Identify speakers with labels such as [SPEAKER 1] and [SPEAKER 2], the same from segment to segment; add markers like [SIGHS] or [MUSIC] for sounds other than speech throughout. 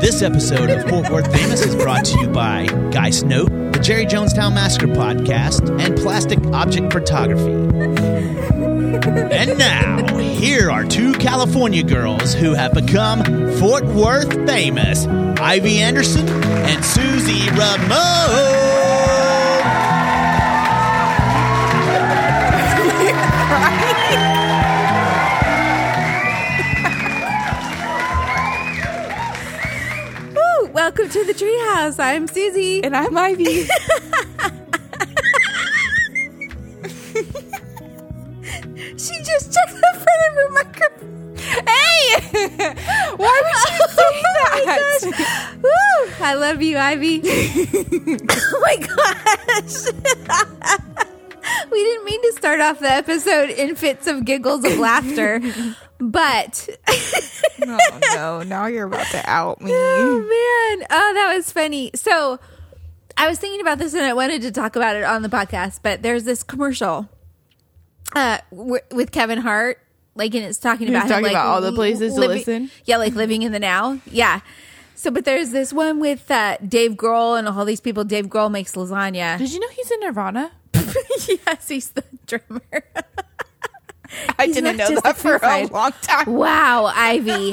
[SPEAKER 1] This episode of Fort Worth Famous is brought to you by Guy Snow, the Jerry Jonestown Massacre Podcast, and Plastic Object Photography. And now, here are two California girls who have become Fort Worth famous Ivy Anderson and Susie Ramone.
[SPEAKER 2] Woo! Welcome to the treehouse. I'm Susie.
[SPEAKER 3] And I'm
[SPEAKER 2] [LAUGHS]
[SPEAKER 3] Ivy.
[SPEAKER 2] she just checked the front of her microphone. Hey!
[SPEAKER 3] [LAUGHS] Why would you say that?
[SPEAKER 2] Oh my gosh. Woo! I love you,
[SPEAKER 3] [LAUGHS]
[SPEAKER 2] Ivy. [LAUGHS] oh my gosh. [LAUGHS] we didn't mean to start off the episode in fits of giggles of
[SPEAKER 3] [LAUGHS]
[SPEAKER 2] laughter, but
[SPEAKER 3] oh no, now you're about to out me.
[SPEAKER 2] Oh man. Oh, that was funny. So I was thinking about this and I wanted to talk about it on the podcast, but there's this commercial uh w- with Kevin Hart like and it's talking
[SPEAKER 3] was
[SPEAKER 2] about him,
[SPEAKER 3] talking
[SPEAKER 2] like,
[SPEAKER 3] about all the places to
[SPEAKER 2] living-
[SPEAKER 3] listen?
[SPEAKER 2] Yeah, like living in the now. Yeah. So but there's this one with uh Dave Grohl and all these people Dave Grohl makes lasagna.
[SPEAKER 3] [LAUGHS] Did you know he's in Nirvana?
[SPEAKER 2] yes, he's the drummer.
[SPEAKER 3] I
[SPEAKER 2] He's not
[SPEAKER 3] didn't know
[SPEAKER 2] just
[SPEAKER 3] that
[SPEAKER 2] a Foo
[SPEAKER 3] for
[SPEAKER 2] Fighter.
[SPEAKER 3] a long time.
[SPEAKER 2] Wow, Ivy.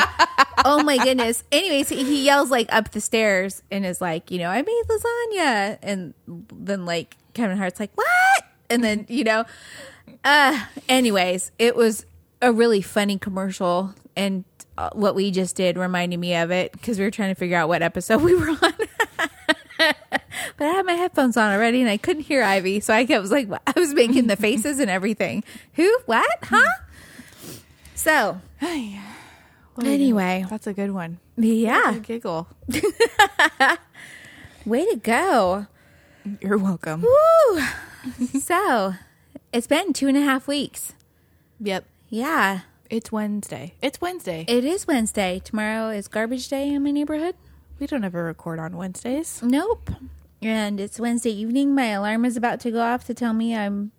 [SPEAKER 2] oh my goodness. Anyways, he yells like up the stairs and is like, you know, I made lasagna. And then like Kevin Hart's like, what? And then, you know, uh, anyways, it was a really funny commercial. And uh, what we just did reminded me of it because we were trying to figure out what episode [LAUGHS] we were on. but I had my headphones on already and I couldn't hear Ivy. So I was like, I was making the faces and everything. Who? What? Huh? So Anyway.
[SPEAKER 3] Oh, that's a good one.
[SPEAKER 2] yeah,
[SPEAKER 3] Giggle.
[SPEAKER 2] way to go.
[SPEAKER 3] You're welcome.
[SPEAKER 2] Woo! [LAUGHS] so, it's been two and a half weeks.
[SPEAKER 3] Yep.
[SPEAKER 2] Yeah,
[SPEAKER 3] It's Wednesday. It's Wednesday.
[SPEAKER 2] it is Wednesday. Tomorrow is garbage day in my neighborhood.
[SPEAKER 3] we don't ever record on Wednesdays.
[SPEAKER 2] Nope. And it's Wednesday evening. My alarm is about to go off to tell me I'm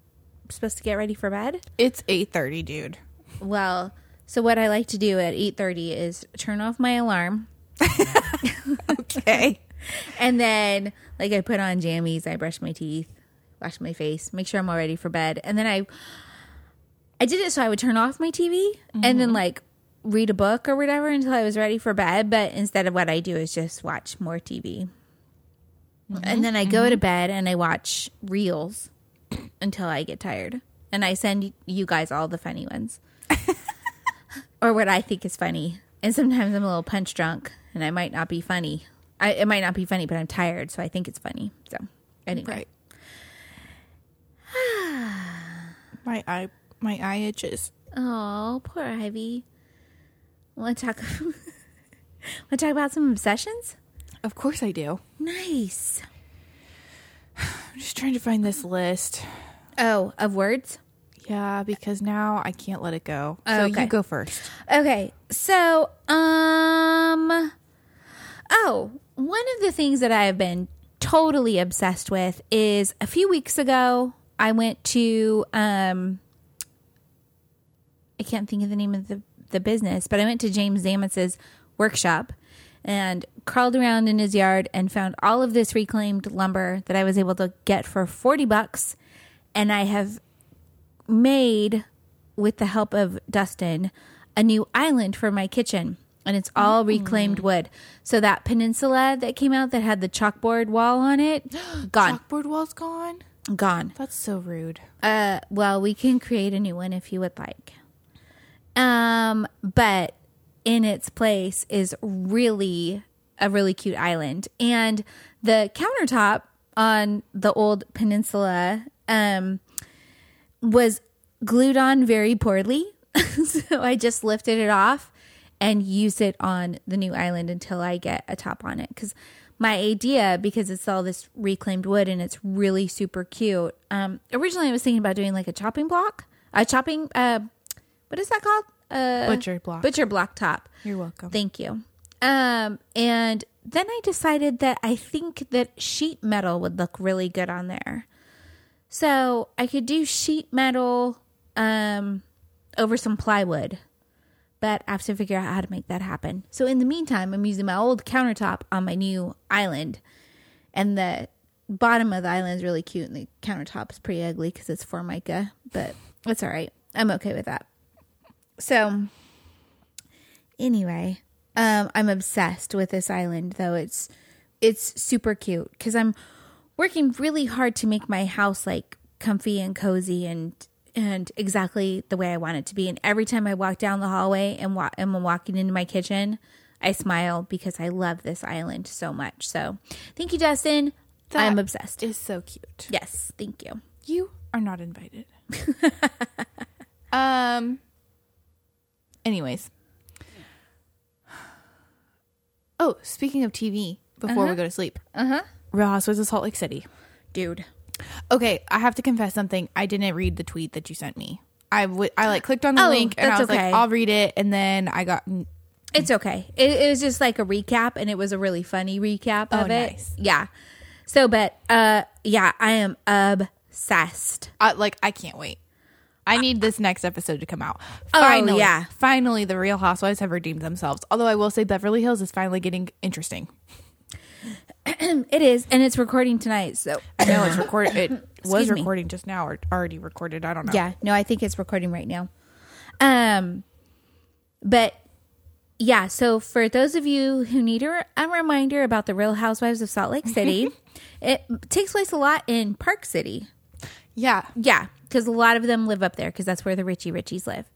[SPEAKER 2] supposed to get ready for bed.
[SPEAKER 3] It's eight thirty, dude.
[SPEAKER 2] Well, so what I like to do at 8:30 is turn off my [LAUGHS] alarm
[SPEAKER 3] Okay.
[SPEAKER 2] [LAUGHS] and then like I put on jammies, I brush my teeth, wash my face, make sure I'm all ready for bed, and then I I did it so I would turn off my TV and then like read a book or whatever until I was ready for bed, but instead of what I do is just watch more TV. And then I go to bed and I watch reels until I get tired. And I send you guys all the funny ones or what I think is funny. And sometimes I'm a little punch drunk and I might not be funny. I, it might not be funny, but I'm tired, so I think it's funny. So, anyway.
[SPEAKER 3] [SIGHS] Right. my eye, my eye itches.
[SPEAKER 2] Oh, poor Ivy. Want to talk? [LAUGHS] Want to talk about some obsessions?
[SPEAKER 3] Of course I do.
[SPEAKER 2] Nice.
[SPEAKER 3] I'm just trying to find this list.
[SPEAKER 2] Oh, of words.
[SPEAKER 3] Yeah, because now I can't let it go. So
[SPEAKER 2] Okay.
[SPEAKER 3] you go first.
[SPEAKER 2] Okay, so um, oh, one of the things that I have been totally obsessed with is a few weeks ago I went to um, I can't think of the name of the the business, but I went to James Zamitz's workshop and crawled around in his yard and found all of this reclaimed lumber that I was able to get for forty bucks, and I have made with the help of Dustin a new island for my kitchen and it's all reclaimed wood. So that peninsula that came out that had the chalkboard wall on it, [GASPS] gone,
[SPEAKER 3] Chalkboard wall's gone.
[SPEAKER 2] gone.
[SPEAKER 3] That's so rude.
[SPEAKER 2] Uh well, we can create a new one if you would like. Um but in its place is really a really cute island and the countertop on the old peninsula um was glued on very poorly. [LAUGHS] so I just lifted it off and used it on the new island until I get a top on it. Because my idea, because it's all this reclaimed wood and it's really super cute. Um, originally, I was thinking about doing like a chopping block, a chopping, uh, what is that called? Uh,
[SPEAKER 3] Butcher block.
[SPEAKER 2] Butcher block top.
[SPEAKER 3] You're welcome.
[SPEAKER 2] Thank you. Um, and then I decided that I think that sheet metal would look really good on there. So I could do sheet metal um, over some plywood. but I have to figure out how to make that happen. So in the meantime, I'm using my old countertop on my new island, and the bottom of the island is really cute, and the countertop is pretty ugly because it's formica, but it's all right. I'm okay with that. So anyway, um, I'm obsessed with this island though. It's it's super cute because I'm working really hard to make my house like comfy and cozy and and exactly the way I want it to be. And every time I walk down the hallway and wa- am walking into my kitchen, I smile because I love this island so much. So thank you, Justin.
[SPEAKER 3] That
[SPEAKER 2] I'm obsessed.
[SPEAKER 3] Is so cute.
[SPEAKER 2] yes, thank you.
[SPEAKER 3] You are not invited. [LAUGHS] um. Anyways. Oh, speaking of TV, before we go to sleep, uh huh. Real Housewives of Salt Lake City.
[SPEAKER 2] Dude.
[SPEAKER 3] Okay, I have to confess something. I didn't read the tweet that you sent me. I would. I like clicked on the
[SPEAKER 2] Oh,
[SPEAKER 3] link and I
[SPEAKER 2] that's
[SPEAKER 3] was
[SPEAKER 2] okay.
[SPEAKER 3] like, I'll read it, and then I got.
[SPEAKER 2] It's okay. It, it was just like a recap, and it was a really funny recap of it.
[SPEAKER 3] nice.
[SPEAKER 2] Yeah. So, but uh, yeah, I am obsessed.
[SPEAKER 3] I, like I can't wait. I need this next episode to come out.
[SPEAKER 2] Oh,
[SPEAKER 3] Finally,
[SPEAKER 2] yeah.
[SPEAKER 3] Finally, the Real Housewives have redeemed themselves. Although I will say, Beverly Hills is finally getting interesting.
[SPEAKER 2] It is, and it's recording tonight. So,
[SPEAKER 3] I know [LAUGHS] it's recorded. It was
[SPEAKER 2] Excuse me.
[SPEAKER 3] recording just now, or already recorded. I don't know.
[SPEAKER 2] yeah, no, I think it's recording right now. Um, but yeah, so for those of you who need a, re- a reminder about the Real Housewives of Salt Lake [LAUGHS] City, it takes place a lot in Park City.
[SPEAKER 3] yeah.
[SPEAKER 2] Yeah, because a lot of them live up there because that's where the Richie Richies live.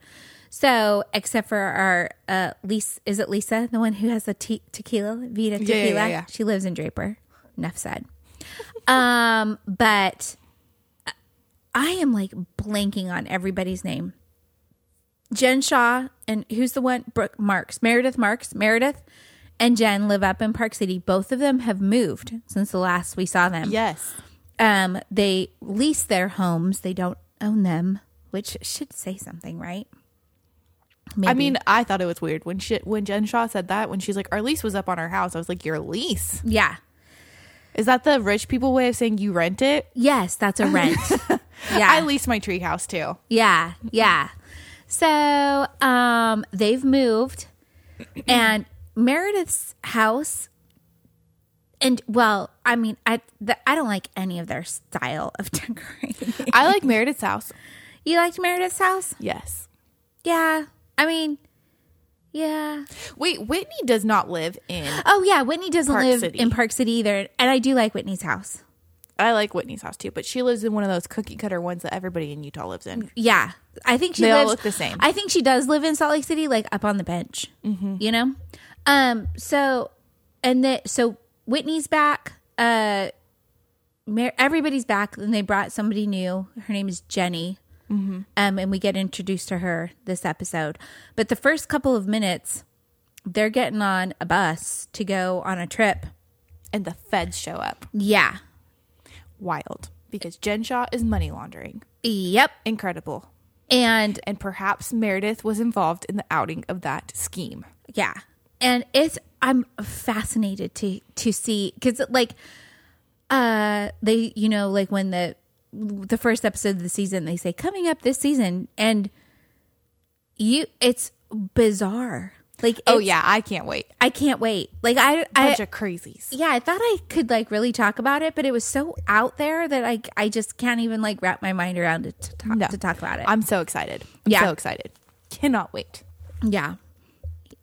[SPEAKER 2] So, except for our uh, Lisa, is it Lisa, the one who has the te- tequila, Vita tequila?
[SPEAKER 3] yeah, yeah.
[SPEAKER 2] She lives in Draper. Enough said. [LAUGHS] um, but uh, I am like blanking on everybody's name. Jen Shaw and who's the one? Brooke Marks, Meredith Marks, Meredith and Jen live up in Park City. Both of them have moved since the last we saw them
[SPEAKER 3] Yes.
[SPEAKER 2] um, they lease their homes. They don't own them, which should say something, right? Maybe.
[SPEAKER 3] I mean, I thought it was weird when shit when Jen Shaw said that when she's like, "Our lease was up on our house." I was like, "Your lease
[SPEAKER 2] yeah.
[SPEAKER 3] is that the rich people way of saying you rent it?"
[SPEAKER 2] Yes, that's a
[SPEAKER 3] [LAUGHS]
[SPEAKER 2] rent. yeah.
[SPEAKER 3] I lease my tree house too.
[SPEAKER 2] Yeah, yeah. So um, they've moved, and Meredith's house, and well, I mean, I the, I don't like any of their style of [LAUGHS] decorating.
[SPEAKER 3] I [LAUGHS] like Meredith's house.
[SPEAKER 2] you liked Meredith's house?
[SPEAKER 3] Yes.
[SPEAKER 2] Yeah. I mean, yeah.
[SPEAKER 3] Wait, Whitney does not live in.
[SPEAKER 2] Oh yeah, Whitney doesn't
[SPEAKER 3] Park
[SPEAKER 2] live
[SPEAKER 3] City.
[SPEAKER 2] in Park City either, and I do like Whitney's house.
[SPEAKER 3] I like Whitney's house too, but she lives in one of those cookie cutter ones that everybody in Utah lives in.
[SPEAKER 2] Yeah, I think she
[SPEAKER 3] They all
[SPEAKER 2] lives,
[SPEAKER 3] look the same. Mm-hmm.
[SPEAKER 2] I think she does live in Salt Lake City, like up on the bench. You know, um. So and the so Whitney's back. Uh, Mar- everybody's back, and they brought somebody new. Her name is Jenny.
[SPEAKER 3] Mm-hmm.
[SPEAKER 2] Um, and we get introduced to her this episode. But the first couple of minutes, they're getting on a bus to go on a trip.
[SPEAKER 3] And the feds show up.
[SPEAKER 2] Yeah.
[SPEAKER 3] Wild. Because Jen Shaw is money laundering.
[SPEAKER 2] Yep.
[SPEAKER 3] Incredible.
[SPEAKER 2] And
[SPEAKER 3] And perhaps Meredith was involved in the outing of that scheme.
[SPEAKER 2] yeah and it's i'm fascinated to to see because like uh they you know like when the the first episode of the season they say coming up this season and you it's bizarre like
[SPEAKER 3] Oh
[SPEAKER 2] it's-
[SPEAKER 3] yeah, I can't wait.
[SPEAKER 2] i can't wait like i i
[SPEAKER 3] Bunch of crazies.
[SPEAKER 2] yeah i thought i could like really talk about it but it was so out there that i i just can't even like wrap my mind around it to talk,
[SPEAKER 3] No.
[SPEAKER 2] to talk about it
[SPEAKER 3] I'm so excited. I'm
[SPEAKER 2] Yeah.
[SPEAKER 3] so excited. Cannot wait.
[SPEAKER 2] Yeah.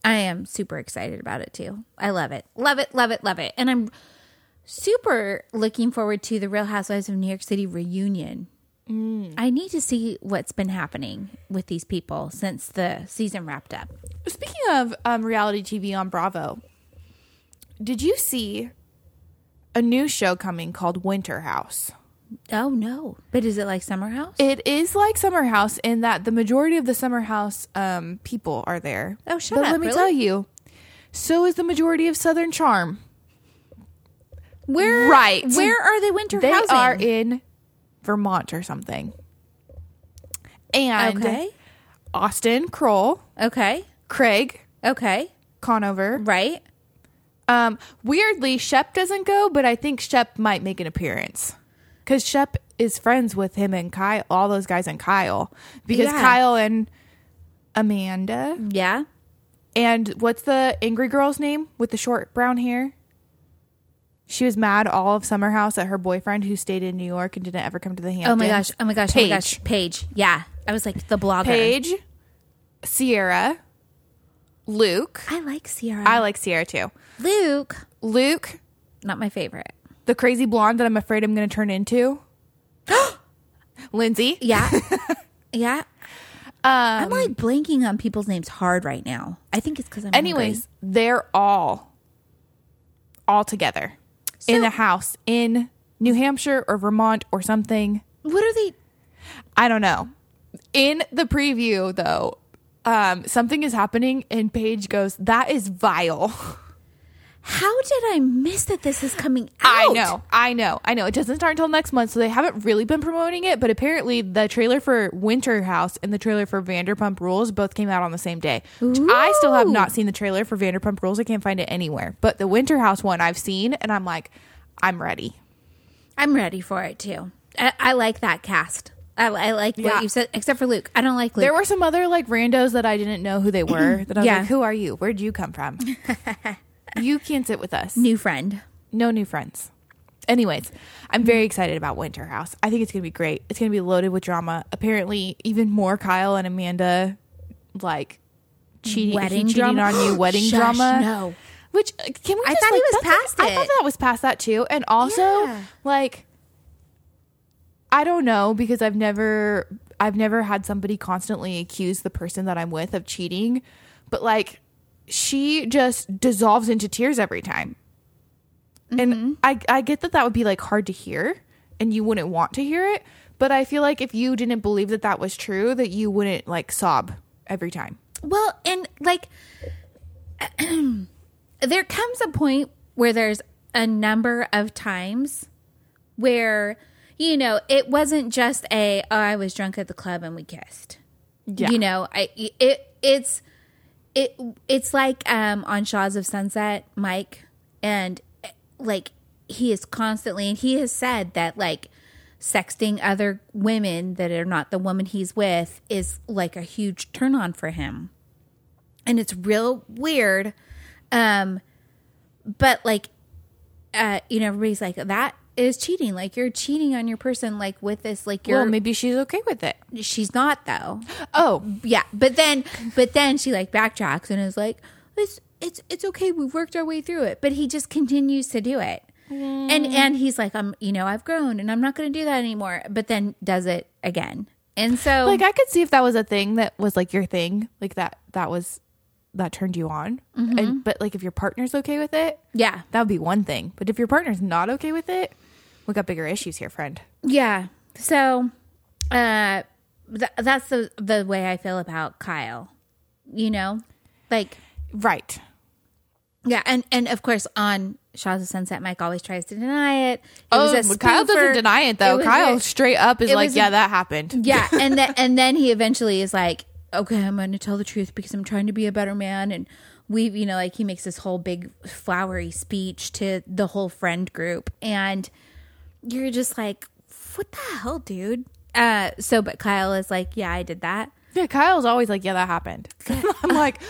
[SPEAKER 2] I am super excited about it too. I love it. Love it, love it, love it. And I'm super looking forward to the Real Housewives of New York City reunion.
[SPEAKER 3] Mm.
[SPEAKER 2] I need to see what's been happening with these people since the season wrapped up.
[SPEAKER 3] Speaking of um, reality TV on Bravo, did you see a new show coming called Winter House?
[SPEAKER 2] Oh no. But is it like Summer House?
[SPEAKER 3] It is like Summer House in that the majority of the Summer House um, people are there.
[SPEAKER 2] Oh, shut
[SPEAKER 3] but
[SPEAKER 2] up,
[SPEAKER 3] Let me
[SPEAKER 2] really?
[SPEAKER 3] tell you, so is the majority of Southern Charm.
[SPEAKER 2] where
[SPEAKER 3] right.
[SPEAKER 2] Where are the winter
[SPEAKER 3] They
[SPEAKER 2] housing?
[SPEAKER 3] are in Vermont or something. And
[SPEAKER 2] Okay.
[SPEAKER 3] Austin, Kroll,
[SPEAKER 2] Okay.
[SPEAKER 3] Craig,
[SPEAKER 2] Okay.
[SPEAKER 3] Conover.
[SPEAKER 2] Right?
[SPEAKER 3] Um, weirdly, Shep doesn't go, but I think Shep might make an appearance because Shep is friends with him and Kyle, all those guys and Kyle, because
[SPEAKER 2] Yeah.
[SPEAKER 3] Kyle and Amanda
[SPEAKER 2] Yeah.
[SPEAKER 3] And what's the angry girl's name with the short brown hair? She was mad all of summer house at her boyfriend who stayed in New York and didn't ever come to the Hamptons.
[SPEAKER 2] Oh my gosh. Oh my gosh. Oh my
[SPEAKER 3] Paige.
[SPEAKER 2] gosh. Paige. Yeah. I was like the blogger.
[SPEAKER 3] Paige, Sierra, Luke.
[SPEAKER 2] I like Sierra.
[SPEAKER 3] I like Sierra too.
[SPEAKER 2] Luke.
[SPEAKER 3] Luke,
[SPEAKER 2] Not my favorite.
[SPEAKER 3] the crazy blonde that I'm afraid I'm going to turn into. [GASPS] Lindsay.
[SPEAKER 2] [LAUGHS] Yeah. yeah. I'm like blanking on people's names hard right now. I think it's because I'm hungry.
[SPEAKER 3] Anyways, they're all all together in
[SPEAKER 2] So-
[SPEAKER 3] a house in New Hampshire or Vermont or something.
[SPEAKER 2] What are they?
[SPEAKER 3] I don't know. In the preview though, um, something is happening and Paige goes, That
[SPEAKER 2] [LAUGHS]
[SPEAKER 3] is vile.
[SPEAKER 2] How did I miss that this is coming out?
[SPEAKER 3] I know, I know, I know. It doesn't start until next month, so they haven't really been promoting it, but apparently the trailer for Winter House and the trailer for Vanderpump Rules both came out on the same day. Which I still have
[SPEAKER 2] Ooh.
[SPEAKER 3] not seen the trailer for Vanderpump Rules. I can't find it anywhere. But the Winter House one I've seen and I'm like, I'm ready.
[SPEAKER 2] I'm ready for it too. I, I like that cast. I, I like
[SPEAKER 3] Yeah.
[SPEAKER 2] what you said, except for Luke. I don't like Luke.
[SPEAKER 3] There were some other like randos that I didn't know who
[SPEAKER 2] [CLEARS THROAT]
[SPEAKER 3] they were that I was
[SPEAKER 2] Yeah.
[SPEAKER 3] like, Who are you? Where'd you
[SPEAKER 2] [LAUGHS]
[SPEAKER 3] come from? you can't sit with us.
[SPEAKER 2] New friend.
[SPEAKER 3] no new friends. Anyways, I'm very excited about Winter House. I think it's gonna be great. It's gonna be loaded with drama. Apparently, even more Kyle and Amanda, like cheating, he
[SPEAKER 2] Wedding
[SPEAKER 3] cheating
[SPEAKER 2] drama?
[SPEAKER 3] on you,
[SPEAKER 2] [GASPS]
[SPEAKER 3] wedding
[SPEAKER 2] Shush,
[SPEAKER 3] drama.
[SPEAKER 2] no.
[SPEAKER 3] Which uh, can we?
[SPEAKER 2] I
[SPEAKER 3] just,
[SPEAKER 2] thought he
[SPEAKER 3] like,
[SPEAKER 2] was
[SPEAKER 3] that's-
[SPEAKER 2] past
[SPEAKER 3] I thought
[SPEAKER 2] it.
[SPEAKER 3] that was past that too. And also,
[SPEAKER 2] Yeah.
[SPEAKER 3] like, I don't know because I've never, I've never had somebody constantly accuse the person that I'm with of cheating, but like, she just dissolves into tears every time
[SPEAKER 2] Mm-hmm.
[SPEAKER 3] and I I get that that would be like hard to hear and you wouldn't want to hear it, but I feel like if you didn't believe that that was true, that you wouldn't like sob every time.
[SPEAKER 2] Well, and like, there comes a point where there's a number of times where, you know, it wasn't just a, oh, I was drunk at the club and we kissed.
[SPEAKER 3] Yeah.
[SPEAKER 2] You know, I, it, it's, it, it's like um, on Shaws of Sunset, Mike, and eh, like he is constantly, and he has said that like sexting other women that are not the woman he's with is like a huge turn on for him and it's real weird um but like uh you know everybody's like that is cheating like you're cheating on your person like with this like you're
[SPEAKER 3] Well, maybe she's okay with it.
[SPEAKER 2] she's not though
[SPEAKER 3] Oh,
[SPEAKER 2] yeah but then but then she like backtracks and is like it's it's it's okay we worked our way through it but he just continues to do it and
[SPEAKER 3] Mm.
[SPEAKER 2] and he's like i'm you know i've grown and i'm not going to do that anymore but then does it again and so
[SPEAKER 3] like I could see if that was a thing that was like your thing, like that that was that turned you on. And, but like if your partner's okay with it,
[SPEAKER 2] yeah
[SPEAKER 3] that would be one thing. But if your partner's not okay with it, we got bigger issues here, friend.
[SPEAKER 2] Yeah. So, uh, th- that's the the way I feel about Kyle. You know, like
[SPEAKER 3] Right.
[SPEAKER 2] yeah, and and of course on Shaws of Sunset, Mike always tries to deny it. it was a
[SPEAKER 3] Oh, Um, Kyle doesn't
[SPEAKER 2] spoofer.
[SPEAKER 3] deny it though.
[SPEAKER 2] was
[SPEAKER 3] Kyle
[SPEAKER 2] a-
[SPEAKER 3] straight up is
[SPEAKER 2] it
[SPEAKER 3] like,
[SPEAKER 2] was a-
[SPEAKER 3] yeah, that happened.
[SPEAKER 2] yeah, and then and then he eventually is like, okay, I'm going to tell the truth because I'm trying to be a better man, and we, you know, like he makes this whole big flowery speech to the whole friend group, and you're just like, what the hell, dude? Uh, so but Kyle is like, yeah, I did that.
[SPEAKER 3] Yeah, Kyle's always like, "Yeah, that [LAUGHS] happened." I'm like,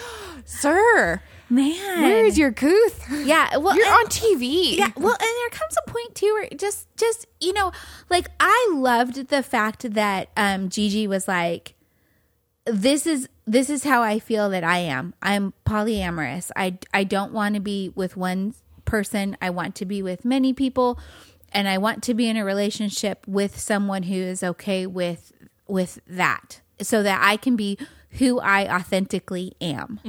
[SPEAKER 3] "Sir,
[SPEAKER 2] Man,
[SPEAKER 3] where is your couth?
[SPEAKER 2] yeah? Well,
[SPEAKER 3] You're
[SPEAKER 2] and-
[SPEAKER 3] on TV."
[SPEAKER 2] yeah. Well, and there comes a point too where it just, just you know, like I loved the fact that um Gigi was like, "This is this is how I feel that I am. I'm polyamorous. I I don't want to be with one person. I want to be with many people, and I want to be in a relationship with someone who is okay with with that, so that I can be." Who I authentically am.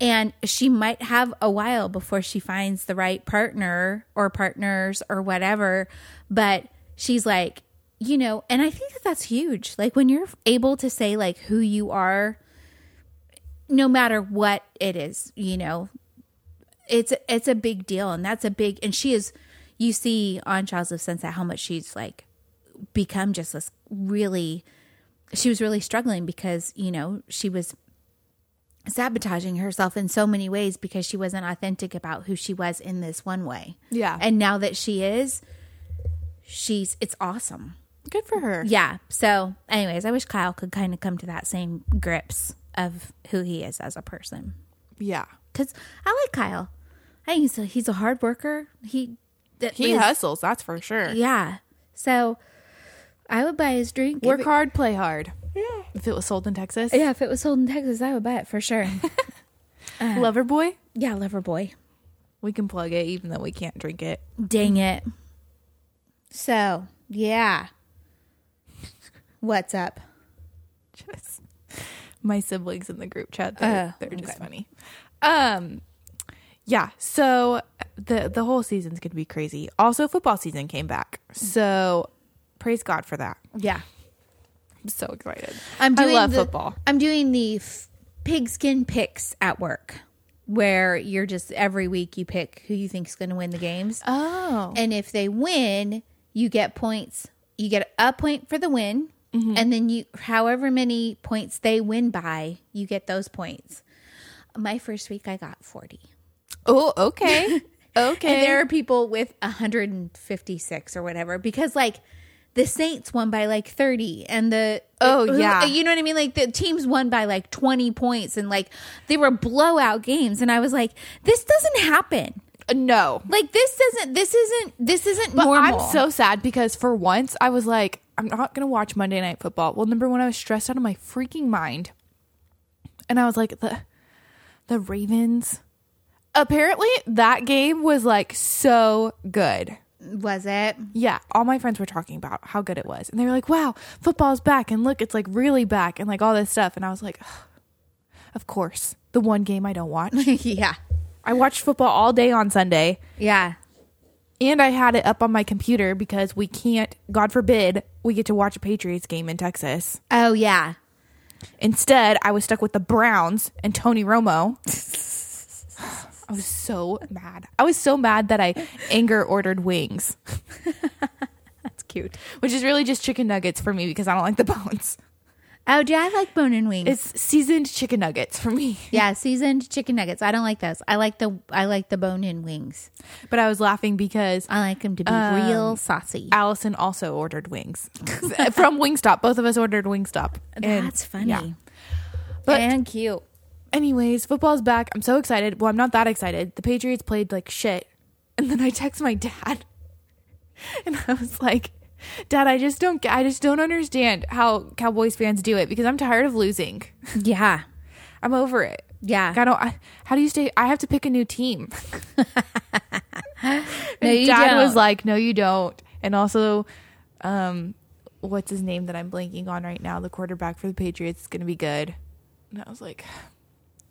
[SPEAKER 2] And she might have a while before she finds the right partner or partners or whatever, but she's like, you know, and I think that that's huge. Like when you're able to say like who you are, no matter what it is, you know, it's it's a big deal, and that's a big. And she is, you see on Charles of Sunset how much she's like become just this really. She was really struggling because you know she was sabotaging herself in so many ways because she wasn't authentic about who she was in this one way.
[SPEAKER 3] Yeah.
[SPEAKER 2] and now that she is, she's it's awesome.
[SPEAKER 3] Good for her.
[SPEAKER 2] Yeah. So, anyways, I wish Kyle could kind of come to that same grips of who he is as a person.
[SPEAKER 3] Yeah.
[SPEAKER 2] Because I like Kyle. I think he's a, he's a hard worker. He that
[SPEAKER 3] He
[SPEAKER 2] is-
[SPEAKER 3] hustles, that's for sure.
[SPEAKER 2] Yeah. So I would buy his drink. If
[SPEAKER 3] Work
[SPEAKER 2] it-
[SPEAKER 3] hard, play hard. Yeah. If it was sold in Texas.
[SPEAKER 2] Yeah, if it was sold in Texas, I would buy it for [LAUGHS] sure.
[SPEAKER 3] [LAUGHS] Lover boy,
[SPEAKER 2] yeah, liver boy.
[SPEAKER 3] we can plug it even though we can't drink it.
[SPEAKER 2] Dang it. So, [LAUGHS] yeah. What's up?
[SPEAKER 3] Just my siblings in the group chat.
[SPEAKER 2] Oh,
[SPEAKER 3] They're, they're just funny. Um yeah, so the the whole season's gonna be crazy. Also football season came back. So praise God for that.
[SPEAKER 2] Yeah.
[SPEAKER 3] I'm so excited.
[SPEAKER 2] I'm doing
[SPEAKER 3] I love
[SPEAKER 2] the-
[SPEAKER 3] football.
[SPEAKER 2] I'm doing the f- pigskin picks at work where you're just every week you pick who you think's going to win the games.
[SPEAKER 3] Oh.
[SPEAKER 2] And if they win, you get points. You get a point for the win,
[SPEAKER 3] Mm-hmm.
[SPEAKER 2] and then you however many points they win by, you get those points. My first week I got 40.
[SPEAKER 3] Oh, okay.
[SPEAKER 2] [LAUGHS]
[SPEAKER 3] okay.
[SPEAKER 2] And there are people with 156 or whatever because like the Saints won by like 30 and the
[SPEAKER 3] Oh,
[SPEAKER 2] who-
[SPEAKER 3] yeah.
[SPEAKER 2] you know what I mean like the teams won by like 20 points and like they were blowout games and I was like this doesn't happen.
[SPEAKER 3] no.
[SPEAKER 2] Like this doesn't this isn't this isn't
[SPEAKER 3] But
[SPEAKER 2] normal.
[SPEAKER 3] I'm so sad because for once I was like, I'm not gonna watch Monday Night Football. Well, number one, I was stressed out of my freaking mind, and I was like, the the Ravens. Apparently, that game was like so good.
[SPEAKER 2] was it? [LAUGHS]
[SPEAKER 3] Yeah, all my friends were talking about how good it was, and they were like, "Wow, football's back!" And look, it's like really back, and like all this stuff. And I was like, "Ugh, "Of course, the one game I don't watch.
[SPEAKER 2] yeah.
[SPEAKER 3] I watched football all day on Sunday."
[SPEAKER 2] Yeah.
[SPEAKER 3] and I had it up on my computer because we can't, God forbid, we get to watch a Patriots game in Texas.
[SPEAKER 2] Oh yeah.
[SPEAKER 3] Instead, I was stuck with the Browns and Tony Romo. I was so mad. I was so mad that I anger ordered wings. That's cute. Which is really just chicken nuggets for me because I don't like the [LAUGHS] bones.
[SPEAKER 2] Oh, do I like bone and wings?
[SPEAKER 3] It's seasoned chicken nuggets for me.
[SPEAKER 2] yeah, seasoned chicken nuggets. I don't like those. I like the I like the bone in wings.
[SPEAKER 3] But I was laughing because
[SPEAKER 2] I like them to be
[SPEAKER 3] Um,
[SPEAKER 2] real saucy.
[SPEAKER 3] Allison also ordered wings [LAUGHS] from Wingstop. Both of us ordered Wingstop. And-
[SPEAKER 2] That's funny.
[SPEAKER 3] yeah. But-
[SPEAKER 2] and cute.
[SPEAKER 3] anyways, football's back. I'm so excited. Well, I'm not that excited. The Patriots played like shit. And then I text my dad. [LAUGHS] And I was like, "Dad, I just don't get- I just don't understand how Cowboys fans do it because I'm tired of losing.
[SPEAKER 2] Yeah.
[SPEAKER 3] I'm over it."
[SPEAKER 2] Yeah.
[SPEAKER 3] Like, I don't I, how do you stay I have to pick a new team.
[SPEAKER 2] [LAUGHS]
[SPEAKER 3] [LAUGHS]
[SPEAKER 2] No, you
[SPEAKER 3] dad was
[SPEAKER 2] don't.
[SPEAKER 3] like, "No, you don't." And also um what's his name that I'm blanking on right now? The quarterback for the Patriots is going to be good. And I was like,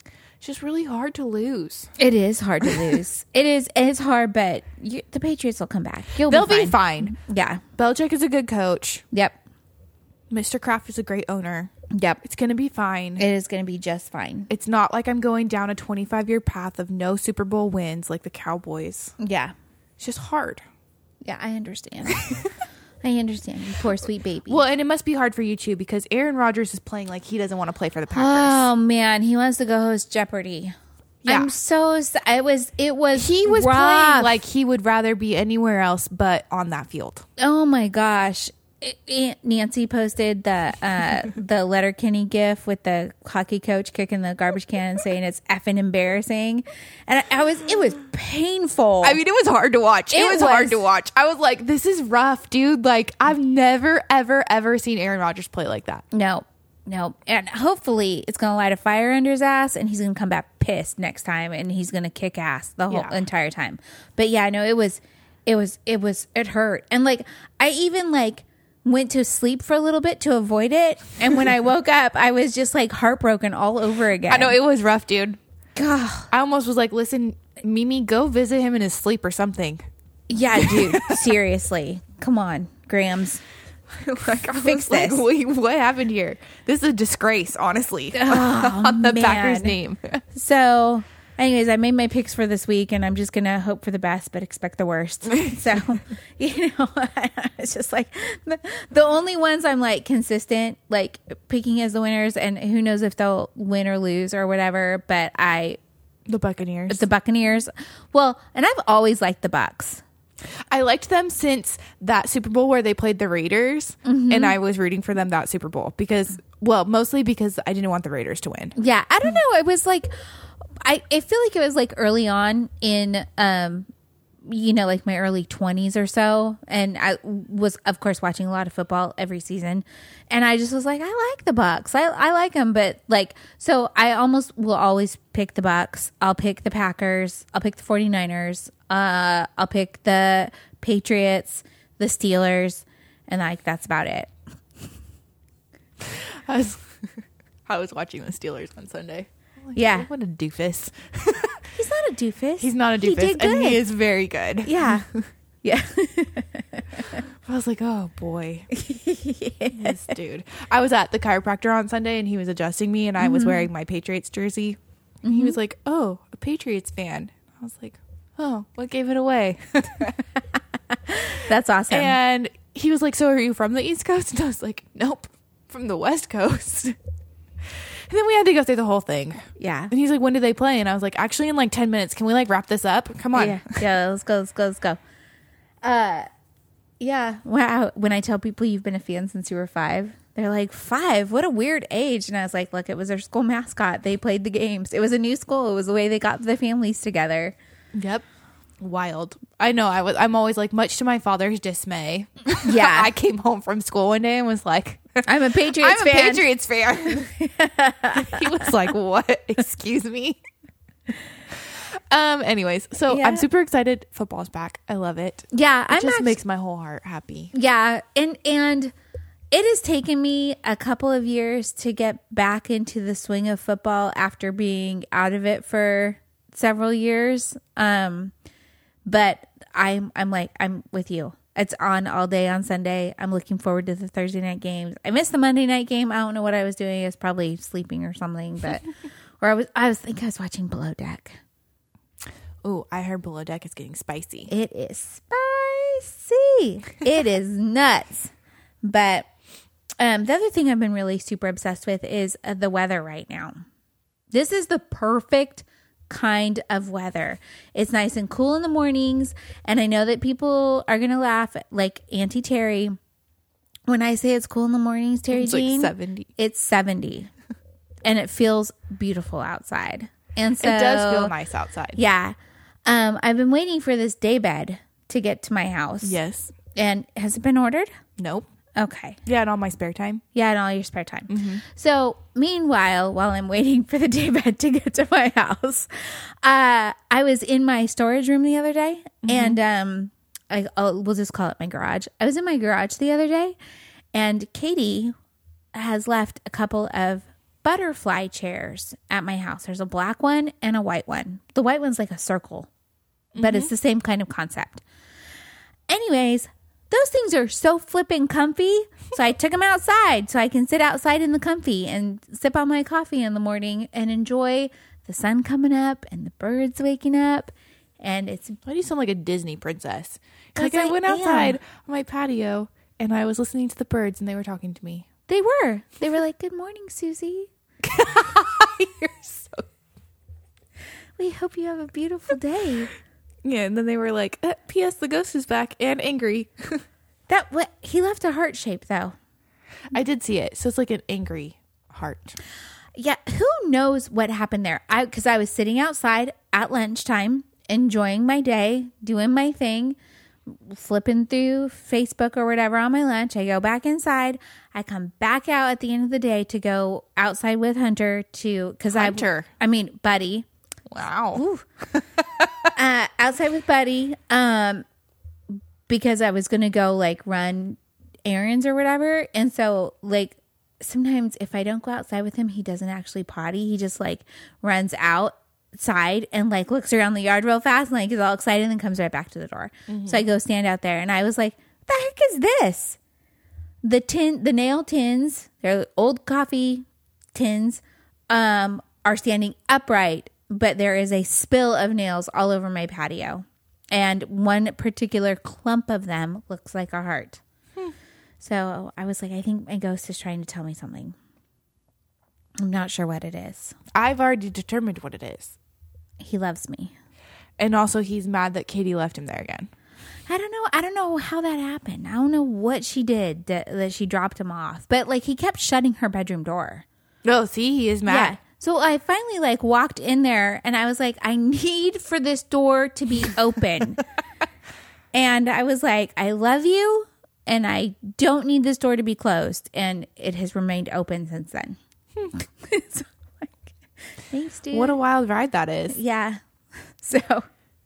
[SPEAKER 3] it's just really hard to lose.
[SPEAKER 2] It is hard to lose. [LAUGHS] it is. It's hard, but you, the Patriots will come back. You'll
[SPEAKER 3] They'll
[SPEAKER 2] be,
[SPEAKER 3] be fine.
[SPEAKER 2] Yeah.
[SPEAKER 3] Belichick is a good coach.
[SPEAKER 2] Yep.
[SPEAKER 3] Mr. Kraft is a great owner.
[SPEAKER 2] Yep.
[SPEAKER 3] It's going to be fine.
[SPEAKER 2] It is going to be just fine.
[SPEAKER 3] It's not like I'm going down a 25 year path of no Super Bowl wins like the Cowboys.
[SPEAKER 2] Yeah.
[SPEAKER 3] It's just hard.
[SPEAKER 2] Yeah. I understand. [LAUGHS] I understand. You poor sweet baby.
[SPEAKER 3] Well, and it must be hard for you too because Aaron Rodgers is playing like he doesn't want to play for the Packers.
[SPEAKER 2] oh man, he wants to go host Jeopardy.
[SPEAKER 3] Yeah.
[SPEAKER 2] I'm so. s- It was. It was.
[SPEAKER 3] he was
[SPEAKER 2] rough.
[SPEAKER 3] playing like he would rather be anywhere else but on that field.
[SPEAKER 2] Oh my gosh. It- Aunt Nancy posted the uh, the Letterkenny gif with the hockey coach kicking the garbage can and saying it's effing embarrassing, and I, I was it was painful.
[SPEAKER 3] I mean, it was hard to watch. It,
[SPEAKER 2] It
[SPEAKER 3] was, hard
[SPEAKER 2] was.
[SPEAKER 3] to watch. I was like, this is rough, dude. Like, I've never, ever, ever seen Aaron Rodgers play like that.
[SPEAKER 2] no, no, and hopefully it's gonna light a fire under his ass, and he's gonna come back pissed next time, and he's gonna kick ass the whole
[SPEAKER 3] Yeah.
[SPEAKER 2] entire time. But yeah, no, it was, it was, it was, it hurt, and like I even like went to sleep for a little bit to avoid it, and when
[SPEAKER 3] [LAUGHS]
[SPEAKER 2] I woke up, I was just like heartbroken all over again.
[SPEAKER 3] I know it was rough, dude.
[SPEAKER 2] God.
[SPEAKER 3] I almost was like, listen, Mimi, go visit him in his sleep or something.
[SPEAKER 2] Yeah, dude. seriously. Come on, Grams.
[SPEAKER 3] [LAUGHS] like, [LAUGHS] I
[SPEAKER 2] Fix
[SPEAKER 3] was like,
[SPEAKER 2] this.
[SPEAKER 3] Wait, what happened here? This is a disgrace, honestly. [LAUGHS] Oh,
[SPEAKER 2] On
[SPEAKER 3] the Packers name. [LAUGHS]
[SPEAKER 2] So, anyways, I made my picks for this week and I'm just going to hope for the best but expect the worst. So, you know, [LAUGHS] it's just like the, the only ones I'm like consistent, like picking as the winners and who knows if they'll win or lose or whatever, but I
[SPEAKER 3] the Buccaneers.
[SPEAKER 2] the Buccaneers. Well, and I've always liked the Bucks.
[SPEAKER 3] I liked them since that Super Bowl where they played the Raiders, and I was rooting for them that [LAUGHS] Super Bowl because, well, mostly because I didn't want the Raiders to win.
[SPEAKER 2] Yeah, I don't know. It was like I I, I feel like it was like early on in um you know like my early 20s or so and i was of course watching a lot of football every season and i just was like i like the bucks i, I like them but like so i almost will always pick the bucks i'll pick the packers i'll pick the 49ers uh i'll pick the patriots the steelers and like that's about it
[SPEAKER 3] I was, I was watching the Steelers on Sunday. I'm like,
[SPEAKER 2] Yeah.
[SPEAKER 3] What a doofus.
[SPEAKER 2] he's not a doofus
[SPEAKER 3] He's not a doofus.
[SPEAKER 2] he did good.
[SPEAKER 3] And he is very good. [LAUGHS]
[SPEAKER 2] yeah yeah
[SPEAKER 3] I was like, oh [LAUGHS] boy. This dude. I was at the chiropractor on Sunday and he was adjusting me and I was wearing my Patriots jersey. And he was like, oh, a Patriots fan. I was like, oh, what gave it away?
[SPEAKER 2] that's awesome
[SPEAKER 3] And he was like, so are you from the East Coast? [LAUGHS] And I was like, nope, from the West Coast. [LAUGHS] And then we had to go through the whole thing.
[SPEAKER 2] yeah
[SPEAKER 3] And he's like, when do they play? And I was like, actually, in like 10 minutes. Can we like wrap this up? Come on.
[SPEAKER 2] Yeah, yeah. Let's go. Let's go. Let's go. Uh, yeah. Wow. When I tell people you've been a fan since you were five, they're like, five? What a weird age. And I was like, look, it was their school [LAUGHS] mascot. They played the games. It was a new school. It was the way they got the families together.
[SPEAKER 3] Yep. Wild. I know. I was. I'm always like, much to my father's dismay. [LAUGHS]
[SPEAKER 2] Yeah.
[SPEAKER 3] I came home from school one day and was like,
[SPEAKER 2] [LAUGHS] I'm a Patriots
[SPEAKER 3] I'm a
[SPEAKER 2] fan. [LAUGHS]
[SPEAKER 3] Patriots fan. he was like, what? [LAUGHS] Excuse me. Um. Anyways, so
[SPEAKER 2] Yeah.
[SPEAKER 3] I'm super excited. Football's back. I love it. It
[SPEAKER 2] Yeah. I'm
[SPEAKER 3] just
[SPEAKER 2] act-
[SPEAKER 3] makes my whole heart happy.
[SPEAKER 2] yeah. And, and, it has taken me a couple of years to get back into the swing of football after being out of it for several years. Um, but I'm I'm like I'm with you. It's on all day on Sunday. I'm looking forward to the Thursday night games. I missed the Monday night game. I don't know what I was doing. I was probably sleeping or something, but or I was I was think I was watching Below Deck.
[SPEAKER 3] Ooh, I heard Below Deck is getting spicy.
[SPEAKER 2] It is spicy. it is nuts. But um, the other thing I've been really super obsessed with is uh, the weather right now. This is the perfect kind of weather. It's nice and cool in the mornings. And I know that people are going to laugh like Auntie Terry when I say it's cool in the mornings, Terry
[SPEAKER 3] It's like
[SPEAKER 2] Jean.
[SPEAKER 3] 70.
[SPEAKER 2] It's 70. and it feels beautiful outside. And so
[SPEAKER 3] it does feel nice outside.
[SPEAKER 2] yeah. Um, I've been waiting for this daybed to get to my house.
[SPEAKER 3] Yes.
[SPEAKER 2] And has it been ordered?
[SPEAKER 3] Nope.
[SPEAKER 2] Okay.
[SPEAKER 3] Yeah, and all my spare time.
[SPEAKER 2] Yeah, in all your spare time. So, meanwhile, while I'm waiting for the [LAUGHS] daybed to get to my house, uh, I was in my storage room the other day, and um, I, will we'll just call it my garage. I was in my garage the other day, and Katie has left a couple of butterfly chairs at my house. There's a black one and a white one. The white one's like a circle, but it's the same kind of concept. Anyways, those things are so flippin' comfy. So I took them outside so I can sit outside in the comfy and sip on my coffee in the morning and enjoy the sun coming up and the birds waking up. And it's
[SPEAKER 3] Why do you sound like a Disney princess?
[SPEAKER 2] Like,
[SPEAKER 3] Like
[SPEAKER 2] I
[SPEAKER 3] I went
[SPEAKER 2] am.
[SPEAKER 3] outside on my patio and I was listening to the birds and they were talking to me.
[SPEAKER 2] they were they were like, "Good morning, Susie. [LAUGHS]
[SPEAKER 3] You're so
[SPEAKER 2] We hope you have a beautiful day."
[SPEAKER 3] yeah. And then they were like, uh, "P.S. The ghost is back and angry."
[SPEAKER 2] That what he left a heart shape though.
[SPEAKER 3] [LAUGHS] I did see it, so it's like an angry heart.
[SPEAKER 2] Yeah, who knows what happened there? I because I was sitting outside at lunchtime, enjoying my day, doing my thing, flipping through Facebook or whatever on my lunch. I go back inside. I come back out at the end of the day to go outside with Hunter to because I
[SPEAKER 3] Hunter.
[SPEAKER 2] I mean Buddy
[SPEAKER 3] Wow.
[SPEAKER 2] uh, outside with Buddy um because I was going to go like run errands or whatever and so like sometimes if I don't go outside with him he doesn't actually potty he just like runs outside and like looks around the yard real fast and like is all excited and then comes right back to the door so I go stand out there and I was like what the heck is this the tin the nail tins they're old coffee tins um are standing upright but there is a spill of nails all over my patio and one particular clump of them looks like a heart so i was like i think my ghost is trying to tell me something i'm not sure what it is
[SPEAKER 3] I've already determined what it is,
[SPEAKER 2] he loves me
[SPEAKER 3] and also he's mad that Katie left him there again.
[SPEAKER 2] I don't know. I don't know how that happened. I don't know what she did that, that she dropped him off. But like he kept shutting her bedroom door.
[SPEAKER 3] No, Oh, see, he is mad.
[SPEAKER 2] Yeah. So I finally like walked in there and I was like, I need for this door to be [LAUGHS] open. and I was like, I love you and I don't need this door to be closed. And it has remained open since then. Hmm. [LAUGHS] so, like, thanks, dude.
[SPEAKER 3] What a wild ride that is.
[SPEAKER 2] yeah. [LAUGHS] So,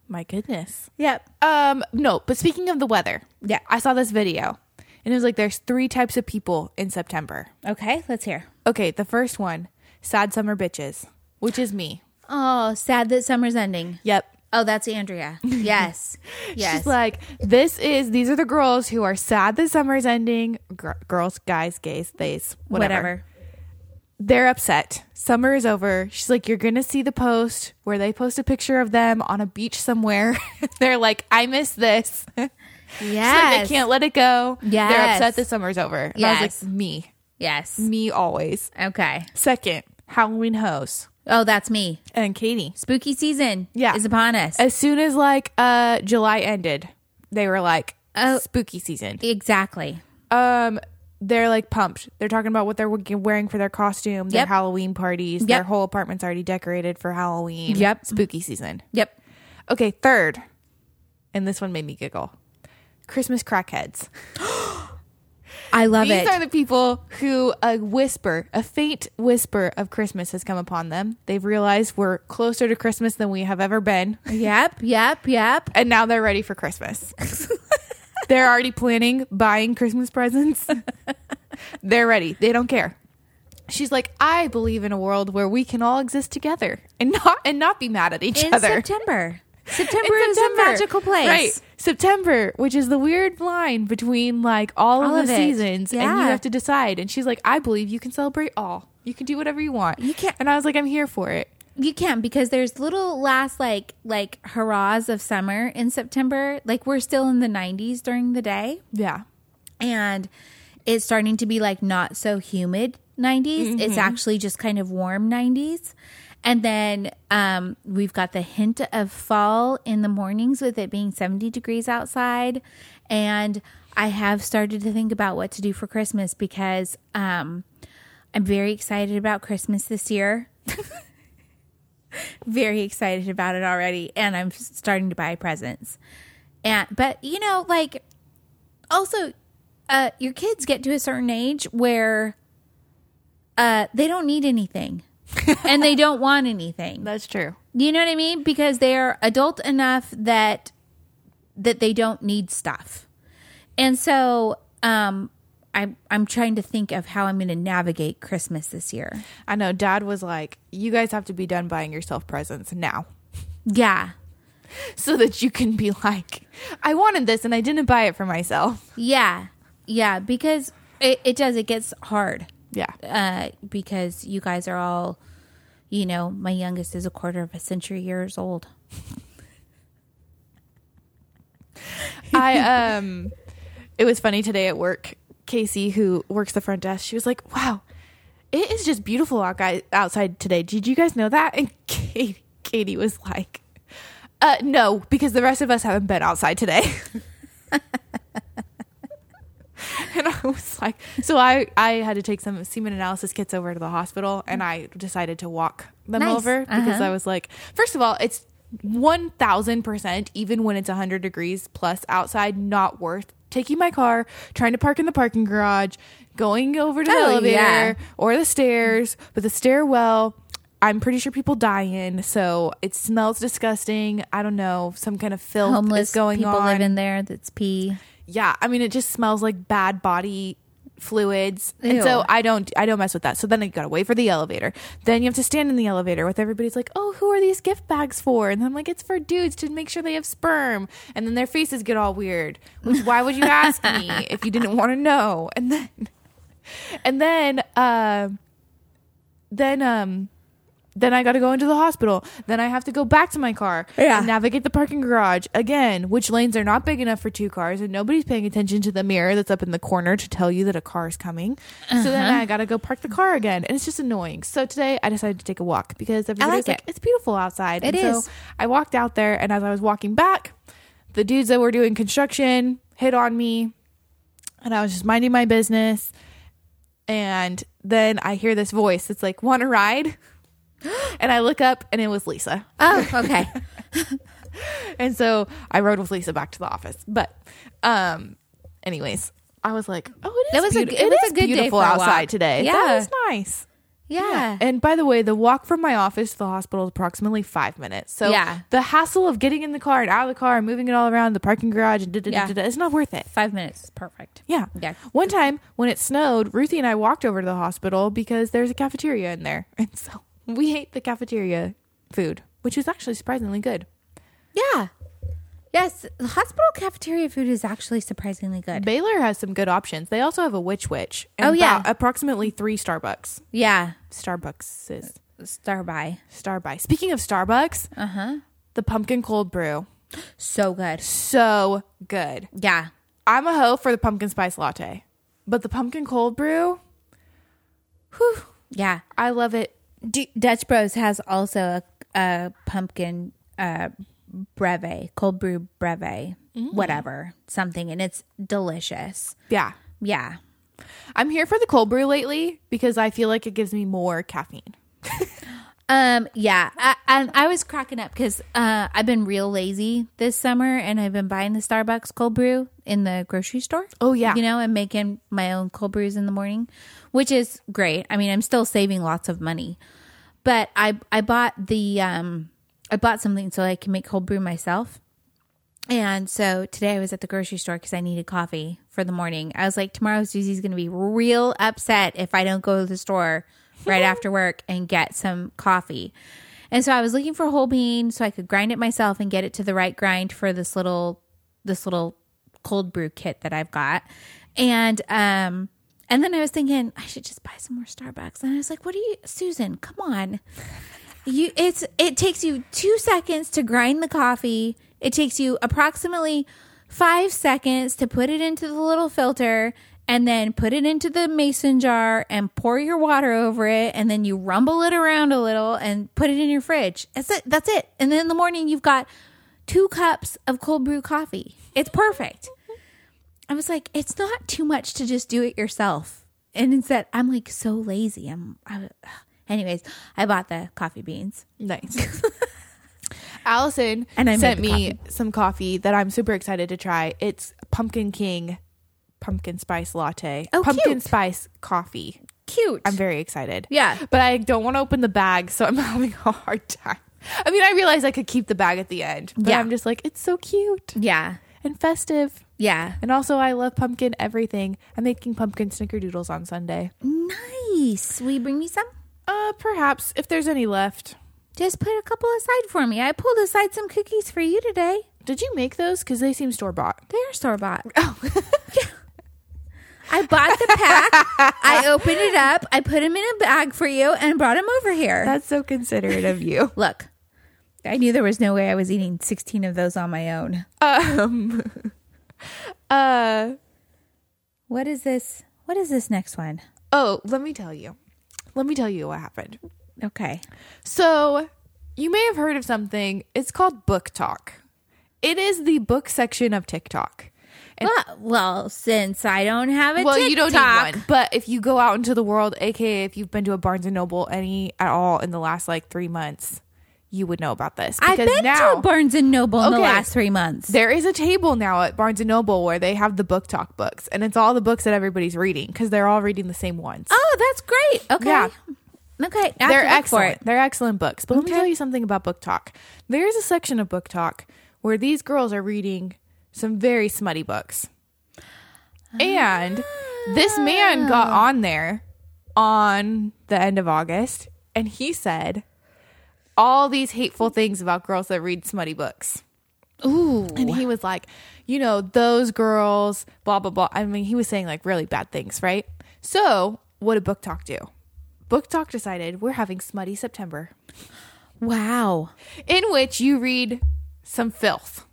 [SPEAKER 3] My goodness.
[SPEAKER 2] yep.
[SPEAKER 3] Um, no, but speaking of the weather,
[SPEAKER 2] Yeah.
[SPEAKER 3] I saw this video and it was like there's three types of people in September.
[SPEAKER 2] Okay, let's hear.
[SPEAKER 3] Okay, the first one, sad summer bitches, which is me.
[SPEAKER 2] Oh, sad that summer's ending.
[SPEAKER 3] Yep.
[SPEAKER 2] Oh, that's Andrea. [LAUGHS] Yes. yes.
[SPEAKER 3] She's like, this is, these are the girls who are sad the summer's ending. Gr- girls, guys, gays, theys,
[SPEAKER 2] whatever.
[SPEAKER 3] whatever. they're upset. Summer is over. She's like, You're going to see the post where they post a picture of them on a beach somewhere. [LAUGHS] they're like, I miss this. She's
[SPEAKER 2] Yes.
[SPEAKER 3] like, they can't let it go. They're
[SPEAKER 2] Yes.
[SPEAKER 3] upset the summer's over. And I was
[SPEAKER 2] Yes.
[SPEAKER 3] like, Me,
[SPEAKER 2] Yes.
[SPEAKER 3] me always.
[SPEAKER 2] Okay.
[SPEAKER 3] Second, Halloween hoes
[SPEAKER 2] Oh, that's me.
[SPEAKER 3] and Katie.
[SPEAKER 2] Spooky season
[SPEAKER 3] Yeah.
[SPEAKER 2] is upon us.
[SPEAKER 3] As soon as like uh July ended, they were like,
[SPEAKER 2] Oh.
[SPEAKER 3] Spooky season.
[SPEAKER 2] exactly.
[SPEAKER 3] Um, they're like pumped. They're talking about what they're w- wearing for their costume, their
[SPEAKER 2] Yep.
[SPEAKER 3] Halloween parties. Their
[SPEAKER 2] Yep.
[SPEAKER 3] whole apartment's already decorated for Halloween.
[SPEAKER 2] Yep.
[SPEAKER 3] Spooky season.
[SPEAKER 2] Yep.
[SPEAKER 3] Okay, third, and this one made me giggle. Christmas crackheads.
[SPEAKER 2] I love
[SPEAKER 3] These
[SPEAKER 2] it.
[SPEAKER 3] are the people who a whisper, a faint whisper of Christmas has come upon them. They've realized we're closer to Christmas than we have ever been,
[SPEAKER 2] yep. Yep. Yep.
[SPEAKER 3] and now they're ready for Christmas. they're already planning buying Christmas presents. they're ready. They don't care. She's like, I believe in a world where we can all exist together and not and not be mad at each
[SPEAKER 2] In
[SPEAKER 3] other.
[SPEAKER 2] September.
[SPEAKER 3] [LAUGHS] In
[SPEAKER 2] September is a magical place.
[SPEAKER 3] Right. September, which is the weird line between like all,
[SPEAKER 2] All
[SPEAKER 3] of
[SPEAKER 2] of
[SPEAKER 3] the
[SPEAKER 2] it.
[SPEAKER 3] seasons and you
[SPEAKER 2] Yeah.
[SPEAKER 3] have to decide. And she's like, I believe you can celebrate all. You can do whatever you want.
[SPEAKER 2] You can't-
[SPEAKER 3] And I was like, I'm here for it.
[SPEAKER 2] You can because there's little last like like hurrahs of summer in September. Like we're still in the 90s during the day.
[SPEAKER 3] Yeah.
[SPEAKER 2] and it's starting to be like not so humid 90s it's actually just kind of warm 90s and then um, we've got the hint of fall in the mornings with it being 70 degrees outside and i have started to think about what to do for christmas because um, i'm very excited about christmas this year very excited about it already and i'm starting to buy presents and but you know like also uh your kids get to a certain age where uh they don't need anything and they don't want anything
[SPEAKER 3] That's true.
[SPEAKER 2] you know what i mean because they are adult enough that that they don't need stuff and so um I'm, I'm trying to think of how I'm going to navigate Christmas this year.
[SPEAKER 3] I know. Dad was like, You guys have to be done buying yourself presents now. [LAUGHS]
[SPEAKER 2] Yeah.
[SPEAKER 3] So that you can be like, I wanted this and I didn't buy it for myself.
[SPEAKER 2] Yeah. Yeah. Because it, it does, it gets hard.
[SPEAKER 3] Yeah.
[SPEAKER 2] uh, because you guys are all, you know, my youngest is a quarter of a century years old.
[SPEAKER 3] [LAUGHS] I um it was funny today at work. Casey who works the front desk, she was like, "Wow. It is just beautiful out guy- outside today. Did you guys know that?" And [LAUGHS] Katie, Katie was like, "Uh no, because the rest of us haven't been outside today." [LAUGHS] and I was like, so I I had to take some semen analysis kits over to the hospital and I decided to walk them
[SPEAKER 2] Nice.
[SPEAKER 3] over because
[SPEAKER 2] Uh-huh.
[SPEAKER 3] I was like, first of all, it's 1000% even when it's 100 degrees plus outside not worth taking my car, trying to park in the parking garage, going over to the
[SPEAKER 2] Oh,
[SPEAKER 3] elevator
[SPEAKER 2] yeah.
[SPEAKER 3] or the stairs, but the stairwell I'm pretty sure people die in, so it smells disgusting. I don't know, some kind of filth
[SPEAKER 2] Homeless
[SPEAKER 3] is going
[SPEAKER 2] people
[SPEAKER 3] on
[SPEAKER 2] live in there. That's pee.
[SPEAKER 3] yeah i mean it just smells like bad body fluids and
[SPEAKER 2] Ew.
[SPEAKER 3] so i don't i don't mess with that so then you gotta wait for the elevator then you have to stand in the elevator with everybody's like oh who are these gift bags for and i'm like it's for dudes to make sure they have sperm and then their faces get all weird which why would you ask me if you didn't want to know and then and then um then um then I got to go into the hospital. Then I have to go back to my car
[SPEAKER 2] Yeah.
[SPEAKER 3] and navigate the parking garage again, which lanes are not big enough for two cars, and nobody's paying attention to the mirror that's up in the corner to tell you that a car is coming. So then I got to go park the car again, and it's just annoying. So today I decided to take a walk because
[SPEAKER 2] like
[SPEAKER 3] everybody's like,
[SPEAKER 2] it.
[SPEAKER 3] "It's beautiful outside."
[SPEAKER 2] It
[SPEAKER 3] and
[SPEAKER 2] is.
[SPEAKER 3] So I walked out there, and as I was walking back, the dudes that were doing construction hit on me, and I was just minding my business, and then I hear this voice. It's like, "Want to ride?" [GASPS] and I look up and it was Lisa. [LAUGHS]
[SPEAKER 2] [LAUGHS] Oh, okay.
[SPEAKER 3] And so I rode with Lisa back to the office. But um anyways, I was like, oh, it is
[SPEAKER 2] That was a
[SPEAKER 3] beauti-
[SPEAKER 2] g- it was
[SPEAKER 3] is
[SPEAKER 2] a good day
[SPEAKER 3] beautiful
[SPEAKER 2] for a
[SPEAKER 3] outside
[SPEAKER 2] walk.
[SPEAKER 3] today.
[SPEAKER 2] Yeah.
[SPEAKER 3] That was nice.
[SPEAKER 2] Yeah.
[SPEAKER 3] And by the way, the walk from my office to the hospital is approximately five minutes. So
[SPEAKER 2] Yeah.
[SPEAKER 3] the hassle of getting in the car and out of the car and moving it all around the parking garage and da da
[SPEAKER 2] Yeah.
[SPEAKER 3] da da is not worth it.
[SPEAKER 2] Five minutes. Perfect.
[SPEAKER 3] Yeah.
[SPEAKER 2] Yeah.
[SPEAKER 3] One time when it snowed, Ruthie and I walked over to the hospital because there's a cafeteria in there. [LAUGHS] And so we ate the cafeteria food, which was actually surprisingly good.
[SPEAKER 2] Yeah. Yes. The hospital cafeteria food is actually surprisingly good.
[SPEAKER 3] Baylor has some good options. They also have a Witch Witch. And
[SPEAKER 2] Oh, yeah.
[SPEAKER 3] about approximately three Starbucks.
[SPEAKER 2] Yeah.
[SPEAKER 3] Starbucks is
[SPEAKER 2] Starby.
[SPEAKER 3] Starbucks. Speaking of Starbucks, uh huh,
[SPEAKER 2] Uh-huh.
[SPEAKER 3] the pumpkin cold brew,
[SPEAKER 2] So good.
[SPEAKER 3] so good.
[SPEAKER 2] Yeah.
[SPEAKER 3] I'm a hoe for the pumpkin spice latte, but the pumpkin cold brew, whew,
[SPEAKER 2] Yeah.
[SPEAKER 3] I love it.
[SPEAKER 2] D- Dutch Bros has also a, a pumpkin uh, breve, cold brew breve,
[SPEAKER 3] Mm.
[SPEAKER 2] whatever, something, and it's delicious.
[SPEAKER 3] Yeah,
[SPEAKER 2] Yeah.
[SPEAKER 3] I'm here for the cold brew lately because I feel like it gives me more caffeine.
[SPEAKER 2] Um. Yeah. I, I, I was cracking up because uh, I've been real lazy this summer, and I've been buying the Starbucks cold brew in the grocery store.
[SPEAKER 3] Oh, yeah.
[SPEAKER 2] You know, and making my own cold brews in the morning, which is great. I mean, I'm still saving lots of money, but I I bought the um I bought something so I can make cold brew myself. And so today I was at the grocery store because I needed coffee for the morning. I was like, tomorrow Susie's going to be real upset if I don't go to the store right after work and get some coffee. And so I was looking for whole bean so I could grind it myself and get it to the right grind for this little this little cold brew kit that I've got. And um and then I was thinking I should just buy some more Starbucks. And I was like, "What are you, Susan? Come on." you it's it takes you two seconds to grind the coffee it takes you approximately five seconds to put it into the little filter and then put it into the mason jar and pour your water over it and then you rumble it around a little and put it in your fridge that's it that's it and then in the morning you've got two cups of cold brew coffee it's perfect I was like, it's not too much to just do it yourself. And instead, I'm like so lazy. I'm, I, ugh. anyways, I bought the coffee beans.
[SPEAKER 3] Nice. [LAUGHS] Allison
[SPEAKER 2] And I made
[SPEAKER 3] sent
[SPEAKER 2] the
[SPEAKER 3] me some coffee that I'm super excited to try. It's Pumpkin King pumpkin spice latte.
[SPEAKER 2] Oh,
[SPEAKER 3] pumpkin
[SPEAKER 2] cute.
[SPEAKER 3] spice coffee.
[SPEAKER 2] Cute.
[SPEAKER 3] I'm very excited.
[SPEAKER 2] Yeah.
[SPEAKER 3] But I don't want to open the bag, so I'm [LAUGHS] having a hard time. I mean, I realize I could keep the bag at the end, but
[SPEAKER 2] Yeah.
[SPEAKER 3] I'm just like, it's so cute
[SPEAKER 2] yeah.
[SPEAKER 3] and festive.
[SPEAKER 2] Yeah.
[SPEAKER 3] And also, I love pumpkin everything. I'm making pumpkin snickerdoodles on Sunday.
[SPEAKER 2] Nice. Will you bring me some?
[SPEAKER 3] Uh, perhaps if there's any left.
[SPEAKER 2] Just put a couple aside for me. I pulled aside some cookies for you today.
[SPEAKER 3] Did you make those? Because they seem store bought.
[SPEAKER 2] They are store bought. [LAUGHS] Oh. I bought the pack. I opened it up. I put them in a bag for you and brought them over here.
[SPEAKER 3] That's so considerate of you.
[SPEAKER 2] Look, I knew there was no way I was eating 16 of those on my own. Um, [LAUGHS]
[SPEAKER 3] uh,
[SPEAKER 2] What is this? What is this next one?
[SPEAKER 3] [LAUGHS] oh, let me tell you. Let me tell you what happened.
[SPEAKER 2] Okay.
[SPEAKER 3] So, you may have heard of something. It's called Book Talk. It is the book section of TikTok. And
[SPEAKER 2] Well, well, since I don't have a
[SPEAKER 3] well, you don't need
[SPEAKER 2] TikTok-
[SPEAKER 3] one, but if you go out into the world, aka if you've been to a Barnes and Noble any at all in the last like three months, you would know about this.
[SPEAKER 2] I've been to a Barnes and Noble in the
[SPEAKER 3] Okay.
[SPEAKER 2] last three months.
[SPEAKER 3] there is a table now at Barnes and Noble where they have the book talk books, and it's all the books that everybody's reading because they're all reading the same ones.
[SPEAKER 2] Oh, that's great. Okay.
[SPEAKER 3] Yeah.
[SPEAKER 2] Okay. I have
[SPEAKER 3] They're
[SPEAKER 2] to look for it.
[SPEAKER 3] excellent. They're excellent books. But let me tell you something about Book Talk. There is a section of Book Talk where these girls are reading some very smutty books. And this man got on there on the end of August and he said all these hateful things about girls that read smutty books.
[SPEAKER 2] Ooh.
[SPEAKER 3] And he was like, you know, those girls, blah, blah, blah. I mean, he was saying like really bad things, right? So, what did Book Talk do? Book Talk decided we're having Smutty September,
[SPEAKER 2] Wow.
[SPEAKER 3] in which you read some filth.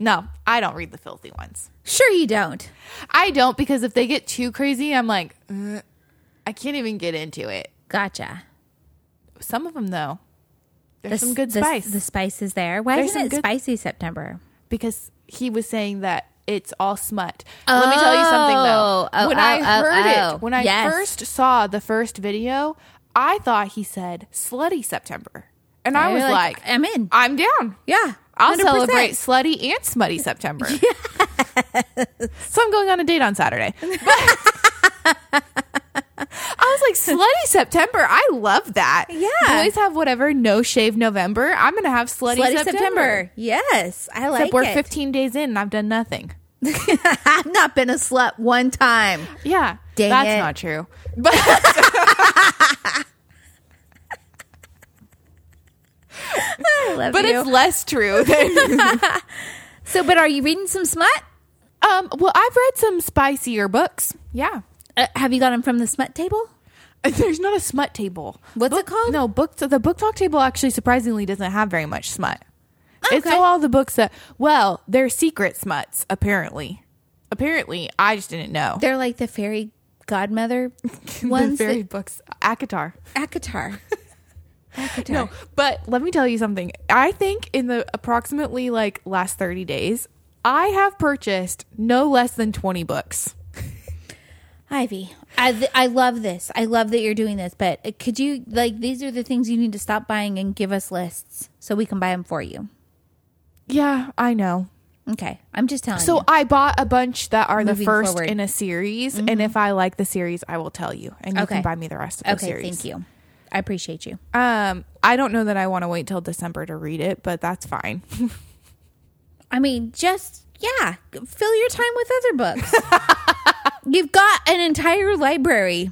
[SPEAKER 3] No, I don't read the filthy ones.
[SPEAKER 2] Sure, you don't.
[SPEAKER 3] I don't because if they get too crazy, I'm like, "Ugh, I can't even get into it.
[SPEAKER 2] Gotcha.
[SPEAKER 3] Some of them, though,
[SPEAKER 2] The
[SPEAKER 3] there's some
[SPEAKER 2] s-
[SPEAKER 3] good
[SPEAKER 2] the s-
[SPEAKER 3] spice.
[SPEAKER 2] The, spice is there. Why
[SPEAKER 3] There's
[SPEAKER 2] isn't
[SPEAKER 3] some
[SPEAKER 2] it
[SPEAKER 3] good-
[SPEAKER 2] spicy September?
[SPEAKER 3] because he was saying that it's all smut. Let me tell you something
[SPEAKER 2] Oh,
[SPEAKER 3] though.
[SPEAKER 2] oh,
[SPEAKER 3] when
[SPEAKER 2] oh,
[SPEAKER 3] I
[SPEAKER 2] oh,
[SPEAKER 3] heard
[SPEAKER 2] oh.
[SPEAKER 3] it, when I
[SPEAKER 2] Yes.
[SPEAKER 3] first saw the first video, I thought he said slutty September. And I
[SPEAKER 2] You're
[SPEAKER 3] was like,
[SPEAKER 2] I'm in.
[SPEAKER 3] I'm down.
[SPEAKER 2] yeah.
[SPEAKER 3] I'll
[SPEAKER 2] 100%.
[SPEAKER 3] celebrate slutty and smutty
[SPEAKER 2] [LAUGHS]
[SPEAKER 3] September. So I'm going on a date on Saturday. But- I was like, slutty September. I love that.
[SPEAKER 2] Yeah.
[SPEAKER 3] Boys have whatever, no shave November. I'm going to have slutty,
[SPEAKER 2] Slutty
[SPEAKER 3] September.
[SPEAKER 2] September. Yes. I like
[SPEAKER 3] Except we're
[SPEAKER 2] it.
[SPEAKER 3] 15 days in and I've done nothing.
[SPEAKER 2] I've not been a slut one
[SPEAKER 3] [LAUGHS]
[SPEAKER 2] time.
[SPEAKER 3] Yeah.
[SPEAKER 2] Dang
[SPEAKER 3] that's
[SPEAKER 2] it.
[SPEAKER 3] not true. But
[SPEAKER 2] I love
[SPEAKER 3] but
[SPEAKER 2] you.
[SPEAKER 3] it's less true [LAUGHS] than
[SPEAKER 2] so, but are you reading some smut?
[SPEAKER 3] Um, well, I've read some spicier books. Yeah.
[SPEAKER 2] Uh, have you got them from the smut table?
[SPEAKER 3] [LAUGHS] There's not a smut table.
[SPEAKER 2] What's
[SPEAKER 3] Book-
[SPEAKER 2] it called?
[SPEAKER 3] No, book the book talk table actually surprisingly doesn't have very much smut. It's
[SPEAKER 2] Okay.
[SPEAKER 3] all the books that well, they're secret smuts apparently. Apparently, I just didn't know.
[SPEAKER 2] They're like the fairy godmother
[SPEAKER 3] [LAUGHS] The
[SPEAKER 2] ones.
[SPEAKER 3] very
[SPEAKER 2] that-
[SPEAKER 3] books Akatar. [LAUGHS]
[SPEAKER 2] Akatar. Akatar.
[SPEAKER 3] No, but let me tell you something. I think in the approximately like last 30 days, I have purchased no less than 20 books.
[SPEAKER 2] Ivy, I th- I love this. I love that you're doing this, but uh, could you like these are the things you need to stop buying and give us lists so we can buy them for you.
[SPEAKER 3] Yeah, I know.
[SPEAKER 2] Okay, I'm just telling
[SPEAKER 3] So
[SPEAKER 2] you.
[SPEAKER 3] I bought a bunch that are the
[SPEAKER 2] Moving
[SPEAKER 3] first
[SPEAKER 2] forward.
[SPEAKER 3] in a series, and if I like the series, I will tell you, and you
[SPEAKER 2] Okay.
[SPEAKER 3] can buy me the rest of the
[SPEAKER 2] Okay,
[SPEAKER 3] oh, series.
[SPEAKER 2] thank you. I appreciate you.
[SPEAKER 3] Um, I don't know that I want to wait till December to read it, but that's fine. [LAUGHS]
[SPEAKER 2] I mean, just yeah, g- fill your time with other
[SPEAKER 3] [LAUGHS]
[SPEAKER 2] books. You've got an entire library.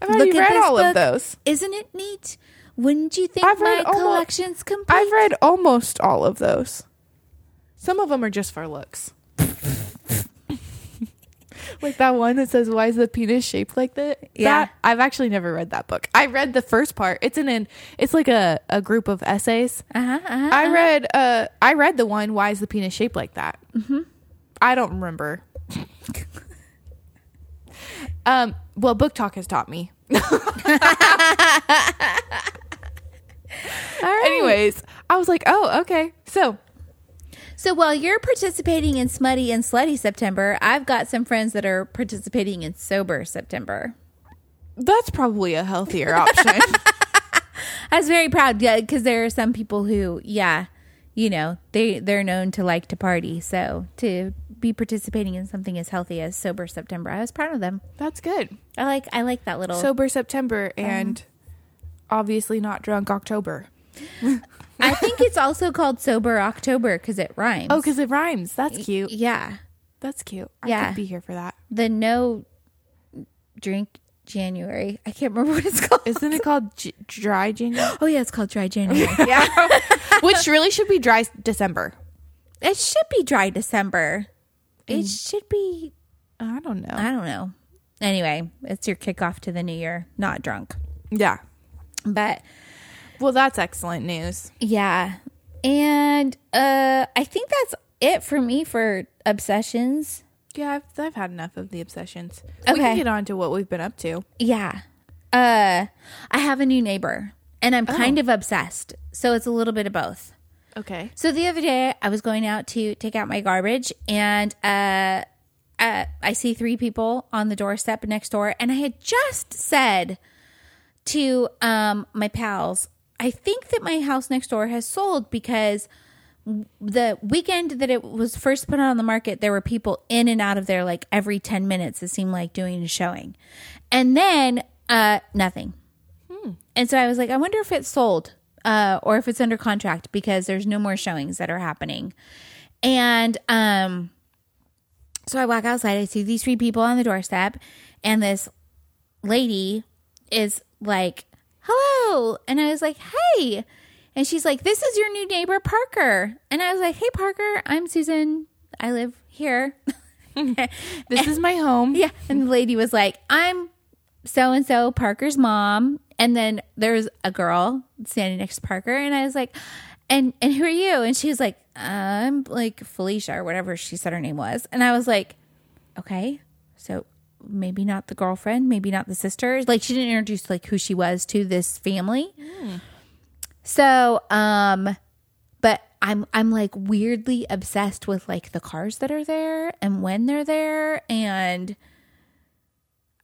[SPEAKER 3] I've already
[SPEAKER 2] Look at
[SPEAKER 3] read
[SPEAKER 2] this
[SPEAKER 3] all
[SPEAKER 2] book.
[SPEAKER 3] of those.
[SPEAKER 2] Isn't it neat? Wouldn't you think
[SPEAKER 3] I've
[SPEAKER 2] my
[SPEAKER 3] read almo-
[SPEAKER 2] collection's complete?
[SPEAKER 3] I've read almost all of those. Some of them are just for looks. like that one that says why is the penis shaped like that
[SPEAKER 2] Yeah.
[SPEAKER 3] That- i've actually never read that book i read the first part it's in an it's like a, a group of essays
[SPEAKER 2] uh-huh, uh-huh.
[SPEAKER 3] I read uh I read the one why is the penis shaped like that? Mm-hmm. I don't remember.
[SPEAKER 2] [LAUGHS]
[SPEAKER 3] um well book talk has taught me. [LAUGHS]
[SPEAKER 2] All right.
[SPEAKER 3] Anyways, I was like, "Oh, okay." So,
[SPEAKER 2] So while you're participating in Smutty and Slutty September, I've got some friends that are participating in Sober September.
[SPEAKER 3] that's probably a
[SPEAKER 2] [LAUGHS]
[SPEAKER 3] healthier option.
[SPEAKER 2] I was very proud because there are some people who, yeah, you know, they they're known to like to party. So to be participating in something as healthy as Sober September, I was proud of them.
[SPEAKER 3] that's good.
[SPEAKER 2] I like I like that little.
[SPEAKER 3] Sober September and obviously not drunk October.
[SPEAKER 2] I think it's also called Sober October because it rhymes.
[SPEAKER 3] Oh, cuz it rhymes. That's cute.
[SPEAKER 2] yeah,
[SPEAKER 3] That's cute. I
[SPEAKER 2] Yeah.
[SPEAKER 3] could be here for that.
[SPEAKER 2] the no drink January. I can't remember what it's called.
[SPEAKER 3] Isn't it called j- dry January?
[SPEAKER 2] oh yeah, it's called Dry January.
[SPEAKER 3] [LAUGHS] yeah. [LAUGHS] Which really should be dry December.
[SPEAKER 2] It should be dry December. It should be.
[SPEAKER 3] I don't know.
[SPEAKER 2] I don't know. Anyway, it's your kickoff to the new year, not drunk.
[SPEAKER 3] Yeah.
[SPEAKER 2] But
[SPEAKER 3] Well, that's excellent news.
[SPEAKER 2] yeah. And uh I think that's it for me for obsessions.
[SPEAKER 3] Yeah, I've, I've had enough of the obsessions. We
[SPEAKER 2] Okay.
[SPEAKER 3] can get on to what we've been up to.
[SPEAKER 2] Yeah. Uh I have a new neighbor and I'm kind of obsessed. So it's a little bit of both.
[SPEAKER 3] Okay.
[SPEAKER 2] So the other day, I was going out to take out my garbage, and uh, uh, I see three people on the doorstep next door, and I had just said to um, my pals, "I think that my house next door has sold because." The weekend that it was first put on the market, there were people in and out of there like every 10 minutes, it seemed like doing a showing. And then, uh, nothing. And so I was like, I wonder if it's sold uh, or if it's under contract because there's no more showings that are happening. And um, so I walk outside. I see these three people on the doorstep, and this lady is like, "Hello," and I was like, "Hey," and she's like, "This is your new neighbor, Parker." And I was like, "Hey, Parker, I'm Susan. I live here."
[SPEAKER 3] This is my [LAUGHS] home.
[SPEAKER 2] Yeah. And the lady was like, I'm so and so Parker's mom. And then there was a girl standing next to Parker. And I was like, and, and who are you? And she was like, I'm like Felicia or whatever she said her name was. And I was like, okay, so maybe not the girlfriend, maybe not the sister. Like she didn't introduce like who she was to this family. So, um, but I'm I'm like weirdly obsessed with like the cars that are there and when they're there and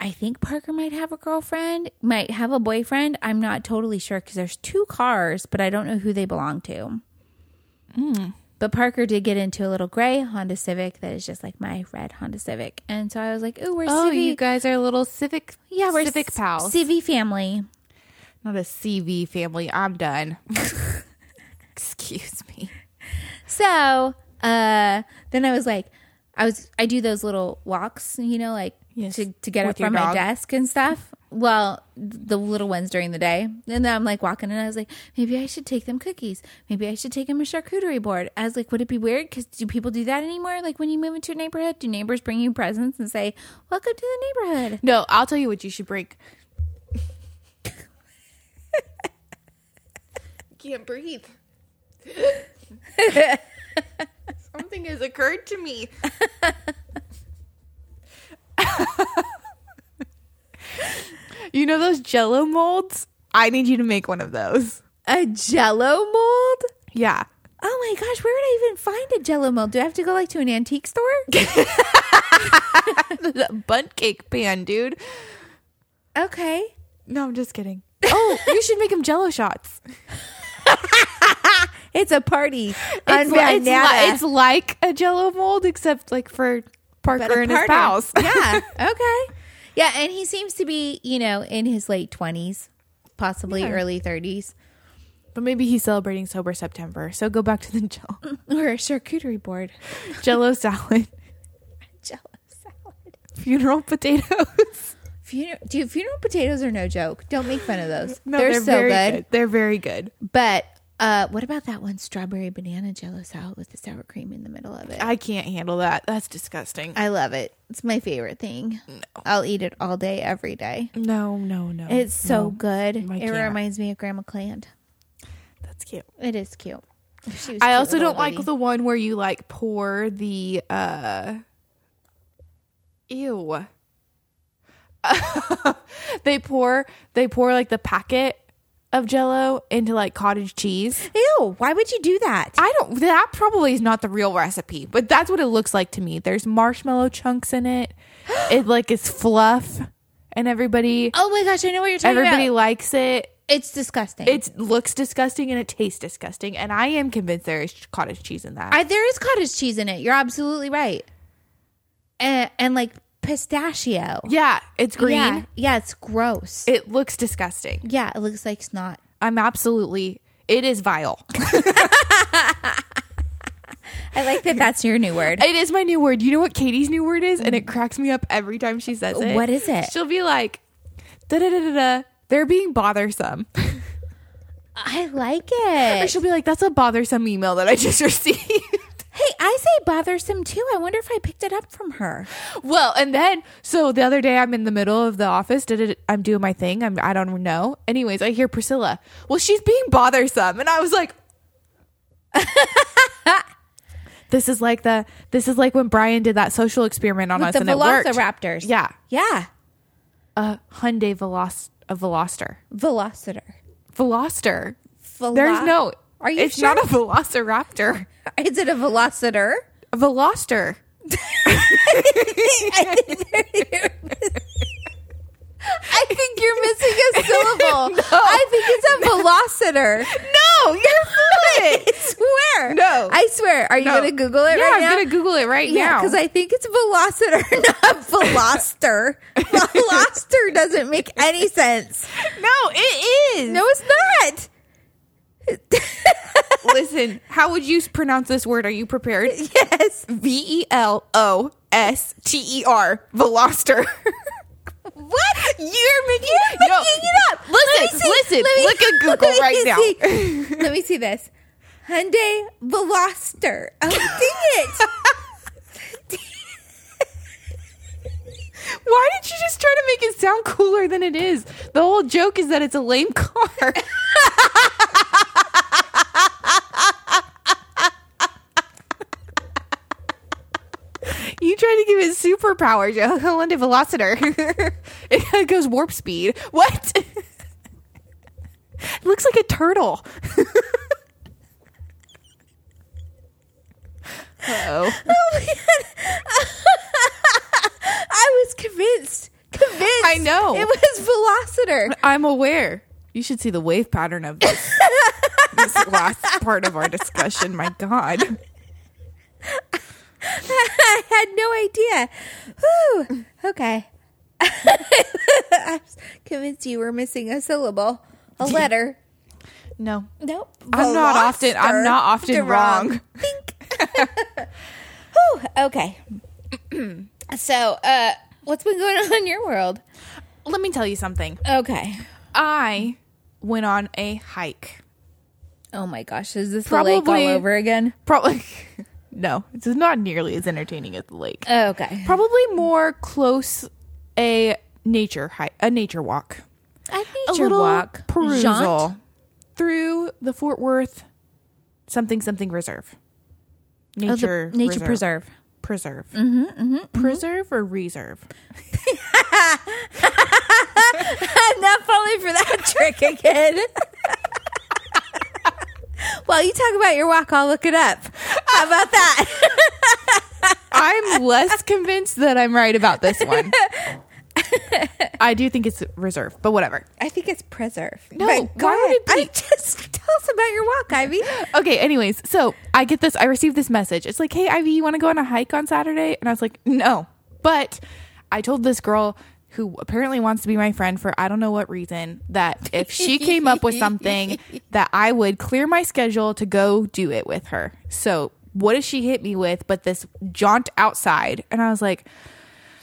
[SPEAKER 2] I think Parker might have a girlfriend, might have a boyfriend. I'm not totally sure because there's two cars, but I don't know who they belong to.
[SPEAKER 3] Hmm.
[SPEAKER 2] But Parker did get into a little gray Honda Civic that is just like my red Honda Civic, and so I was like, "Oh, we're
[SPEAKER 3] Oh,
[SPEAKER 2] civvy,
[SPEAKER 3] you guys are little civic.
[SPEAKER 2] yeah, we're
[SPEAKER 3] civic
[SPEAKER 2] c-
[SPEAKER 3] pals.
[SPEAKER 2] civvy family."
[SPEAKER 3] Not a CV family. I'm done. [LAUGHS] Excuse me.
[SPEAKER 2] So uh, then I was like, I was I do those little walks, you know, like
[SPEAKER 3] Yes,
[SPEAKER 2] to to get up
[SPEAKER 3] with your
[SPEAKER 2] from my
[SPEAKER 3] dog.
[SPEAKER 2] desk and stuff. Well, the little ones during the day, and then I'm like walking, and I was like, maybe I should take them cookies. Maybe I should take them a charcuterie board. I was like, would it be weird? Because do people do that anymore? Like when you move into a neighborhood, do neighbors bring you presents and say, "Welcome to the neighborhood"?
[SPEAKER 3] No, I'll tell you what you should break. Can't breathe. Something has occurred to me. you know those jello molds? I need you to make one of those.
[SPEAKER 2] A Jello mold?
[SPEAKER 3] Yeah.
[SPEAKER 2] Oh my gosh, where would I even find a Jello mold? Do I have to go like to an antique store? [LAUGHS]
[SPEAKER 3] The bunt cake pan, dude.
[SPEAKER 2] okay.
[SPEAKER 3] No, I'm just kidding. Oh, you should make them jello shots.
[SPEAKER 2] It's a party.
[SPEAKER 3] It's, li- it's, li- it's like a jello mold, except like for Parker
[SPEAKER 2] But a
[SPEAKER 3] and his
[SPEAKER 2] partner.
[SPEAKER 3] spouse.
[SPEAKER 2] [LAUGHS] yeah. Okay. Yeah, and he seems to be, you know, in his late twenties, possibly early thirties,
[SPEAKER 3] [LAUGHS] But maybe he's celebrating sober September. So go back to the [LAUGHS] jello,
[SPEAKER 2] or a charcuterie [LAUGHS] board,
[SPEAKER 3] jello salad, [LAUGHS]
[SPEAKER 2] jello salad.
[SPEAKER 3] funeral potatoes.
[SPEAKER 2] Funeral, dude, funeral potatoes are no joke. Don't make fun of those.
[SPEAKER 3] No,
[SPEAKER 2] they're, so
[SPEAKER 3] very
[SPEAKER 2] good.
[SPEAKER 3] They're very good.
[SPEAKER 2] But uh, what about that one strawberry banana jello salad with the sour cream in the middle of it?
[SPEAKER 3] I can't handle that. That's disgusting.
[SPEAKER 2] I love it. It's my favorite thing. I'll eat it all day, every day.
[SPEAKER 3] no, no, no.
[SPEAKER 2] It's so
[SPEAKER 3] no.
[SPEAKER 2] good.
[SPEAKER 3] I
[SPEAKER 2] It
[SPEAKER 3] can't.
[SPEAKER 2] reminds me of Grandma Cland.
[SPEAKER 3] That's cute.
[SPEAKER 2] It is cute. She was cute
[SPEAKER 3] I also
[SPEAKER 2] little
[SPEAKER 3] don't like
[SPEAKER 2] lady.
[SPEAKER 3] the one where you like pour the uh ew. [LAUGHS] they pour they pour like the packet of jello into like cottage cheese.
[SPEAKER 2] Ew, why would you do that?
[SPEAKER 3] I don't that probably is not the real recipe, but that's what it looks like to me. There's marshmallow chunks
[SPEAKER 2] [GASPS]
[SPEAKER 3] in it. It like it's fluff and everybody
[SPEAKER 2] oh my gosh, I know what you're talking
[SPEAKER 3] everybody
[SPEAKER 2] about.
[SPEAKER 3] likes it.
[SPEAKER 2] It's disgusting.
[SPEAKER 3] It looks disgusting and it tastes disgusting and I am convinced there is cottage cheese in that.
[SPEAKER 2] I, there is cottage cheese in it. You're absolutely right. And, and like pistachio.
[SPEAKER 3] yeah, it's green.
[SPEAKER 2] Yeah, yeah, it's gross.
[SPEAKER 3] It looks disgusting.
[SPEAKER 2] yeah, it looks like snot.
[SPEAKER 3] I'm absolutely. It
[SPEAKER 2] [LAUGHS]
[SPEAKER 3] is vile.
[SPEAKER 2] I like that that's your new word.
[SPEAKER 3] It is my new word. You know what Katie's new word is, and it cracks me up every time she says it.
[SPEAKER 2] Mm. What is it?
[SPEAKER 3] She'll be like, "Da da da da da." They're being bothersome.
[SPEAKER 2] [LAUGHS] I like
[SPEAKER 3] Or
[SPEAKER 2] it.
[SPEAKER 3] she'll be like, "That's a bothersome email that I just [LAUGHS] received."
[SPEAKER 2] [LAUGHS] Hey, I say bothersome too. I wonder if I picked it up from her.
[SPEAKER 3] well, and then so the other day I'm in the middle of the office. Did it? I'm doing my thing. I'm. I don't know. Anyways, I hear Priscilla. Well, she's being bothersome, and I was like. [LAUGHS] This is like the this is like when Brian did that social experiment on
[SPEAKER 2] With
[SPEAKER 3] us
[SPEAKER 2] the
[SPEAKER 3] and it worked.
[SPEAKER 2] velociraptors.
[SPEAKER 3] Yeah.
[SPEAKER 2] Yeah.
[SPEAKER 3] A Hyundai Veloc a Veloster.
[SPEAKER 2] Velociter.
[SPEAKER 3] Veloster.
[SPEAKER 2] Velo-
[SPEAKER 3] There's no
[SPEAKER 2] Are you
[SPEAKER 3] It's
[SPEAKER 2] sure?
[SPEAKER 3] not a velociraptor.
[SPEAKER 2] [LAUGHS] Is it a velociter?
[SPEAKER 3] A Veloster.
[SPEAKER 2] I think you're missing
[SPEAKER 3] [LAUGHS]
[SPEAKER 2] a syllable. I think it's a velociter.
[SPEAKER 3] No, you're
[SPEAKER 2] [LAUGHS]
[SPEAKER 3] fluent.
[SPEAKER 2] I swear.
[SPEAKER 3] No.
[SPEAKER 2] I swear. Are you
[SPEAKER 3] No.
[SPEAKER 2] going to Google it
[SPEAKER 3] yeah,
[SPEAKER 2] right
[SPEAKER 3] I'm
[SPEAKER 2] now?
[SPEAKER 3] gonna Google it right
[SPEAKER 2] yeah,
[SPEAKER 3] now.
[SPEAKER 2] because I think it's velociter, [LAUGHS] not
[SPEAKER 3] [LAUGHS]
[SPEAKER 2] veloster. veloster doesn't make any sense.
[SPEAKER 3] no, it is.
[SPEAKER 2] No, it's [LAUGHS]
[SPEAKER 3] listen. How would you pronounce this word? Are you prepared?
[SPEAKER 2] not. Yes.
[SPEAKER 3] V E L O S T E R. Veloster. [LAUGHS]
[SPEAKER 2] What? You're making,
[SPEAKER 3] No.
[SPEAKER 2] you're making it up.
[SPEAKER 3] Listen, listen, look at Google
[SPEAKER 2] [LAUGHS] let me
[SPEAKER 3] right now. [LAUGHS]
[SPEAKER 2] see. let me see this. Hyundai Veloster. Oh, dang
[SPEAKER 3] [LAUGHS]
[SPEAKER 2] it.
[SPEAKER 3] Why did you just try to make it sound cooler than it is? The whole joke is that it's a lame car. [LAUGHS] you try to give it superpowers, a [LAUGHS] Hyundai Velociter. [LAUGHS] it goes warp speed. What? [LAUGHS] it looks like a turtle. [LAUGHS] oh.
[SPEAKER 2] I was convinced. Convinced.
[SPEAKER 3] [LAUGHS]
[SPEAKER 2] water.
[SPEAKER 3] I'm aware. You should see the wave pattern of this, this last part of our discussion. My God.
[SPEAKER 2] [LAUGHS] I had no idea. Whew. Okay. [LAUGHS] I was convinced you were missing a syllable,
[SPEAKER 3] [LAUGHS]
[SPEAKER 2] a letter.
[SPEAKER 3] No.
[SPEAKER 2] Nope.
[SPEAKER 3] I'm not often- I'm not often
[SPEAKER 2] Velociter.
[SPEAKER 3] wrong.
[SPEAKER 2] Think. [LAUGHS] Whew. Okay. [CLEARS THROAT] so, uh, what's been going on in your world?
[SPEAKER 3] Let me tell you something.
[SPEAKER 2] Okay.
[SPEAKER 3] I went on a hike.
[SPEAKER 2] Oh my gosh, is this the lake
[SPEAKER 3] Probably-
[SPEAKER 2] all over again?
[SPEAKER 3] Probably. [LAUGHS] No, it's not nearly as entertaining as the lake.
[SPEAKER 2] Okay.
[SPEAKER 3] Probably more close a nature hike, a nature walk.
[SPEAKER 2] I think
[SPEAKER 3] a
[SPEAKER 2] your
[SPEAKER 3] little
[SPEAKER 2] walk
[SPEAKER 3] perusal
[SPEAKER 2] Jaunt?
[SPEAKER 3] through the Fort Worth something something reserve.
[SPEAKER 2] Oh, the
[SPEAKER 3] Nature
[SPEAKER 2] nature preserve.
[SPEAKER 3] Preserve. Mm-hmm, Preserve or reserve?
[SPEAKER 2] I'm not falling for that [LAUGHS] trick again. [LAUGHS] While you talk about your walk, I'll look it up. How about
[SPEAKER 3] [LAUGHS]
[SPEAKER 2] that?
[SPEAKER 3] I'm less convinced that I'm right about this [LAUGHS] one. I do think it's reserve, but whatever.
[SPEAKER 2] I think it's preserve.
[SPEAKER 3] No,
[SPEAKER 2] My
[SPEAKER 3] why would it be-
[SPEAKER 2] I just tell us about your walk,
[SPEAKER 3] [LAUGHS]
[SPEAKER 2] Ivy.
[SPEAKER 3] Okay, anyways, so I get this I received this message. It's like, "Hey Ivy, you want to go on a hike on Saturday?" And I was like, "No." But I told this girl who apparently wants to be my friend for I don't know what reason that if she came up with
[SPEAKER 2] [LAUGHS]
[SPEAKER 3] something that I would clear my schedule to go do it with her. So, what does she hit me with but this jaunt outside? And I was like,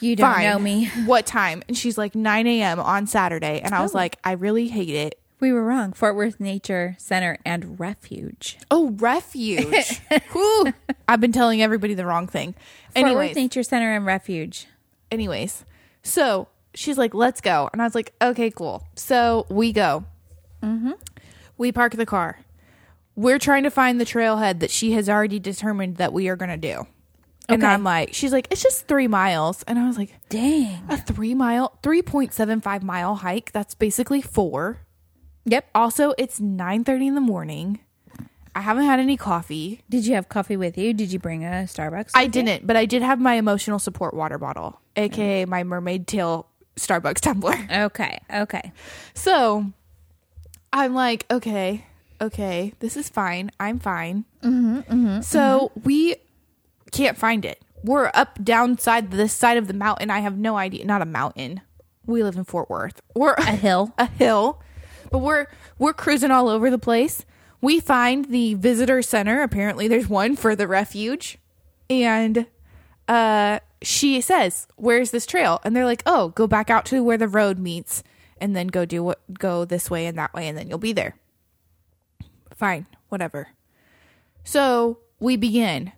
[SPEAKER 2] You don't
[SPEAKER 3] Fine.
[SPEAKER 2] know me.
[SPEAKER 3] What time? And she's like 9 a.m. on Saturday. And I
[SPEAKER 2] Oh.
[SPEAKER 3] was like, I really hate it.
[SPEAKER 2] We were wrong. Fort Worth Nature Center and Refuge.
[SPEAKER 3] Oh,
[SPEAKER 2] [LAUGHS]
[SPEAKER 3] refuge. Whew. I've been telling everybody the wrong thing.
[SPEAKER 2] Fort Worth
[SPEAKER 3] Anyways,
[SPEAKER 2] Nature Center and Refuge.
[SPEAKER 3] anyways. So she's like, let's go. And I was like, okay, cool. So we go.
[SPEAKER 2] Mm-hmm.
[SPEAKER 3] We park the car. We're trying to find the trailhead that she has already determined that we are going to do. And
[SPEAKER 2] Okay.
[SPEAKER 3] I'm like, she's like, it's just three miles. And I was like,
[SPEAKER 2] Dang.
[SPEAKER 3] a three mile, 3.75 mile hike. That's basically four.
[SPEAKER 2] Yep.
[SPEAKER 3] Also, it's 9:30 in the morning. I haven't had any coffee.
[SPEAKER 2] Did you have coffee with you? Did you bring a Starbucks?
[SPEAKER 3] I didn't, but I did have my emotional support water bottle, aka my mermaid tail Starbucks tumbler.
[SPEAKER 2] okay. Okay.
[SPEAKER 3] So, I'm like, okay, okay, this is fine. I'm fine. so we can't find it. We're up downside this side of the mountain. I have no idea. Not a mountain. We live in Fort Worth. We're
[SPEAKER 2] A hill.
[SPEAKER 3] a hill, but we're we're cruising all over the place. We find the visitor center. Apparently, there's one for the refuge, and uh, she says, "Where's this trail?" And they're like, "Oh, go back out to where the road meets, and then go do what go this way and that way, and then you'll be there." Fine, whatever. So we begin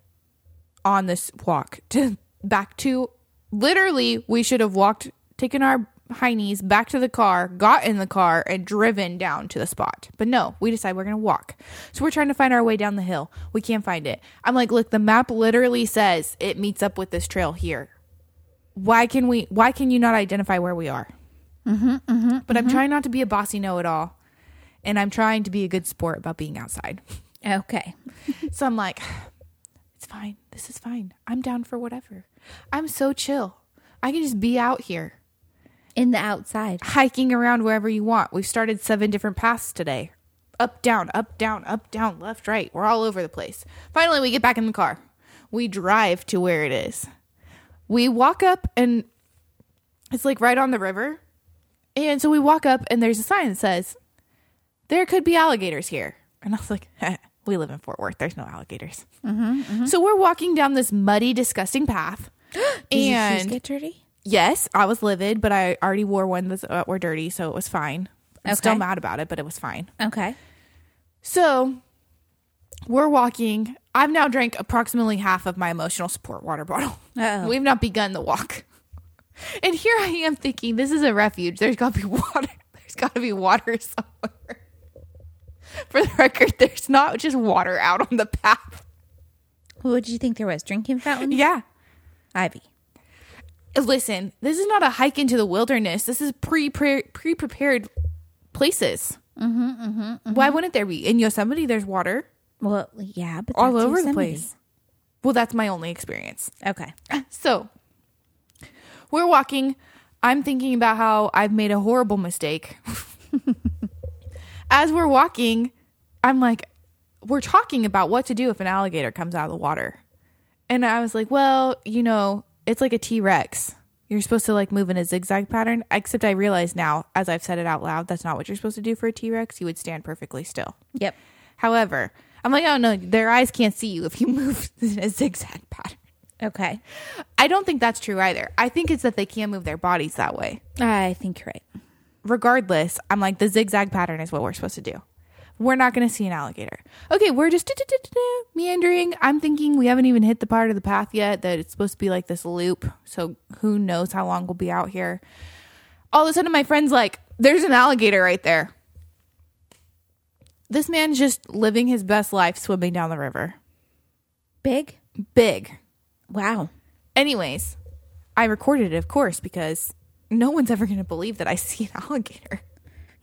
[SPEAKER 3] on this walk to back to literally we should have walked taken our high knees back to the car got in the car and driven down to the spot but no we decide we're gonna walk so we're trying to find our way down the hill we can't find it i'm like look the map literally says it meets up with this trail here why can we why can you not identify where we are but i'm trying not to be a bossy know-it-all and i'm trying to be a good sport about being outside [LAUGHS]
[SPEAKER 2] Okay.
[SPEAKER 3] so I'm like, [SIGHS] it's fine. This is fine. I'm down for whatever. I'm so chill. I can just be out here
[SPEAKER 2] In the outside.
[SPEAKER 3] hiking around wherever you want. We've started seven different paths today up, down, up, down, up, down, left, right. We're all over the place. Finally, we get back in the car. We drive to where it is. We walk up, and it's like right on the river. And so we walk up, and there's a sign that says, There could be alligators here. And I was like, [LAUGHS] We live in Fort Worth. There's no alligators. So we're walking down this muddy, disgusting path.
[SPEAKER 2] Did your shoes
[SPEAKER 3] and
[SPEAKER 2] get dirty?
[SPEAKER 3] Yes, I was livid, but I already wore one that uh, were dirty, so it was fine. I'm still
[SPEAKER 2] Okay.
[SPEAKER 3] mad about it, but it was fine.
[SPEAKER 2] Okay.
[SPEAKER 3] So we're walking. I've now drank approximately half of my emotional support water bottle.
[SPEAKER 2] Uh-oh.
[SPEAKER 3] We've not begun the walk. And here I am thinking, this is a refuge. There's got to be [LAUGHS] water. There's got to be water somewhere. For the record, there's not just water out on the path.
[SPEAKER 2] What did you think there was? Drinking [LAUGHS] fountain?
[SPEAKER 3] Yeah.
[SPEAKER 2] Ivy.
[SPEAKER 3] listen, this is not a hike into the wilderness. This is pre pre prepared places. Mm-hmm, Why wouldn't there be in Yosemite? There's water
[SPEAKER 2] Well, yeah, but
[SPEAKER 3] all
[SPEAKER 2] that's
[SPEAKER 3] over the
[SPEAKER 2] Yosemite.
[SPEAKER 3] place.
[SPEAKER 2] [LAUGHS]
[SPEAKER 3] Well, that's my only experience.
[SPEAKER 2] Okay.
[SPEAKER 3] So we're walking I'm thinking about how I've made a horrible mistake. [LAUGHS] As we're walking, I'm like, we're talking about what to do if an alligator comes out of the water. And I was like, well, you know, it's like a T Rex. You're supposed to like move in a zigzag pattern, except I realize now, as I've said it out loud, that's not what you're supposed to do for a T Rex. You would stand perfectly still.
[SPEAKER 2] Yep.
[SPEAKER 3] However, I'm like, oh no, their eyes can't see you [LAUGHS] if you move in a zigzag pattern.
[SPEAKER 2] Okay.
[SPEAKER 3] I don't think that's true either. I think it's that they can move their bodies that way.
[SPEAKER 2] I think you're right.
[SPEAKER 3] Regardless, I'm like, the zigzag pattern is what we're supposed to do. We're not going to see an alligator. Okay, we're just [LAUGHS] meandering. I'm thinking we haven't even hit the part of the path yet that it's supposed to be like this loop. So who knows how long we'll be out here. All of a sudden, my friend's like, there's an alligator right there. This man's just living his best life swimming down the river.
[SPEAKER 2] Big?
[SPEAKER 3] Big.
[SPEAKER 2] Wow.
[SPEAKER 3] Anyways, I recorded it, of course, because no one's ever going to believe that I see an alligator.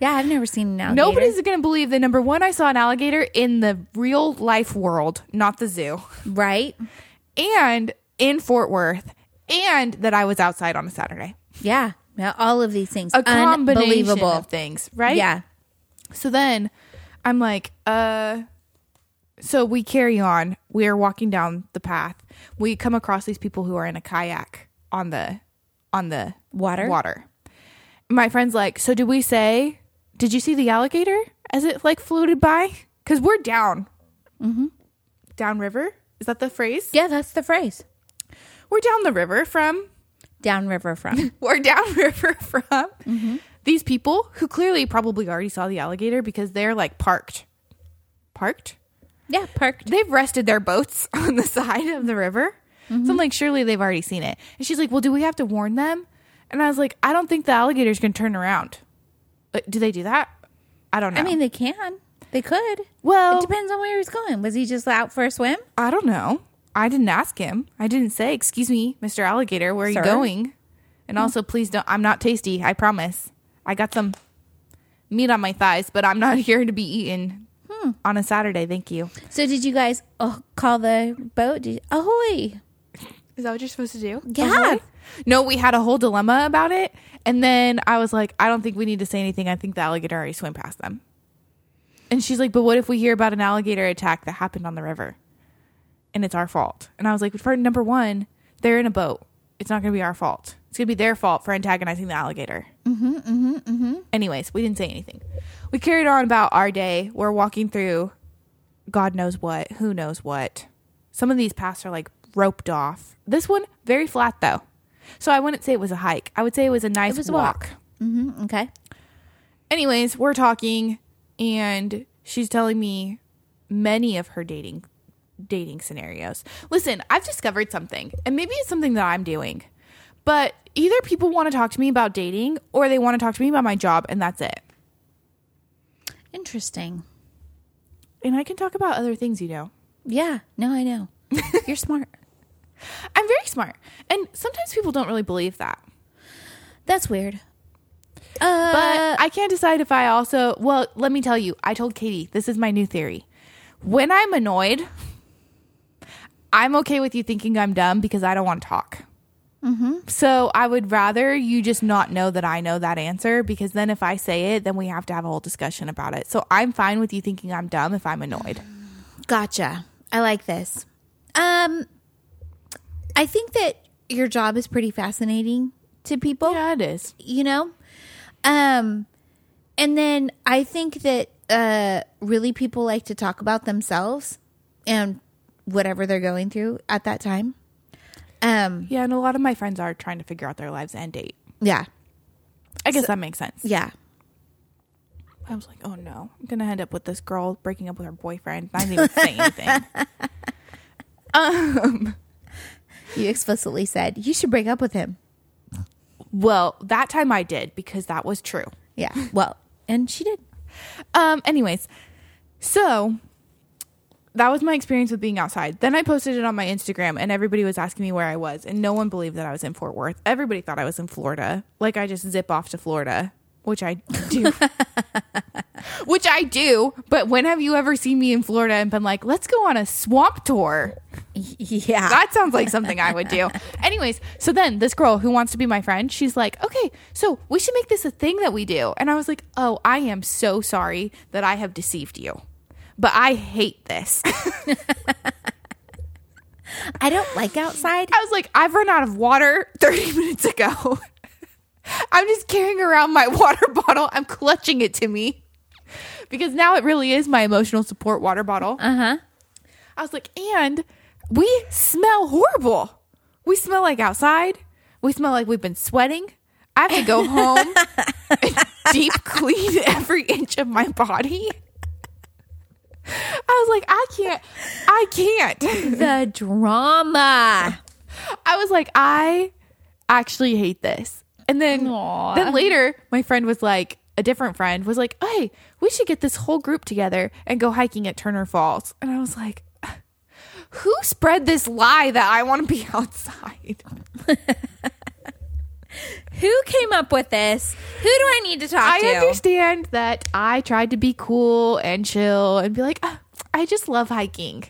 [SPEAKER 2] Yeah, I've never seen an alligator.
[SPEAKER 3] Nobody's going to believe that number one, I saw an alligator in the real life world, not the zoo,
[SPEAKER 2] Right?
[SPEAKER 3] and in Fort Worth, and that I was outside on a Saturday.
[SPEAKER 2] Yeah. Yeah. All of these things.
[SPEAKER 3] A combination
[SPEAKER 2] Unbelievable.
[SPEAKER 3] of things, right?
[SPEAKER 2] Yeah.
[SPEAKER 3] So then I'm like, uh, so we carry on. We are walking down the path. We come across these people who are in a kayak on the on the
[SPEAKER 2] Water?
[SPEAKER 3] Water. My friend's like, so do we say? Did you see the alligator as it like floated by? Because we're down, mm-hmm. down river. Is that the phrase?
[SPEAKER 2] Yeah, that's the phrase.
[SPEAKER 3] We're down the river from
[SPEAKER 2] Downriver [LAUGHS] from.
[SPEAKER 3] or [LAUGHS] downriver from these people who clearly probably already saw the alligator because they're like parked. Parked?
[SPEAKER 2] yeah, parked.
[SPEAKER 3] They've rested their boats [LAUGHS] on the side of the river. So
[SPEAKER 2] Mm-hmm.
[SPEAKER 3] I'm like, surely they've already seen it. And she's like, well, do we have to warn them? And I was like, I don't think the alligator's going to turn around. Uh, do they do that? I don't know.
[SPEAKER 2] I mean, they can. They could.
[SPEAKER 3] Well-
[SPEAKER 2] it depends on where he's going. Was he just out for a swim?
[SPEAKER 3] I don't know. I didn't ask him. I didn't say, "Excuse me, Mr. Alligator, where are
[SPEAKER 2] Sir? Hmm.
[SPEAKER 3] you going?" And also, please don't. I'm not tasty. I promise. I got some meat on my thighs, but I'm not [LAUGHS] here to be eaten
[SPEAKER 2] Hmm.
[SPEAKER 3] on a Saturday. Thank you.
[SPEAKER 2] So did you guys uh, call the boat? Did you, ahoy!
[SPEAKER 3] Is that what you're supposed to do?
[SPEAKER 2] Yeah.
[SPEAKER 3] No, we had a whole dilemma about it, and then I was like, "I don't think we need to say anything. I think the alligator already swam past them." And she's like, "But what if we hear about an alligator attack that happened on the river, and it's our fault?" And I was like, "For number one, they're in a boat. It's not going to be our fault. It's going to be their fault for antagonizing the alligator." Mm-hmm. Mm-hmm. Mm-hmm. Anyways, we didn't say anything. We carried on about our day. We're walking through, God knows what, who knows what. Some of these paths are like roped off. This one very flat though, so I wouldn't say it was a hike. I would say it was a nice
[SPEAKER 2] was a walk.
[SPEAKER 3] walk.
[SPEAKER 2] Mm-hmm. Okay.
[SPEAKER 3] Anyways, we're talking and she's telling me many of her dating dating scenarios. Listen, I've discovered something, and maybe it's something that I'm doing. But either people want to talk to me about dating or they want to talk to me about my job and that's it.
[SPEAKER 2] Interesting.
[SPEAKER 3] And I can talk about other things, you know.
[SPEAKER 2] Yeah. No, I [LAUGHS] know. You're smart.
[SPEAKER 3] I'm very smart. And sometimes people don't really believe that.
[SPEAKER 2] That's weird. Uh,
[SPEAKER 3] But I can't decide if I also, well, let me tell you, I told Katie, this is my new theory. When I'm annoyed, I'm okay with you thinking I'm dumb because I don't want to talk. So I would rather you just not know that I know that answer because then if I say it, then we have to have a whole discussion about it. So I'm fine with you thinking I'm dumb if I'm annoyed.
[SPEAKER 2] Gotcha. I like this. Um, I think that your job is pretty fascinating to people.
[SPEAKER 3] Yeah, it is.
[SPEAKER 2] You know, um, and then I think that uh, really people like to talk about themselves and whatever they're going through at that time. Um,
[SPEAKER 3] Yeah, and a lot of my friends are trying to figure out their lives and date.
[SPEAKER 2] yeah,
[SPEAKER 3] I guess that makes sense.
[SPEAKER 2] yeah.
[SPEAKER 3] I was like, oh no, I'm gonna end up with this girl breaking up with her boyfriend. I didn't even say anything.
[SPEAKER 2] You explicitly said you should break up with him.
[SPEAKER 3] Well, that time I did because that was true.
[SPEAKER 2] Yeah.
[SPEAKER 3] [LAUGHS]
[SPEAKER 2] Well, and she did. [LAUGHS]
[SPEAKER 3] Um, anyways, so that was my experience with being outside. Then I posted it on my Instagram and everybody was asking me where I was, and no one believed that I was in Fort Worth. Everybody thought I was in Florida. Like I just zip off to Florida, which I do. which I do, but when have you ever seen me in Florida and been like, let's go on a swamp tour?
[SPEAKER 2] Yeah.
[SPEAKER 3] [LAUGHS] That sounds like something I would do. Anyways, so then this girl who wants to be my friend, she's like, okay, so we should make this a thing that we do. And I was like, oh, I am so sorry that I have deceived you, but I hate this.
[SPEAKER 2] I don't like outside.
[SPEAKER 3] I was like, I've run out of water [LAUGHS] 30 minutes ago. I'm just carrying around my water [LAUGHS] bottle, I'm clutching it to me because now it really is my emotional support water bottle. Uh huh. I was like, and we smell horrible. We smell like outside. We smell like we've been sweating. I have to go home and deep clean [LAUGHS] every inch of my body. I was like, I can't. I can't.
[SPEAKER 2] The drama.
[SPEAKER 3] I was like, I actually hate this. And then,
[SPEAKER 2] Aw.
[SPEAKER 3] then later, my friend was like, a different friend was like, hey, we should get this whole group together and go hiking at Turner Falls. And I was like, who spread this lie that I want to be [LAUGHS] outside?
[SPEAKER 2] Who came up with this? Who do I need to talk
[SPEAKER 3] I
[SPEAKER 2] to?
[SPEAKER 3] understand that I tried to be cool and chill and be like, "Ah, I just love hiking.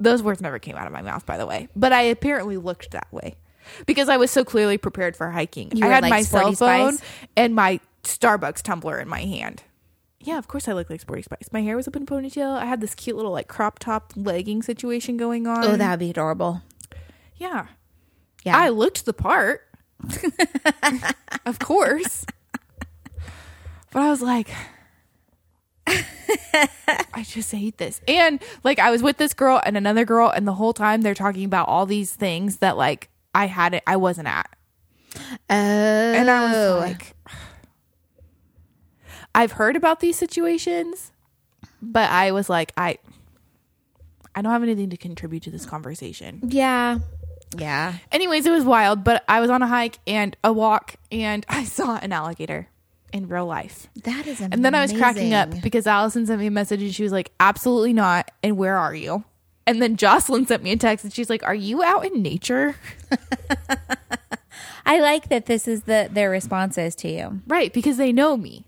[SPEAKER 3] Those words never came out of my mouth, by the way, but I apparently looked that way because I was so clearly prepared for hiking.
[SPEAKER 2] You
[SPEAKER 3] I
[SPEAKER 2] were
[SPEAKER 3] had
[SPEAKER 2] like
[SPEAKER 3] my cell
[SPEAKER 2] Sporty Spice?
[SPEAKER 3] phone and my Starbucks tumbler in my hand. Yeah, of course I looked like Sporty Spice. My hair was up in a ponytail. I had this cute little like crop top legging situation going on.
[SPEAKER 2] Oh, that'd be adorable.
[SPEAKER 3] yeah.
[SPEAKER 2] Yeah. Oh.
[SPEAKER 3] I looked the part. of course. But I was like, I just hate this. And like, I was with this girl and another girl, and the whole time they're talking about all these things that like I had it, I wasn't at.
[SPEAKER 2] oh.
[SPEAKER 3] And I was like, I've heard about these situations, but I was like, I, I don't have anything to contribute to this conversation.
[SPEAKER 2] yeah. Yeah.
[SPEAKER 3] Anyways, it was wild, but I was on a hike and a walk and I [LAUGHS] saw an alligator in real life.
[SPEAKER 2] That is amazing.
[SPEAKER 3] And then I was cracking up because Allison sent me a message and she was like, absolutely not. And where are you? And then Jocelyn sent me a text and she's like, are you out in nature? [LAUGHS]
[SPEAKER 2] I like that this is the their responses to you.
[SPEAKER 3] Right, because they know me.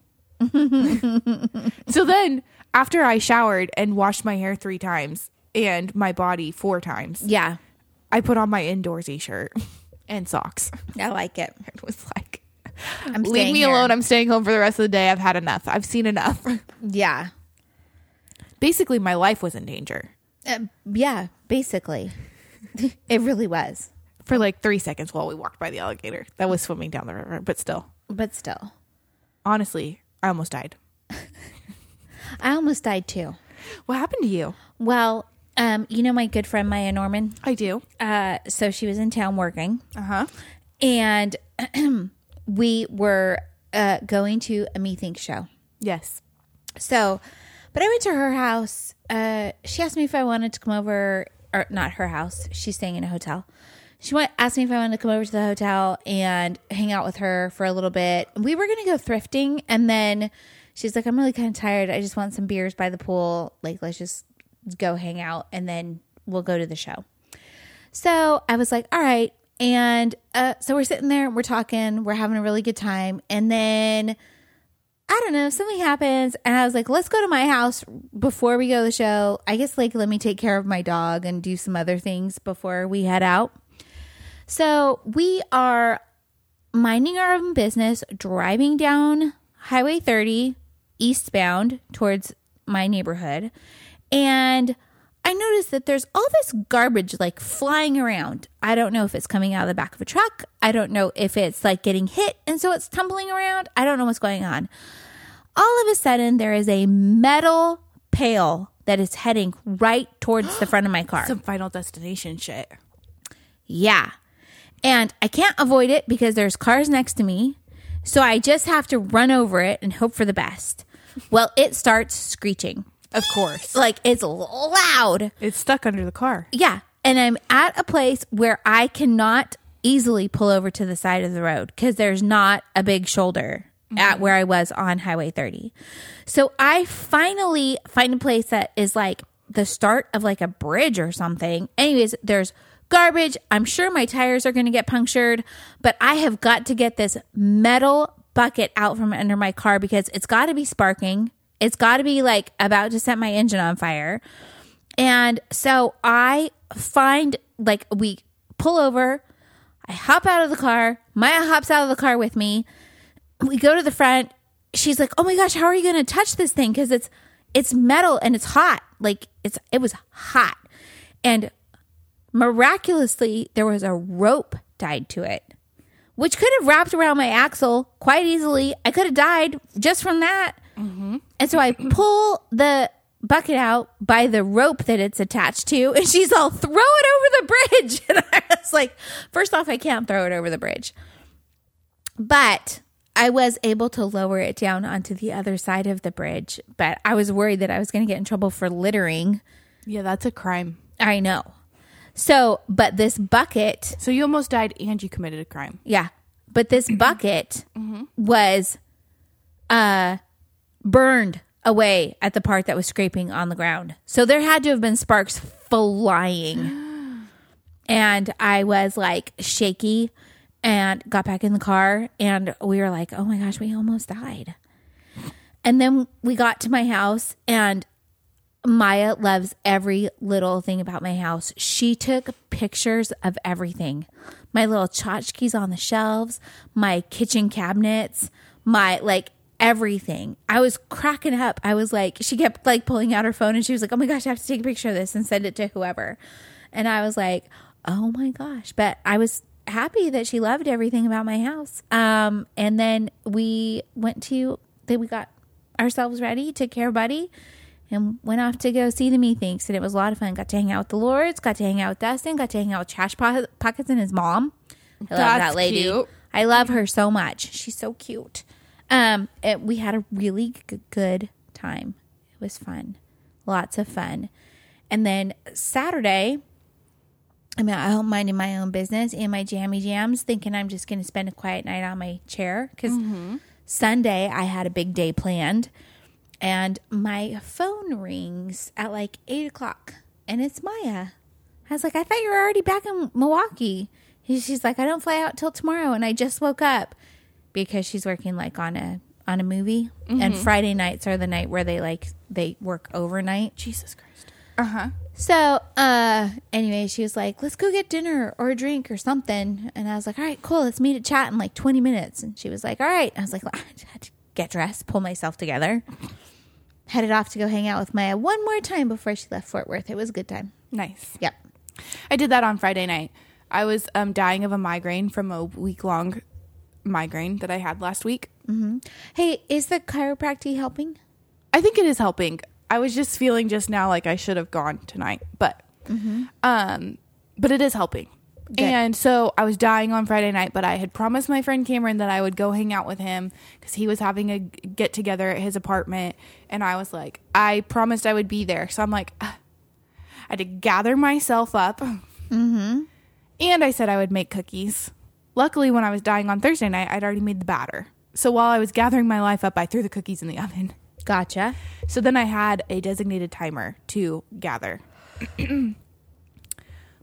[SPEAKER 3] so then after I showered and washed my hair three times and my body four times,
[SPEAKER 2] Yeah.
[SPEAKER 3] I put on my indoorsy shirt [LAUGHS] and socks. [LAUGHS]
[SPEAKER 2] I like it.
[SPEAKER 3] It was like,
[SPEAKER 2] I'm
[SPEAKER 3] Leave
[SPEAKER 2] staying
[SPEAKER 3] me
[SPEAKER 2] here.
[SPEAKER 3] alone. I'm staying home for the rest of the day. I've had enough. I've seen enough. [LAUGHS]
[SPEAKER 2] Yeah.
[SPEAKER 3] Basically, my life was in danger
[SPEAKER 2] Uh, yeah, basically. [LAUGHS] it really was.
[SPEAKER 3] for like three seconds while we walked by the alligator that was swimming down the river. But still,
[SPEAKER 2] But still.
[SPEAKER 3] honestly, I almost died.
[SPEAKER 2] I almost died too.
[SPEAKER 3] What happened to you?
[SPEAKER 2] Well, um, you know my good friend Maya Norman?
[SPEAKER 3] I do.
[SPEAKER 2] Uh, so she was in town working.
[SPEAKER 3] Uh huh.
[SPEAKER 2] and [CLEARS THROAT] we were uh, going to a Methinks show.
[SPEAKER 3] Yes.
[SPEAKER 2] So, but I went to her house. Uh, she asked me if I wanted to come over, or not her house. She's staying in a hotel. She went, asked me if I wanted to come over to the hotel and hang out with her for a little bit. We were going to go thrifting, and then she's like, "I'm really kind of tired. I just want some beers by the pool. Like, let's just go hang out, and then we'll go to the show." So I was like, all right. And uh, so we're sitting there, we're talking, we're having a really good time. And then I don't know, something happens. And I was like, let's go to my house before we go to the show. I guess, like, let me take care of my dog and do some other things before we head out. So we are minding our own business, driving down Highway 30 eastbound towards my neighborhood. And I noticed that there's all this garbage like flying around. I don't know if it's coming out of the back of a truck. I don't know if it's like getting hit and so it's tumbling around. I don't know what's going on. All of a sudden, there is a metal pail that is heading right towards the front of my
[SPEAKER 3] [GASPS]
[SPEAKER 2] car.
[SPEAKER 3] Some final destination shit.
[SPEAKER 2] Yeah. And I can't avoid it because there's cars next to me. So I just have to run over it and hope for the best. Well, it starts screeching.
[SPEAKER 3] Of [LAUGHS] course.
[SPEAKER 2] Like it's loud.
[SPEAKER 3] It's stuck under the car.
[SPEAKER 2] Yeah. And I'm at a place where I cannot easily pull over to the side of the road because there's not a big shoulder at where I was on Highway 30. So I finally find a place that is like the start of like a bridge or something. Anyways, there's garbage. I'm sure my tires are going to get punctured, but I have got to get this metal bucket out from under my car because it's got to be sparking. It's got to be like about to set my engine on fire. And so I find like we pull over. I hop out of the car. Maya hops out of the car with me. We go to the front. She's like, "Oh my gosh, how are you going to touch this thing cuz it's it's metal and it's hot. Like it's it was hot." And miraculously, there was a rope tied to it, which could have wrapped around my axle quite easily. I could have died just from that. And so I pull the bucket out by the rope that it's attached to, [LAUGHS] and she's all, throw it over the bridge. [LAUGHS] And I was like, first off, I can't throw it over the bridge. But I was able to lower it down onto the other side of the bridge. But I was worried that I was going to get in trouble for littering.
[SPEAKER 3] Yeah, that's a crime.
[SPEAKER 2] I know. So, but this bucket
[SPEAKER 3] So you almost died and you committed a crime.
[SPEAKER 2] yeah. But this bucket was uh burned away at the part that was scraping on the ground. So there had to have been sparks flying. and I was like shaky and got back in the car and we were like, "Oh my gosh, we almost died." And then we got to my house and Maya loves every little thing about my house. She took pictures of everything my little tchotchkes on the shelves, my kitchen cabinets, my like everything. I was cracking up. I was like, she kept like pulling out her phone and she was like, oh my gosh, I have to take a picture of this and send it to whoever. And I was like, oh my gosh. But I was happy that she loved everything about my house. Um, and then we went to, then we got ourselves ready, took care of Buddy, and went off to go see the methinks. And it was a lot of fun. Got to hang out with the Lords, got to hang out with Dustin, got to hang out with Trash Po- Pockets and his mom. I love
[SPEAKER 3] That's
[SPEAKER 2] that lady.
[SPEAKER 3] cute.
[SPEAKER 2] I love her so much. She's so cute. Um, it, we had a really g- good time. It was fun, lots of fun. And then Saturday, I'm at home minding my own business in my jammy jams, thinking I'm just going to spend a quiet night on my chair because
[SPEAKER 3] Mm-hmm.
[SPEAKER 2] Sunday I had a big day planned, and my phone rings at like eight o'clock, and it's Maya. I was like, I thought you were already back in Milwaukee. And She's like, I don't fly out till tomorrow, and I just woke up because she's working like on a on a movie, and Friday nights are the night where they like they work overnight.
[SPEAKER 3] Jesus Christ.
[SPEAKER 2] So, uh, anyway, she was like, let's go get dinner or a drink or something. And I was like, all right, cool. Let's meet at chat in like 20 minutes. And she was like, all right. I was like, [LAUGHS] I had to get dressed, pull myself together, headed off to go hang out with Maya one more time before she left Fort Worth. It was a good time.
[SPEAKER 3] Nice.
[SPEAKER 2] Yep.
[SPEAKER 3] I did that on Friday night. I was um, dying of a migraine from a week long migraine that I had last week.
[SPEAKER 2] Hey, is the chiropractic helping?
[SPEAKER 3] I think it is helping. I was just feeling just now like I should have gone tonight, but um but it is helping. And so I was dying on Friday night, but I had promised my friend Cameron that I would go hang out with him cuz he was having a get together at his apartment and I was like, I promised I would be there. So I'm like "Ah." I had to gather myself up. And I said I would make cookies. Luckily, when I was dying on Thursday night, I'd already made the batter. So while I was gathering my life up, I threw the cookies in the oven.
[SPEAKER 2] Gotcha.
[SPEAKER 3] So then I had a designated timer to gather. [CLEARS THROAT]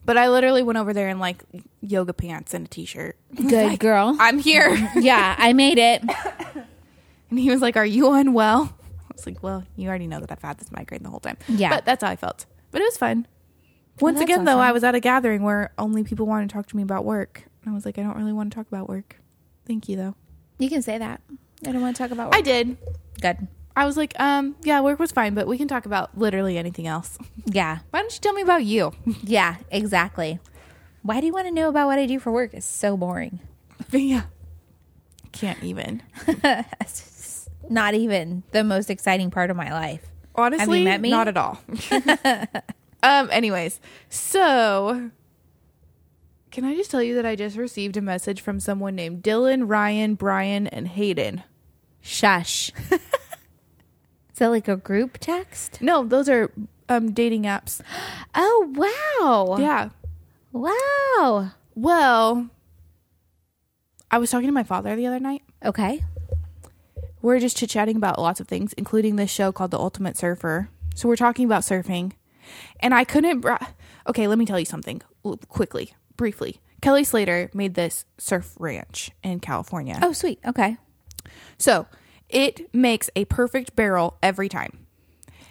[SPEAKER 3] but I literally went over there in like yoga pants and a t [LAUGHS] shirt.
[SPEAKER 2] Good girl.
[SPEAKER 3] I'm here. [LAUGHS]
[SPEAKER 2] yeah, I made it.
[SPEAKER 3] and he was like, Are you unwell? I was like, Well, you already know that I've had this migraine the whole time.
[SPEAKER 2] Yeah.
[SPEAKER 3] But that's how I felt. But it was fun. Once
[SPEAKER 2] that's
[SPEAKER 3] again, though,
[SPEAKER 2] awesome.
[SPEAKER 3] I was at a gathering where only people wanted to talk to me about work. And I was like, I don't really want to talk about work. Thank you, though.
[SPEAKER 2] You can say that. I don't want to talk about work.
[SPEAKER 3] I did.
[SPEAKER 2] Good.
[SPEAKER 3] I was like, um, yeah, work was fine, but we can talk about literally anything else. [LAUGHS]
[SPEAKER 2] Yeah.
[SPEAKER 3] Why don't you tell me about you?
[SPEAKER 2] Yeah, exactly. Why do you want to know about what I do for work? It's so boring.
[SPEAKER 3] [LAUGHS] yeah. Can't even.
[SPEAKER 2] not even the most exciting part of my life.
[SPEAKER 3] Honestly,
[SPEAKER 2] met me?
[SPEAKER 3] not
[SPEAKER 2] [LAUGHS]
[SPEAKER 3] at all. um, anyways, so can I just tell you that I just received a message from someone named Dylan, Ryan, Brian, and Hayden?
[SPEAKER 2] Shush. [LAUGHS] Is that like a group text?
[SPEAKER 3] No, those are um dating apps.
[SPEAKER 2] Oh wow.
[SPEAKER 3] Yeah.
[SPEAKER 2] Wow.
[SPEAKER 3] Well, I was talking to my father the other night.
[SPEAKER 2] Okay.
[SPEAKER 3] we're just chit chatting about lots of things, including this show called The Ultimate Surfer. So we're talking about surfing, and I couldn't. Br- okay, let me tell you something l- quickly, briefly. Kelly Slater made this surf ranch in California.
[SPEAKER 2] Oh sweet. Okay.
[SPEAKER 3] So it makes a perfect barrel every time.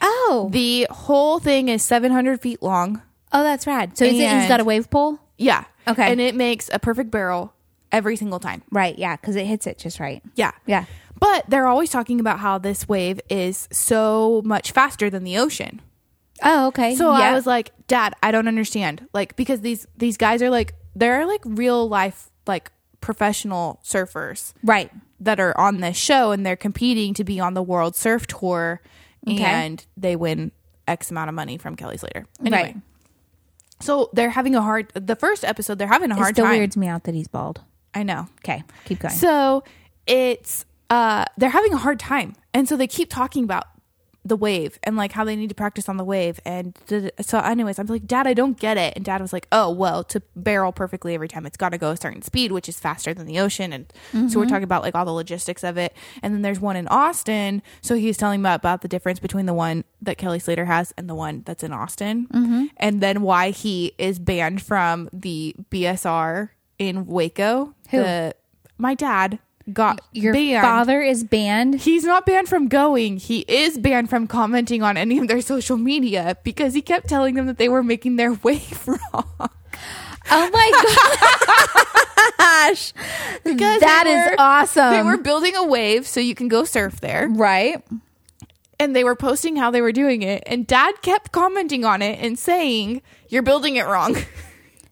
[SPEAKER 2] Oh.
[SPEAKER 3] The whole thing is 700 feet long.
[SPEAKER 2] Oh, that's rad. So is it, he's
[SPEAKER 3] And-
[SPEAKER 2] got a wave pole?
[SPEAKER 3] Yeah.
[SPEAKER 2] Okay.
[SPEAKER 3] And it makes a perfect barrel every single time.
[SPEAKER 2] Right. Yeah. Because it hits it just right.
[SPEAKER 3] Yeah.
[SPEAKER 2] Yeah.
[SPEAKER 3] But they're always talking about how this wave is so much faster than the ocean.
[SPEAKER 2] Oh, okay.
[SPEAKER 3] So
[SPEAKER 2] yeah.
[SPEAKER 3] I was like, Dad, I don't understand. Like, because these these guys are like they're like real life like professional surfers
[SPEAKER 2] right.
[SPEAKER 3] that are on this show and they're competing to be on the world surf tour
[SPEAKER 2] Okay.
[SPEAKER 3] and they win X amount of money from Kelly Slater. Anyway.
[SPEAKER 2] Right.
[SPEAKER 3] So they're having a hard the first episode, they're having a
[SPEAKER 2] It
[SPEAKER 3] hard
[SPEAKER 2] still
[SPEAKER 3] time.
[SPEAKER 2] weirds me out that he's bald.
[SPEAKER 3] I know.
[SPEAKER 2] Okay. Keep going.
[SPEAKER 3] So it's uh they're having a hard time. And so they keep talking about the wave and like how they need to practice on the wave and da- da- so anyways i'm like dad i don't get it and dad was like oh well to barrel perfectly every time it's got to go a certain speed which is faster than the ocean and so we're talking about like all the logistics of it and then there's one in austin so he was telling me about the difference between the one that kelly slater has and the one that's in austin and then why he is banned from the bsr in waco the my dad got
[SPEAKER 2] Your
[SPEAKER 3] banned
[SPEAKER 2] father is banned.
[SPEAKER 3] he's not banned from going. He is banned from commenting on any of their social media because he kept telling them that they were making their [LAUGHS] wave wrong.
[SPEAKER 2] Oh my [LAUGHS] gosh.
[SPEAKER 3] Because
[SPEAKER 2] That
[SPEAKER 3] they
[SPEAKER 2] is
[SPEAKER 3] were-
[SPEAKER 2] awesome.
[SPEAKER 3] They were building a wave so you can go surf there,
[SPEAKER 2] right.
[SPEAKER 3] and they were posting how they were doing it. And Dad kept commenting on it and saying, "You're building it [LAUGHS] wrong.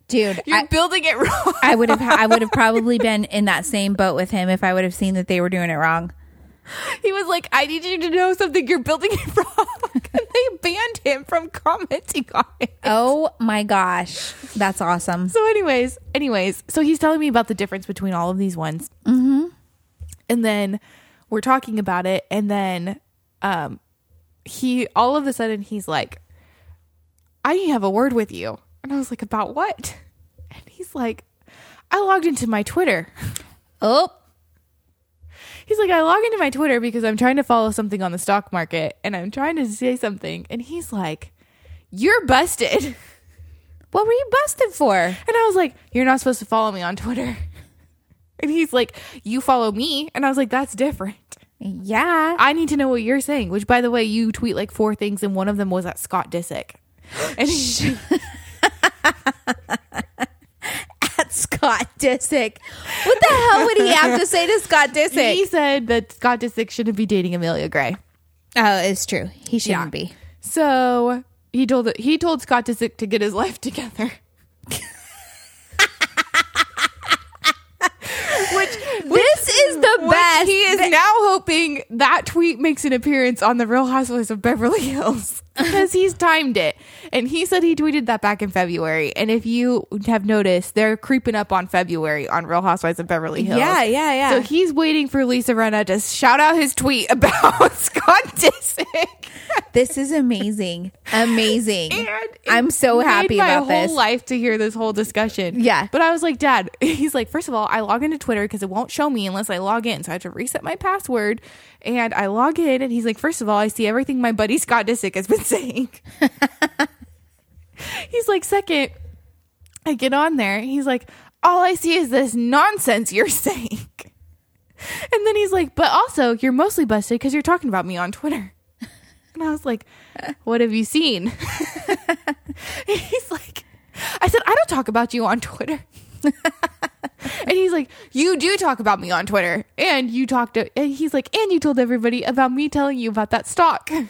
[SPEAKER 2] Dude,
[SPEAKER 3] You're
[SPEAKER 2] I-
[SPEAKER 3] building it wrong."
[SPEAKER 2] I would have I
[SPEAKER 3] [LAUGHS]
[SPEAKER 2] would have probably been in that same boat with him if I would have seen that they were doing it wrong.
[SPEAKER 3] He was like, "I need you to know something. You're building it [LAUGHS] wrong." and they banned him from commenting on it.
[SPEAKER 2] Oh my gosh. That's awesome.
[SPEAKER 3] So, anyways, anyways, so he's telling me about the difference between all of these ones, mm-hmm. and then we're talking about it, and then um, he all of a sudden he's like, "I need to have a word with you," and I was like, "About what?" [LAUGHS] And he's like, "I logged into my Twitter." [LAUGHS]
[SPEAKER 2] Oh,
[SPEAKER 3] He's like, "I log into my Twitter because I'm trying to follow something on the stock market, and I'm trying to say something," and he's like, "You're busted," [LAUGHS] and
[SPEAKER 2] what were you busted for?
[SPEAKER 3] I was like, "You're not supposed to follow me on Twitter." [LAUGHS] And he's like, You follow me. And I was like, That's different.
[SPEAKER 2] Yeah.
[SPEAKER 3] I need to know what you're saying, which, by the way, you tweet like four things, and one of them was at Scott Disick. And he,
[SPEAKER 2] At Scott Disick. What the hell would he have to say to Scott Disick?
[SPEAKER 3] he said that Scott Disick shouldn't be dating Amelia Gray.
[SPEAKER 2] oh, it's true. He shouldn't
[SPEAKER 3] Yeah.
[SPEAKER 2] be.
[SPEAKER 3] So he told he told Scott Disick to get his life [LAUGHS] together.
[SPEAKER 2] This is the
[SPEAKER 3] Which
[SPEAKER 2] best.
[SPEAKER 3] he is now hoping that tweet makes an appearance on the Real Housewives of
[SPEAKER 2] [LAUGHS]
[SPEAKER 3] Beverly Hills because he's timed it. And he said he tweeted that back in February. And if you have noticed, they're creeping up on February on Real Housewives of Beverly Hills.
[SPEAKER 2] Yeah, yeah, yeah.
[SPEAKER 3] So he's waiting for Lisa Renna to shout out his tweet [LAUGHS] about Scott Disick.
[SPEAKER 2] this is amazing. Amazing.
[SPEAKER 3] And it
[SPEAKER 2] I'm so
[SPEAKER 3] made
[SPEAKER 2] happy
[SPEAKER 3] my
[SPEAKER 2] about
[SPEAKER 3] whole
[SPEAKER 2] this.
[SPEAKER 3] life to hear this whole discussion.
[SPEAKER 2] Yeah.
[SPEAKER 3] but I was like, Dad. [LAUGHS] He's like, first of all, I log into Twitter because it won't show me unless I log in, so I have to reset my password. And I log in, and he's like, first of all, I see everything my buddy Scott Disick has been [LAUGHS]
[SPEAKER 2] [LAUGHS]
[SPEAKER 3] saying. he's like, second, I get on there, and he's like, all I see is this nonsense you're [LAUGHS] saying. And then he's like, but also, you're mostly busted because you're talking about me on Twitter. [LAUGHS] And I was like, what have you seen? [LAUGHS] he's like, I said, I don't talk about you on Twitter. [LAUGHS] and he's like, You do talk about me on Twitter. And you talked, to, and he's like, And you told everybody about me telling you about that stock. [LAUGHS]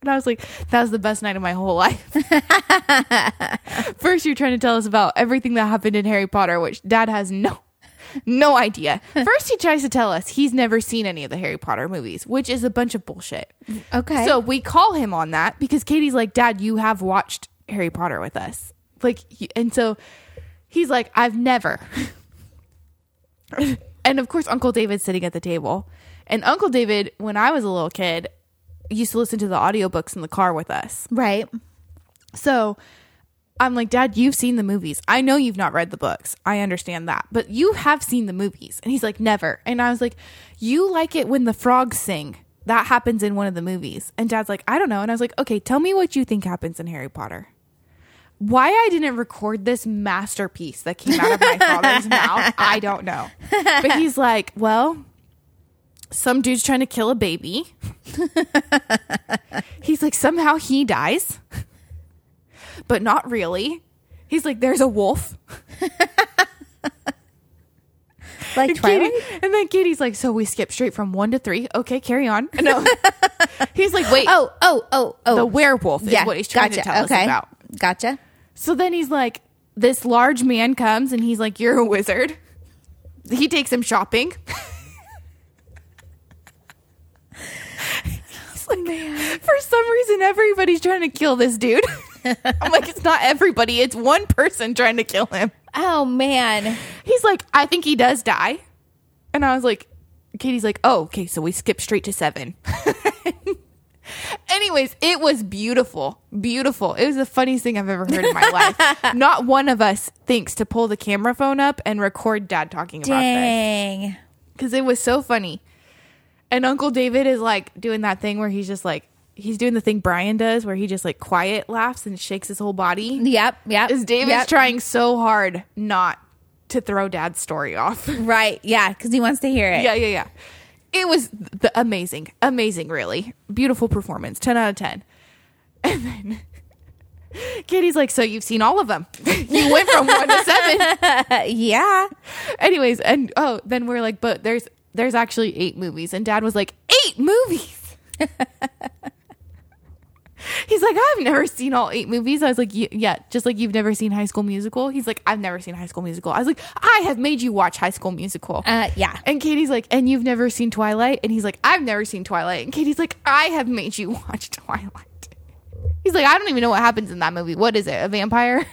[SPEAKER 3] And I was like, That was the best night of my whole life. First, you're trying to tell us about everything that happened in Harry Potter, which dad has no. No idea. First, he tries to tell us he's never seen any of the Harry Potter movies, which is a bunch of bullshit.
[SPEAKER 2] okay.
[SPEAKER 3] So we call him on that because Katie's like, Dad, you have watched Harry Potter with us. Like, y- and so he's like, I've never. [LAUGHS] and of course, Uncle David's sitting at the table. And Uncle David, when I was a little kid, used to listen to the audiobooks in the car with us.
[SPEAKER 2] right.
[SPEAKER 3] So I'm like, Dad, you've seen the movies. I know you've not read the books. I understand that. But you have seen the movies. And he's like, Never. And I was like, You like it when the frogs sing. That happens in one of the movies. And Dad's like, I don't know. And I was like, Okay, tell me what you think happens in Harry Potter. Why I didn't record this masterpiece that came out of my father's mouth, I don't know. But he's like, Well, some dude's trying to kill a baby. [LAUGHS] he's like, Somehow he dies. but not really. He's like, there's a wolf. [LAUGHS]
[SPEAKER 2] Like
[SPEAKER 3] And, Katie,
[SPEAKER 2] Twilight?
[SPEAKER 3] and then Katie's like, so we skip straight from one to three. Okay, carry on. [LAUGHS] No. He's like, wait,
[SPEAKER 2] Oh, oh, oh, oh.
[SPEAKER 3] the werewolf is what he's trying to tell us about.
[SPEAKER 2] Gotcha.
[SPEAKER 3] So then he's like, this large man comes and he's like, you're a wizard. He takes him shopping. [LAUGHS] He's like, For some reason, everybody's trying to kill this dude. [LAUGHS] I'm like, it's not everybody, it's one person trying to kill him.
[SPEAKER 2] Oh man.
[SPEAKER 3] He's like, I think he does die. And I was like, Katie's like, oh, okay, so we skip straight to seven. [LAUGHS] Anyways, it was beautiful. Beautiful. It was the funniest thing I've ever heard
[SPEAKER 2] [LAUGHS]
[SPEAKER 3] in my life. Not one of us thinks to pull the camera phone up and record dad talking about this
[SPEAKER 2] Dang.
[SPEAKER 3] because it was so funny. And Uncle David is like doing that thing where he's just like, he's doing the thing Brian does where he just like quiet laughs and shakes his whole body.
[SPEAKER 2] Yep, yep.
[SPEAKER 3] Is David's
[SPEAKER 2] yep.
[SPEAKER 3] trying so hard not to throw dad's story off.
[SPEAKER 2] Right, yeah, because he wants to hear it.
[SPEAKER 3] yeah, yeah, yeah. It was the amazing, amazing, really beautiful performance. Ten out of ten. [LAUGHS] And then [LAUGHS] Katie's like, "So you've seen all of them? [LAUGHS] you went from one to seven.
[SPEAKER 2] Uh, yeah.
[SPEAKER 3] Anyways, and oh, then we're like, but there's there's actually eight movies, and Dad was like, eight movies. [LAUGHS] He's like, I've never seen all eight movies. I was like, "Y- yeah, just like you've never seen High School Musical. He's like, I've never seen High School Musical. I was like, I have made you watch High School Musical.
[SPEAKER 2] Uh, yeah.
[SPEAKER 3] And Katie's like, and you've never seen Twilight? And he's like, I've never seen Twilight. And Katie's like, I have made you [LAUGHS] watch Twilight. He's like, I don't even know what happens in that movie. What is it? A vampire?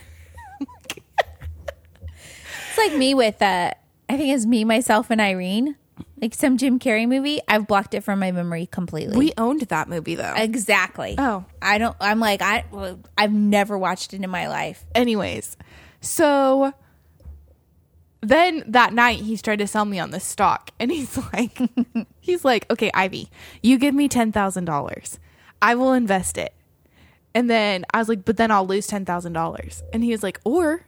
[SPEAKER 2] It's like me with uh I think it's me, myself, and Irene. Like some Jim Carrey movie. I've blocked it from my memory completely.
[SPEAKER 3] we owned that movie though.
[SPEAKER 2] exactly.
[SPEAKER 3] Oh.
[SPEAKER 2] I don't I'm like I well, I've never watched it in my life.
[SPEAKER 3] Anyways, so then that night he's trying to sell me on this stock and he's [LAUGHS] like he's like, "Okay, Ivy, you give me $10,000. I will invest it." And then I was like, "But then I'll lose $10,000." And he was like, "Or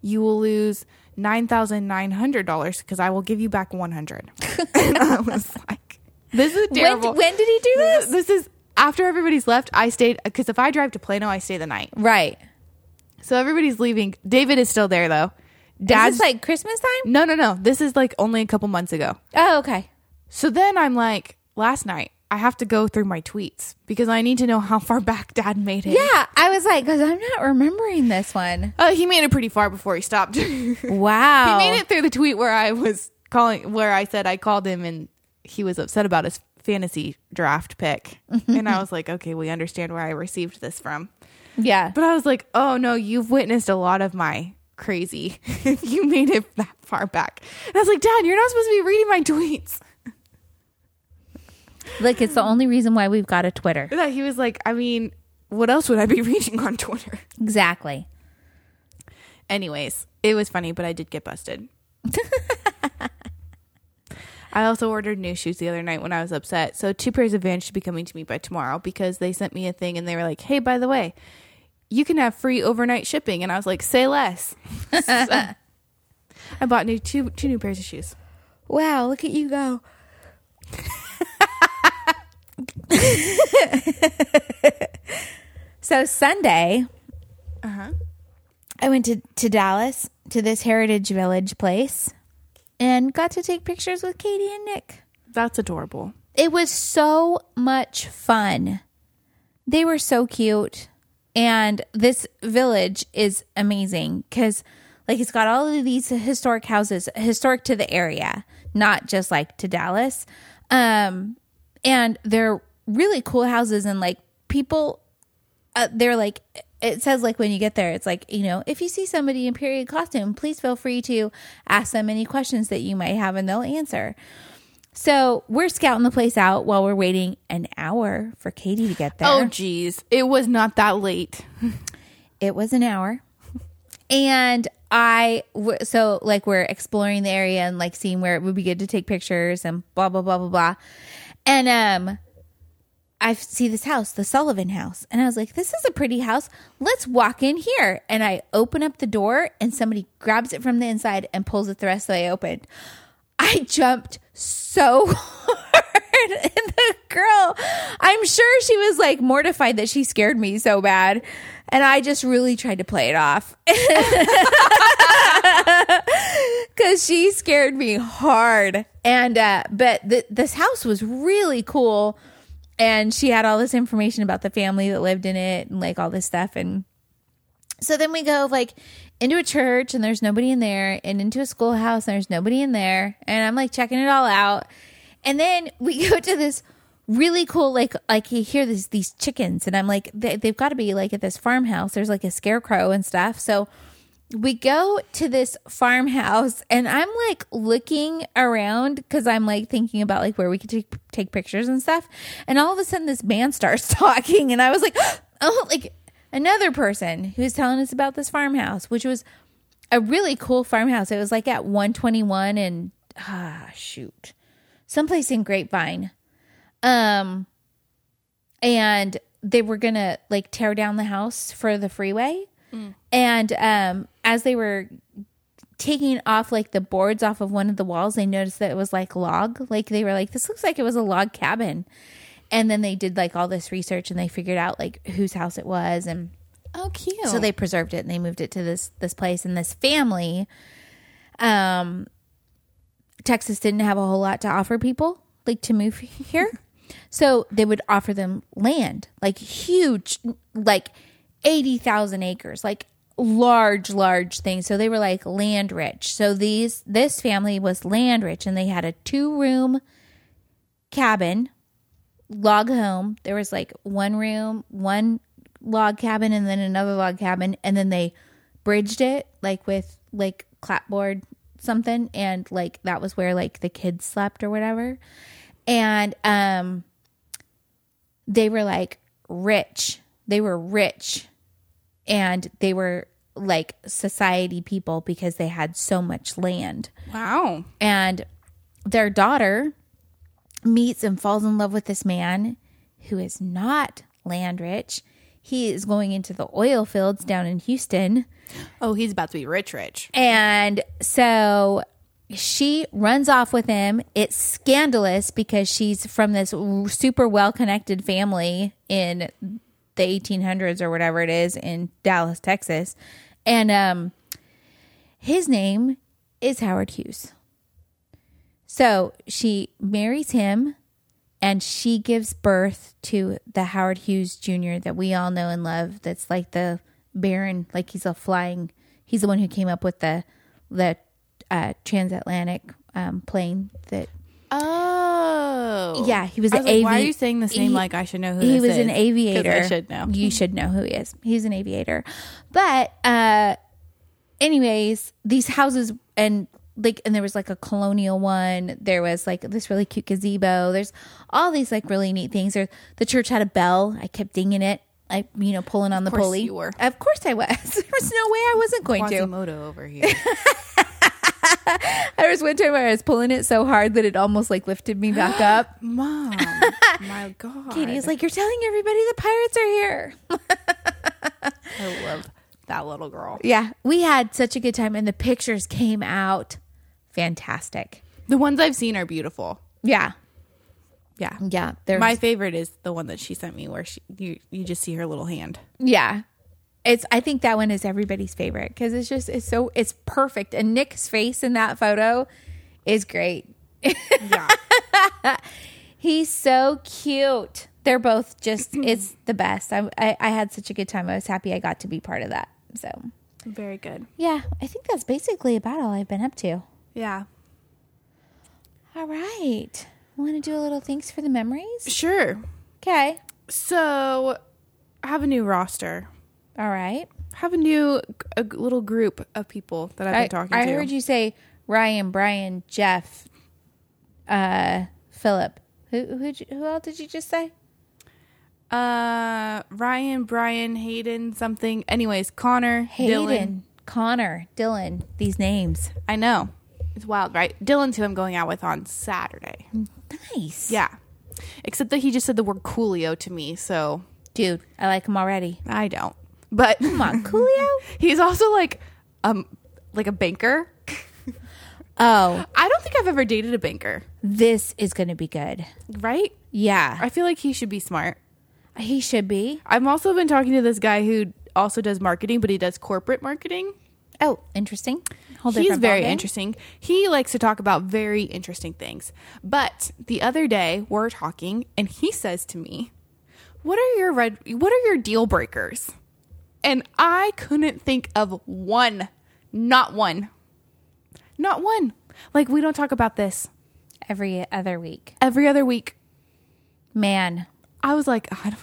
[SPEAKER 3] you will lose $9,900 because I will give you back 100." [LAUGHS] and I was like, "This is
[SPEAKER 2] When,
[SPEAKER 3] terrible."
[SPEAKER 2] when did he do
[SPEAKER 3] this,
[SPEAKER 2] this?
[SPEAKER 3] this is after everybody's left, I stayed because if I drive to Plano, I stay the night.
[SPEAKER 2] Right.
[SPEAKER 3] So everybody's leaving. David is still there though.
[SPEAKER 2] Is
[SPEAKER 3] Dad's
[SPEAKER 2] this like Christmas time?
[SPEAKER 3] no, no, no. This is like only a couple months ago.
[SPEAKER 2] Oh, okay.
[SPEAKER 3] So then I'm like, last night I have to go through my tweets because I need to know how far back Dad made it.
[SPEAKER 2] Yeah, I was like, because I'm not remembering this one.
[SPEAKER 3] Uh, he made it pretty far before he stopped. [LAUGHS] he
[SPEAKER 2] Wow.
[SPEAKER 3] made it through the tweet where I was calling, where I said I called him and he was upset about his fantasy draft pick, and I was like, okay, we understand where I received this from.
[SPEAKER 2] Yeah.
[SPEAKER 3] But I was like, oh no, you've witnessed a lot of my crazy. [LAUGHS] If you made it that far back. And I was like, Dad, you're not supposed to be reading my tweets. [LAUGHS]
[SPEAKER 2] Look, it's the only reason why we've got a Twitter.
[SPEAKER 3] But he was like, I mean, what else would I be [LAUGHS] reading on Twitter?
[SPEAKER 2] Exactly.
[SPEAKER 3] Anyways, it was funny, but I did get busted. [LAUGHS] I also ordered new shoes the other night when I was upset. So two pairs of Vans should be coming to me by tomorrow because they sent me a thing and they were like, "Hey, by the way, you can have free overnight shipping." And I was like, "Say less." [LAUGHS] So, I bought new two two new pairs of shoes.
[SPEAKER 2] Wow, look at you go. [LAUGHS] so Sunday, Uh-huh. I went to, to Dallas to this Heritage Village place and got to take pictures with Katie and Nick.
[SPEAKER 3] That's adorable.
[SPEAKER 2] It was so much fun. They were so cute. And this village is amazing because, like, it's got all of these historic houses, historic to the area, not just like to Dallas. Um, and they're really cool houses, and like, people, uh, they're like, it says like when you get there, it's like, you know, if you see somebody in period costume, please feel free to ask them any questions that you might have and they'll answer. So we're scouting the place out while we're waiting an hour for Katie to get there.
[SPEAKER 3] Oh, geez, it was not that late.
[SPEAKER 2] It was an hour. And I, w- so like we're exploring the area and like seeing where it would be good to take pictures and blah, blah, blah, blah, blah. And, um, I see this house, the Sullivan house. And I was like, this is a pretty house. Let's walk in here. And I open up the door and somebody grabs it from the inside and pulls it the [LAUGHS] rest of the way open. I jumped so hard in the girl. I'm sure she was like mortified that she scared me so bad. And I just really tried to play it off. [LAUGHS] Cause she scared me hard. And, uh, but th- this house was really cool. And she had all this information about the family that lived in it and like all this stuff. And, so then we go like into a church and there's nobody in there, and into a schoolhouse and there's nobody in there, and I'm like checking it all out. And then we [LAUGHS] go to this really cool like like you hear this these chickens, and I'm like they, they've got to be like at this farmhouse. There's like a scarecrow and stuff. So we go to this farmhouse and I'm like looking around because I'm like thinking about like where we could take, take pictures and stuff. And all of a sudden, this man starts [LAUGHS] talking, and I was like, [GASPS] oh, like another person who was telling us about this farmhouse, which was a really cool farmhouse. It was like at 121 and ah, shoot, someplace in Grapevine. Um, and they were gonna like tear down the house for the freeway. And um, as they were taking off like the boards off of one of the walls, they noticed that it was like log. Like they were like, this looks like it was a log cabin. And then they did like all this research and they figured out like whose house it was and
[SPEAKER 3] Oh, cute.
[SPEAKER 2] so they preserved it and they moved it to this this place and this family. Um, Texas didn't have a whole lot to offer people like to move here, so they would offer them land, like huge, like eighty thousand acres, like large, large things. So they were like land rich. So these this family was land rich and they had a two room cabin log home. There was like one room, one log cabin, and then another log cabin, and then they bridged it like with like clapboard something, and like that was where like the kids slept or whatever. And um, they were like rich. They were rich, and they were like society people because they had so much land
[SPEAKER 4] Wow.
[SPEAKER 2] and their daughter meets and falls in love with this man who is not land rich. He is going into the oil fields down in Houston.
[SPEAKER 3] oh, he's about to be rich, rich.
[SPEAKER 2] And so she runs off with him. It's scandalous because she's from this super well connected family in the 1800s or whatever it is in Dallas, Texas. And um, his name is Howard Hughes. So she marries him and she gives birth to the Howard Hughes Jr. that we all know and love. That's like the Baron, like he's a flying. He's the one who came up with the the uh, transatlantic um, plane. That
[SPEAKER 3] Oh.
[SPEAKER 2] yeah, he was,
[SPEAKER 4] I was
[SPEAKER 2] an
[SPEAKER 4] like, why
[SPEAKER 2] avi-
[SPEAKER 4] are you saying this name
[SPEAKER 2] he-
[SPEAKER 4] like I should know who
[SPEAKER 2] he
[SPEAKER 4] this
[SPEAKER 2] was
[SPEAKER 4] is?
[SPEAKER 2] an
[SPEAKER 4] 'Cause
[SPEAKER 2] aviator.
[SPEAKER 4] I should know.
[SPEAKER 2] You should know who he is. He's an aviator. But uh anyways, these houses and like and there was like a colonial one. There was like this really cute gazebo. There's all these like really neat things. There the church had a bell. I kept dinging it. I you know pulling on the
[SPEAKER 3] course
[SPEAKER 2] pulley.
[SPEAKER 3] you were.
[SPEAKER 2] Of course I was. [LAUGHS] there was no way I wasn't going to.
[SPEAKER 4] Quasimodo over [LAUGHS] here.
[SPEAKER 2] There was one time where I was pulling it so hard that it almost like lifted
[SPEAKER 4] [GASPS]
[SPEAKER 2] me back up.
[SPEAKER 4] Mom. [LAUGHS] my God.
[SPEAKER 2] Katie's like, "You're telling everybody the pirates are here."
[SPEAKER 4] I love that little girl.
[SPEAKER 2] Yeah, we had such a good time, and the pictures came out fantastic.
[SPEAKER 4] The ones I've seen are beautiful.
[SPEAKER 2] Yeah,
[SPEAKER 4] Yeah.
[SPEAKER 2] yeah, they're
[SPEAKER 4] My favorite is the one that she sent me where she you, you just see her little hand.
[SPEAKER 2] yeah. It's I think that one is everybody's favorite because it's just it's so it's perfect, and Nick's face in that photo is great.
[SPEAKER 4] [LAUGHS] Yeah.
[SPEAKER 2] He's so cute. They're both [CLEARS THROAT] just it's the best. I, I I had such a good time. I was happy I got to be part of that. So
[SPEAKER 4] Very good.
[SPEAKER 2] yeah, I think that's basically about all I've been up to.
[SPEAKER 4] Yeah.
[SPEAKER 2] All right, want to do a little thanks for the memories?
[SPEAKER 4] Sure.
[SPEAKER 2] Okay,
[SPEAKER 4] So I have a new roster.
[SPEAKER 2] all right.
[SPEAKER 4] I have a new a g- little group of people that I've been
[SPEAKER 2] I-
[SPEAKER 4] talking
[SPEAKER 2] I
[SPEAKER 4] to.
[SPEAKER 2] heard you say Ryan, Brian, Jeff, uh, Philip. Who who who else did you just say?
[SPEAKER 4] Uh, Ryan, Brian, Hayden, something. Anyways, Connor, Dylan.
[SPEAKER 2] Hayden, Connor, Dylan. These names.
[SPEAKER 4] I know. It's wild, right? Dylan's who I'm going out with on Saturday.
[SPEAKER 2] Nice,
[SPEAKER 4] Yeah. Except that he just said the word Coolio to me, so
[SPEAKER 2] dude. I like him already.
[SPEAKER 4] I don't. But
[SPEAKER 2] Come on, [LAUGHS] Coolio.
[SPEAKER 4] [LAUGHS] he's also like um like a banker.
[SPEAKER 2] oh,
[SPEAKER 4] I don't think
[SPEAKER 3] I've ever dated a banker,
[SPEAKER 2] This is going to be good.
[SPEAKER 3] right?
[SPEAKER 2] Yeah.
[SPEAKER 3] I feel like he should be smart.
[SPEAKER 2] He should be.
[SPEAKER 3] I've also been talking to this guy who also does marketing, but he does corporate marketing.
[SPEAKER 2] Oh, interesting. Whole
[SPEAKER 3] He's
[SPEAKER 2] different
[SPEAKER 3] very
[SPEAKER 2] ballgame.
[SPEAKER 3] interesting. He likes to talk about very interesting things. But the other day, we're talking, and he says to me, "What are your red? What are your deal breakers?" And I couldn't think of one, not one, not one. Like we don't talk about this
[SPEAKER 2] Every other week.
[SPEAKER 3] every other week.
[SPEAKER 2] Man.
[SPEAKER 3] I was like, I don't,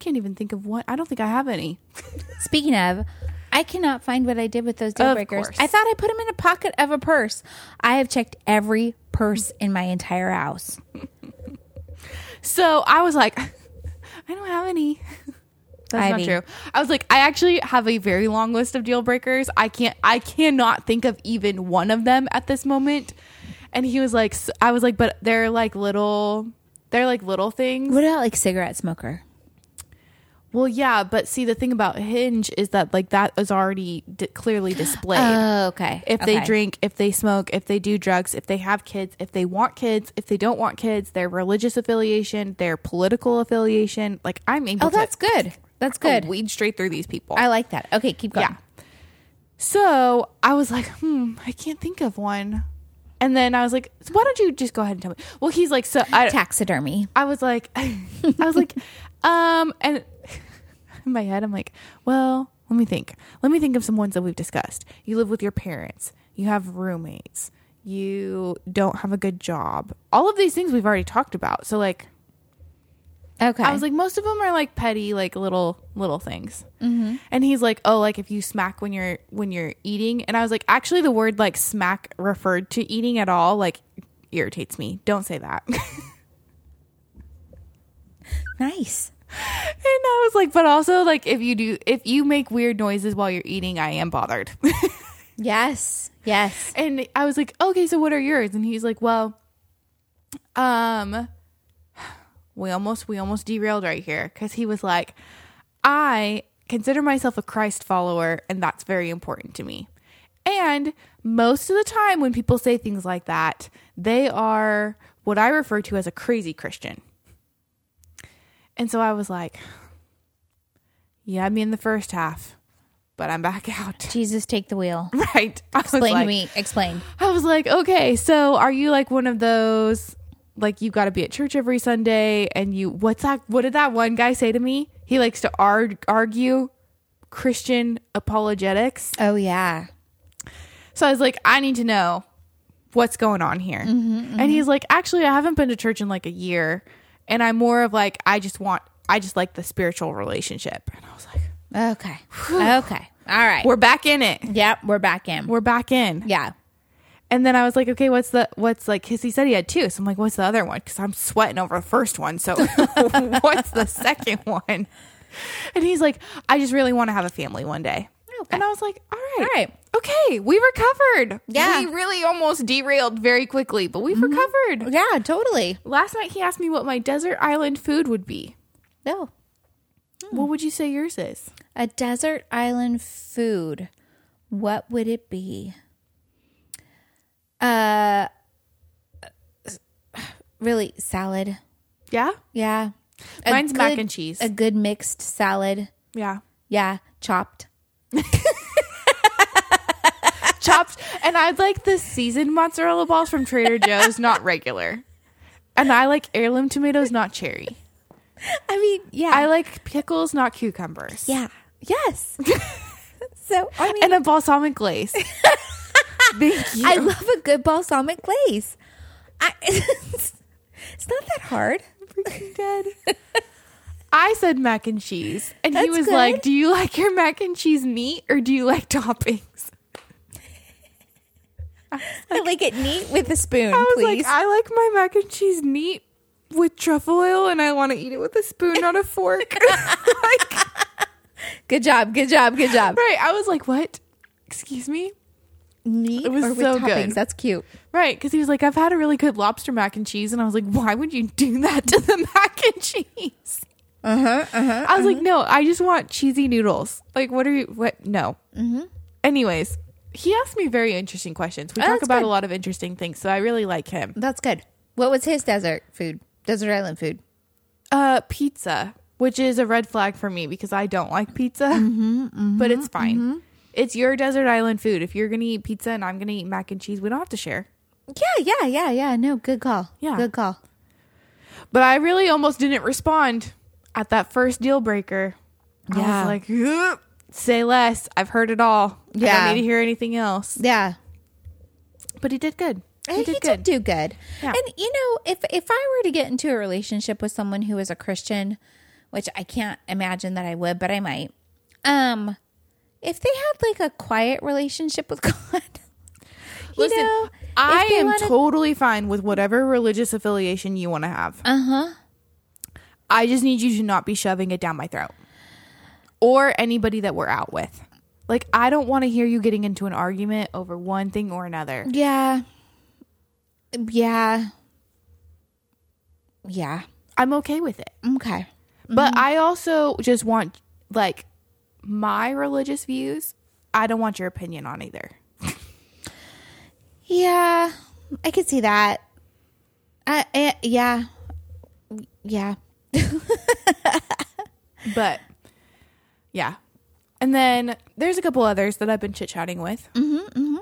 [SPEAKER 3] can't even think of one. I don't think I have any.
[SPEAKER 2] Speaking of, I cannot find what I did with those deal
[SPEAKER 3] Of
[SPEAKER 2] breakers.
[SPEAKER 3] course.
[SPEAKER 2] I thought I put them in a pocket of a purse. I have checked every purse in my entire house.
[SPEAKER 3] So I was like, [LAUGHS] I don't have any. [LAUGHS] That's
[SPEAKER 2] Ivy.
[SPEAKER 3] not true. I was like, I actually have a very long list of deal breakers. I can't, I cannot think of even one of them at this moment. And he was like, s- I was like, but they're like little, they're like little things.
[SPEAKER 2] What about like cigarette smoker?
[SPEAKER 3] Well, yeah, but see, the thing about Hinge is that like that is already d- clearly displayed.
[SPEAKER 2] Oh, okay.
[SPEAKER 3] if they
[SPEAKER 2] Okay.
[SPEAKER 3] drink, if they smoke, if they do drugs, if they have kids, if they want kids, if they don't want kids, their religious affiliation, their political affiliation. Like I'm able
[SPEAKER 2] Oh,
[SPEAKER 3] to
[SPEAKER 2] that's good. That's good.
[SPEAKER 3] weed straight through these people.
[SPEAKER 2] I like that. Okay, keep going.
[SPEAKER 3] yeah. So I was like, hmm, I can't think of one. And then I was like, so why don't you just go ahead and tell me? Well, he's like, so I,
[SPEAKER 2] Taxidermy.
[SPEAKER 3] I was like, [LAUGHS] I was like, um, and [LAUGHS] in my head, I'm like, well, let me think. Let me think of some ones that we've discussed. You live with your parents. You have roommates. You don't have a good job. All of these things we've already talked about. So like,
[SPEAKER 2] Okay.
[SPEAKER 3] I was like, most of them are like petty, like little little things. Mm-hmm. And he's like, oh, like if you smack when you're when you're eating. And I was like, actually, the word like smack referred to eating at all like irritates me. Don't say that. [LAUGHS]
[SPEAKER 2] nice.
[SPEAKER 3] And I was like, but also like if you do if you make weird noises while you're eating, I am bothered. [LAUGHS]
[SPEAKER 2] Yes. Yes.
[SPEAKER 3] and I was like, okay, so what are yours? And he's like, well, um, we almost we almost derailed right here because he was like, I consider myself a Christ follower, and that's very important to me. And most of the time, when people say things like that, they are what I refer to as a crazy Christian. And so I was like, you had me in the first half, but I'm back [LAUGHS] out.
[SPEAKER 2] Jesus, take the wheel.
[SPEAKER 3] Right. I was
[SPEAKER 2] Explain
[SPEAKER 3] like-
[SPEAKER 2] to me. Explain.
[SPEAKER 3] I was like, okay, so are you like one of those like you got to be at church every Sunday and you what's that what did that one guy say to me? He likes to arg- argue Christian apologetics.
[SPEAKER 2] Oh yeah.
[SPEAKER 3] So I was like, I need to know what's going on here. And he's like, actually, I haven't been to church in like a year and I'm more of like I just want I just like the spiritual relationship. And I was like,
[SPEAKER 2] Okay. Okay. All right.
[SPEAKER 3] we're back in it.
[SPEAKER 2] yep. We're back in.
[SPEAKER 3] We're back in.
[SPEAKER 2] yeah.
[SPEAKER 3] And then I was like, okay, what's the what's like? Cause he said he had two, so I'm like, what's the other one? Because I'm sweating over the first one. So [LAUGHS] what's the second one? And he's like, I just really want to have a family one day.
[SPEAKER 2] Okay.
[SPEAKER 3] And I was like, all right,
[SPEAKER 2] All right.
[SPEAKER 3] okay, we recovered.
[SPEAKER 2] Yeah. Mm-hmm.
[SPEAKER 3] we really almost derailed very quickly, but we've recovered.
[SPEAKER 2] Yeah. Totally.
[SPEAKER 3] Last night he asked me what my desert island food would be.
[SPEAKER 2] No. Hmm.
[SPEAKER 3] What would you say yours is?
[SPEAKER 2] A desert island food. What would it be? Uh really salad.
[SPEAKER 3] Yeah,
[SPEAKER 2] Yeah.
[SPEAKER 3] Mine's mac and cheese.
[SPEAKER 2] A good mixed salad.
[SPEAKER 3] yeah,
[SPEAKER 2] Yeah, chopped.
[SPEAKER 3] chopped. And I'd like the seasoned mozzarella balls from Trader Joe's, not regular. And I like heirloom tomatoes, not cherry.
[SPEAKER 2] I mean, yeah.
[SPEAKER 3] I like pickles, not cucumbers.
[SPEAKER 2] yeah. Yes. [LAUGHS] so, I mean,
[SPEAKER 3] And a balsamic glaze. Thank you.
[SPEAKER 2] I love a good balsamic glaze. I [LAUGHS] it's, not that hard.
[SPEAKER 3] I said mac and cheese. And he
[SPEAKER 2] That's
[SPEAKER 3] was
[SPEAKER 2] good.
[SPEAKER 3] like, Do you like your mac and cheese neat or do you like toppings?
[SPEAKER 2] I [LAUGHS] like it neat with a spoon,
[SPEAKER 3] I was
[SPEAKER 2] please.
[SPEAKER 3] like, I like my mac and cheese neat with truffle oil and I want to eat it with a spoon, not a fork. like,
[SPEAKER 2] good job. Good job. Good job.
[SPEAKER 3] [LAUGHS] right. I was like, What? Excuse me?
[SPEAKER 2] Neat
[SPEAKER 3] It was
[SPEAKER 2] or with
[SPEAKER 3] so good.
[SPEAKER 2] toppings. That's cute.
[SPEAKER 3] Right, because he was like, I've had a really good lobster mac and cheese, and I was like, Why would you do [LAUGHS] that to the mac and cheese?
[SPEAKER 2] Uh-huh,
[SPEAKER 3] Uh huh. Uh huh. I was like, No, I just want cheesy noodles. Like, what are you? What? No. Mm-hmm. Anyways, He asked me very interesting questions. We
[SPEAKER 2] Oh,
[SPEAKER 3] talk
[SPEAKER 2] that's
[SPEAKER 3] about
[SPEAKER 2] good.
[SPEAKER 3] a lot of interesting things, so I really like him.
[SPEAKER 2] That's good. What was his desert food? Desert island food.
[SPEAKER 3] Uh, pizza, which is a red flag for me because I don't like pizza,
[SPEAKER 2] Mm-hmm,
[SPEAKER 3] but it's fine. It's your desert island food. If you're gonna eat pizza and I'm gonna eat mac and cheese, we don't have to share.
[SPEAKER 2] Yeah, yeah, yeah, yeah. No, good call.
[SPEAKER 3] Yeah.
[SPEAKER 2] Good call.
[SPEAKER 3] But I really almost didn't respond at that first deal breaker.
[SPEAKER 2] Yeah.
[SPEAKER 3] I was like, "Ugh, say less. I've heard it all. I
[SPEAKER 2] Yeah.
[SPEAKER 3] don't need to hear anything else.
[SPEAKER 2] Yeah.
[SPEAKER 3] But he did good.
[SPEAKER 2] He,
[SPEAKER 3] He did
[SPEAKER 2] did
[SPEAKER 3] good.
[SPEAKER 2] do good.
[SPEAKER 3] Yeah.
[SPEAKER 2] And you know, if if I were to get into a relationship with someone who is a Christian, which I can't imagine that I would, but I might. Um if they had like a quiet relationship with [LAUGHS] God. you
[SPEAKER 3] Listen,
[SPEAKER 2] know,
[SPEAKER 3] I
[SPEAKER 2] if they
[SPEAKER 3] am
[SPEAKER 2] wanted-
[SPEAKER 3] totally fine with whatever religious affiliation you want to have.
[SPEAKER 2] Uh huh.
[SPEAKER 3] I just need you to not be shoving it down my throat or anybody that we're out with. Like, I don't want to hear you getting into an argument over one thing or another.
[SPEAKER 2] Yeah. Yeah. Yeah.
[SPEAKER 3] I'm okay with it.
[SPEAKER 2] Okay.
[SPEAKER 3] But I also just want, like, my religious views. I don't want your opinion on either.
[SPEAKER 2] Yeah, I could see that. I, I yeah, yeah.
[SPEAKER 3] But yeah. And then there's a couple others that I've been chit chatting with. Mm-hmm,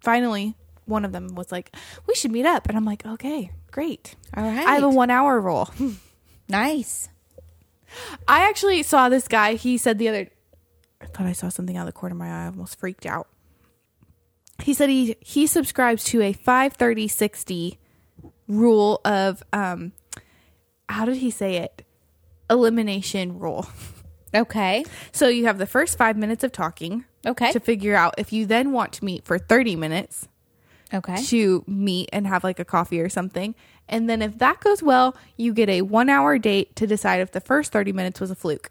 [SPEAKER 3] Finally, one of them was like, we should meet up. And I'm like, okay, great.
[SPEAKER 2] All right.
[SPEAKER 3] I have a one hour rule.
[SPEAKER 2] nice.
[SPEAKER 3] I actually saw this guy. He said the other. I thought I saw something out of the corner of my eye. I almost freaked out. He said he he subscribes to a five thirty sixty rule of um, how did he say it? Elimination rule.
[SPEAKER 2] Okay.
[SPEAKER 3] So you have the first five minutes of talking
[SPEAKER 2] Okay.
[SPEAKER 3] to figure out if you then want to meet for thirty minutes
[SPEAKER 2] Okay.
[SPEAKER 3] to meet and have like a coffee or something. And then if that goes well, you get a one hour date to decide if the first thirty minutes was a fluke.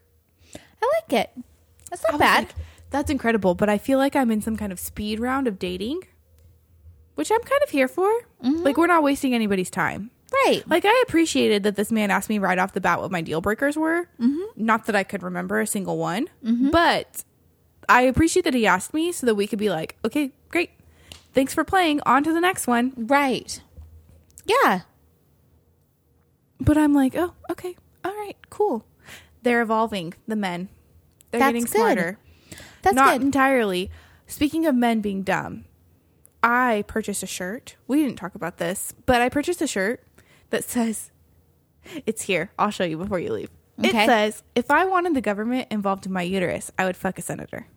[SPEAKER 2] I like it. That's
[SPEAKER 3] I
[SPEAKER 2] not
[SPEAKER 3] was
[SPEAKER 2] bad.
[SPEAKER 3] like, That's incredible, but I feel like I'm in some kind of speed round of dating, which I'm kind of here for.
[SPEAKER 2] Mm-hmm.
[SPEAKER 3] Like we're not wasting anybody's time.
[SPEAKER 2] right.
[SPEAKER 3] Like I appreciated that this man asked me right off the bat what my deal breakers were.
[SPEAKER 2] Mm-hmm.
[SPEAKER 3] Not that I could remember a single one, but I appreciate that he asked me so that we could be like, okay, great, thanks for playing. On to the next one.
[SPEAKER 2] Right. Yeah.
[SPEAKER 3] But I'm like, oh, okay, all right, cool. They're evolving. The men, they're
[SPEAKER 2] That's
[SPEAKER 3] getting
[SPEAKER 2] good.
[SPEAKER 3] smarter.
[SPEAKER 2] That's
[SPEAKER 3] not
[SPEAKER 2] good.
[SPEAKER 3] entirely. Speaking of men being dumb, I purchased a shirt. We didn't talk about this, but I purchased a shirt that says, "It's here. I'll show you before you leave."
[SPEAKER 2] Okay.
[SPEAKER 3] It says, "If I wanted the government involved in my uterus, I would fuck a senator."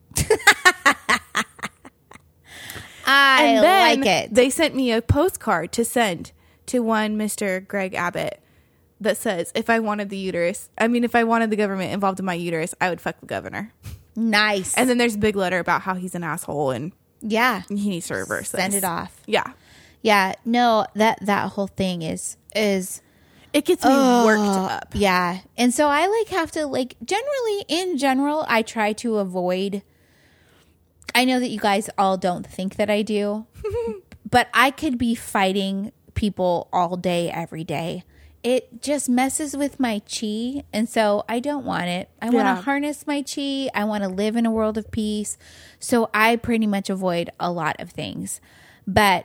[SPEAKER 2] I
[SPEAKER 3] And then
[SPEAKER 2] like it.
[SPEAKER 3] They sent me a postcard to send to one Mr. Greg Abbott that says, "If I wanted the uterus, I mean, if I wanted the government involved in my uterus, I would fuck the governor."
[SPEAKER 2] nice.
[SPEAKER 3] And then there's a big letter about how he's an asshole and
[SPEAKER 2] yeah.
[SPEAKER 3] he needs to reverse
[SPEAKER 2] Send
[SPEAKER 3] this.
[SPEAKER 2] it off.
[SPEAKER 3] Yeah.
[SPEAKER 2] Yeah. No. That that whole thing is is
[SPEAKER 3] It gets me
[SPEAKER 2] Oh,
[SPEAKER 3] worked up.
[SPEAKER 2] Yeah. And so I like have to like generally in general I try to avoid I know that you guys all don't think that I
[SPEAKER 3] [LAUGHS]
[SPEAKER 2] do, but I could be fighting people all day every day. It just messes with my chi, and so I don't want it. I want
[SPEAKER 3] Yeah.
[SPEAKER 2] to harness my chi. I want to live in a world of peace. So I pretty much avoid a lot of things. But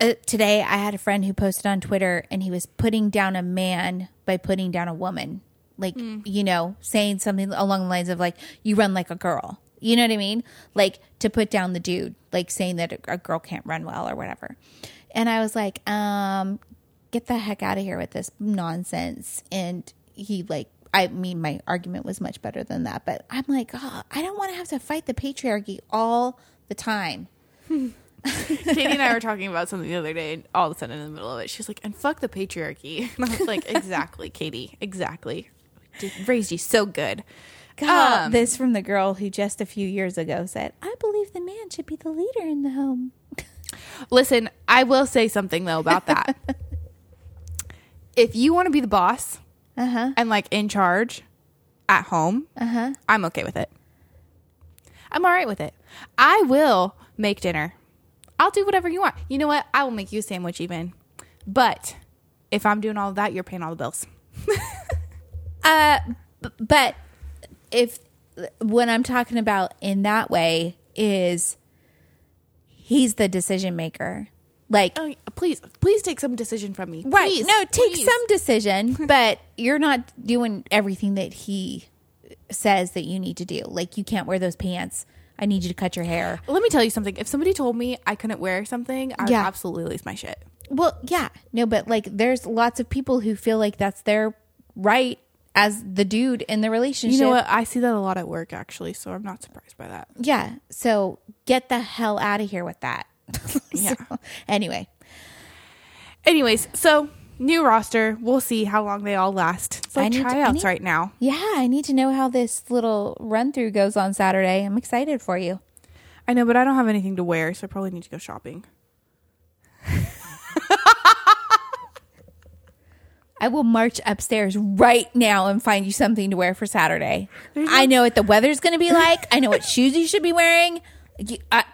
[SPEAKER 2] uh, today I had a friend who posted on Twitter and he was putting down a man by putting down a woman. Like, you know, saying something along the lines of like, you run like a girl. You know what I mean? Like to put down the dude, like saying that a- a girl can't run well or whatever. And I was like, um, get the heck out of here with this nonsense. And he like, I mean, my argument was much better than that, but I'm like, oh, I don't want to have to fight the patriarchy all the time.
[SPEAKER 3] [LAUGHS] Katie and I were talking about something the other day, and all of a sudden, in the middle of it, she's like, "And fuck the patriarchy." [LAUGHS] And I was like, "Exactly, Katie. Exactly. Just Raised you so good."
[SPEAKER 2] got this from the girl who just a few years ago said, I believe the man should be the leader in the home.
[SPEAKER 3] Listen, I will say something though about [LAUGHS] that. if you want to be the boss and like in charge at home, I'm okay with it. I'm all right with it. I will make dinner. I'll do whatever you want. You know what? I will make you a sandwich even. But if I'm doing all of that, you're paying all the bills.
[SPEAKER 2] Uh, b- but if when I'm talking about in that way, is he's the decision maker. Like
[SPEAKER 3] Oh, please, please take some decision from me.
[SPEAKER 2] Right.
[SPEAKER 3] Please,
[SPEAKER 2] no, take
[SPEAKER 3] please.
[SPEAKER 2] some [LAUGHS] decision, but you're not doing everything that he says that you need to do. Like you can't wear those pants. I need you to cut your hair.
[SPEAKER 3] Let me tell you something. If somebody told me I couldn't wear something, I would
[SPEAKER 2] Yeah.
[SPEAKER 3] absolutely lose my shit.
[SPEAKER 2] Well, yeah. No, but like there's lots of people who feel like that's their right as the dude in the relationship.
[SPEAKER 3] You know what? I see that a lot at work, actually, so I'm not surprised by that.
[SPEAKER 2] Yeah. So get the hell out of here with that. [LAUGHS] yeah. Anyway,
[SPEAKER 3] Anyways, so new roster. We'll see how long they all last. It's
[SPEAKER 2] I
[SPEAKER 3] like
[SPEAKER 2] need to- I
[SPEAKER 3] tryouts
[SPEAKER 2] need-
[SPEAKER 3] right now.
[SPEAKER 2] yeah, I need to know how this little run through goes on Saturday. I'm excited for you.
[SPEAKER 3] I know, but I don't have anything to wear, so I probably need to go shopping.
[SPEAKER 2] I will march upstairs right now and find you something to wear for Saturday. I know what the weather's going to be like. I know
[SPEAKER 3] [LAUGHS]
[SPEAKER 2] what shoes you should be wearing. You- I-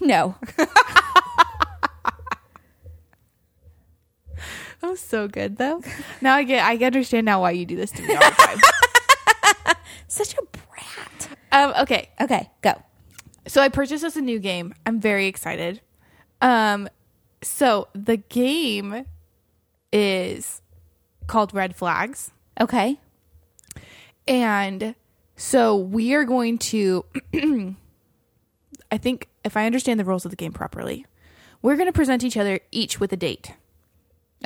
[SPEAKER 2] no.
[SPEAKER 3] That was so good, though. [LAUGHS] now I get, I understand now why you do this to me all the time.
[SPEAKER 2] Such a brat.
[SPEAKER 3] um, okay,
[SPEAKER 2] Okay, go.
[SPEAKER 3] so I purchased us a new game. I'm very excited. Um, so the game is called Red Flags.
[SPEAKER 2] Okay.
[SPEAKER 3] And so we are going to, [CLEARS THROAT] I think, if I understand the rules of the game properly, we're going to present each other each with a date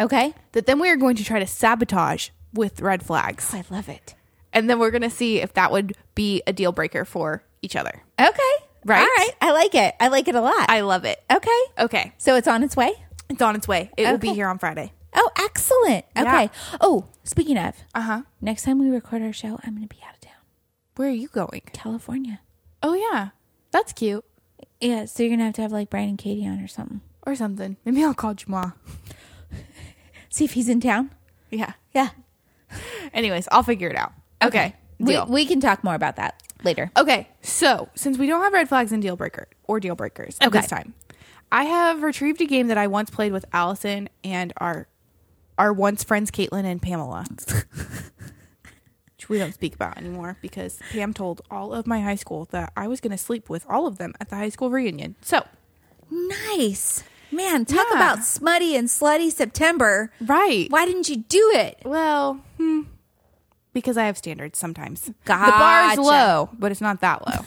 [SPEAKER 2] Okay.
[SPEAKER 3] that then we are going to try to sabotage with red flags.
[SPEAKER 2] I love it.
[SPEAKER 3] And then we're going to see if that would be a deal breaker for each other.
[SPEAKER 2] Okay.
[SPEAKER 3] Right?
[SPEAKER 2] All right. I like it. I like it a lot.
[SPEAKER 3] I love it.
[SPEAKER 2] okay.
[SPEAKER 3] Okay.
[SPEAKER 2] So it's on its way?
[SPEAKER 3] It's on its way. It will be
[SPEAKER 2] Okay.
[SPEAKER 3] here on Friday.
[SPEAKER 2] Oh, excellent. Okay. Oh, speaking of,
[SPEAKER 3] Uh huh.
[SPEAKER 2] next time we record our show, I'm going to be out of town,
[SPEAKER 3] Where are you going?
[SPEAKER 2] California.
[SPEAKER 3] Oh, yeah. That's cute.
[SPEAKER 2] Yeah, so you're going to have to have like Brian and Katie on or something.
[SPEAKER 3] Or something. Maybe I'll call Jama.
[SPEAKER 2] See if he's in town.
[SPEAKER 3] Yeah.
[SPEAKER 2] Yeah.
[SPEAKER 3] Anyways, I'll figure it out. Okay.
[SPEAKER 2] We,
[SPEAKER 3] Deal.
[SPEAKER 2] we can talk more about that later.
[SPEAKER 3] Okay, so since we don't have red flags and deal breaker or deal breakers
[SPEAKER 2] Okay.
[SPEAKER 3] this time, I have retrieved a game that I once played with Allison and our our once friends Caitlin and Pamela, which we don't speak about anymore because Pam told all of my high school that I was going to sleep with all of them at the high school reunion. So
[SPEAKER 2] Nice. Man, talk
[SPEAKER 3] Yeah.
[SPEAKER 2] about smutty and slutty September.
[SPEAKER 3] right,
[SPEAKER 2] Why didn't you do it?
[SPEAKER 3] well, hmm, because I have standards sometimes. The bar is
[SPEAKER 2] Gotcha.
[SPEAKER 3] low, but it's not that low.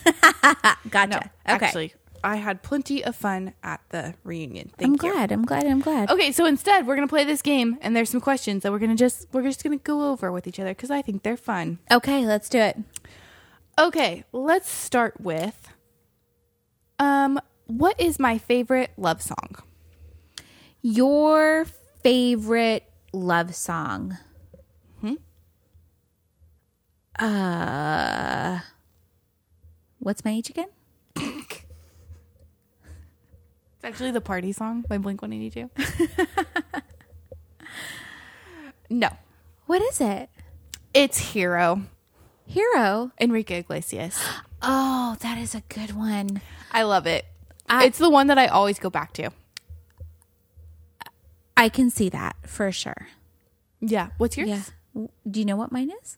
[SPEAKER 2] Gotcha.
[SPEAKER 3] No,
[SPEAKER 2] [LAUGHS] okay.
[SPEAKER 3] actually, I had plenty of fun at the reunion. Thank
[SPEAKER 2] I'm
[SPEAKER 3] you.
[SPEAKER 2] glad. I'm glad. I'm glad.
[SPEAKER 3] Okay, so instead we're gonna play this game, and there's some questions that we're gonna just we're just gonna go over with each other because I think they're fun.
[SPEAKER 2] Okay, let's do it.
[SPEAKER 3] Okay, let's start with, um, what is my favorite love song?
[SPEAKER 2] Your favorite love song? Hmm? Uh, what's my age again?
[SPEAKER 3] It's actually the party song by Blink One Eighty Two. [LAUGHS] no,
[SPEAKER 2] What is it?
[SPEAKER 3] it's Hero,
[SPEAKER 2] Hero.
[SPEAKER 3] Enrique Iglesias. [GASPS]
[SPEAKER 2] Oh, that is a good one.
[SPEAKER 3] I love it.
[SPEAKER 2] I-
[SPEAKER 3] it's the one that I always go back to.
[SPEAKER 2] I can see that for sure.
[SPEAKER 3] Yeah. What's yours?
[SPEAKER 2] Yeah. W- Do you know what mine is?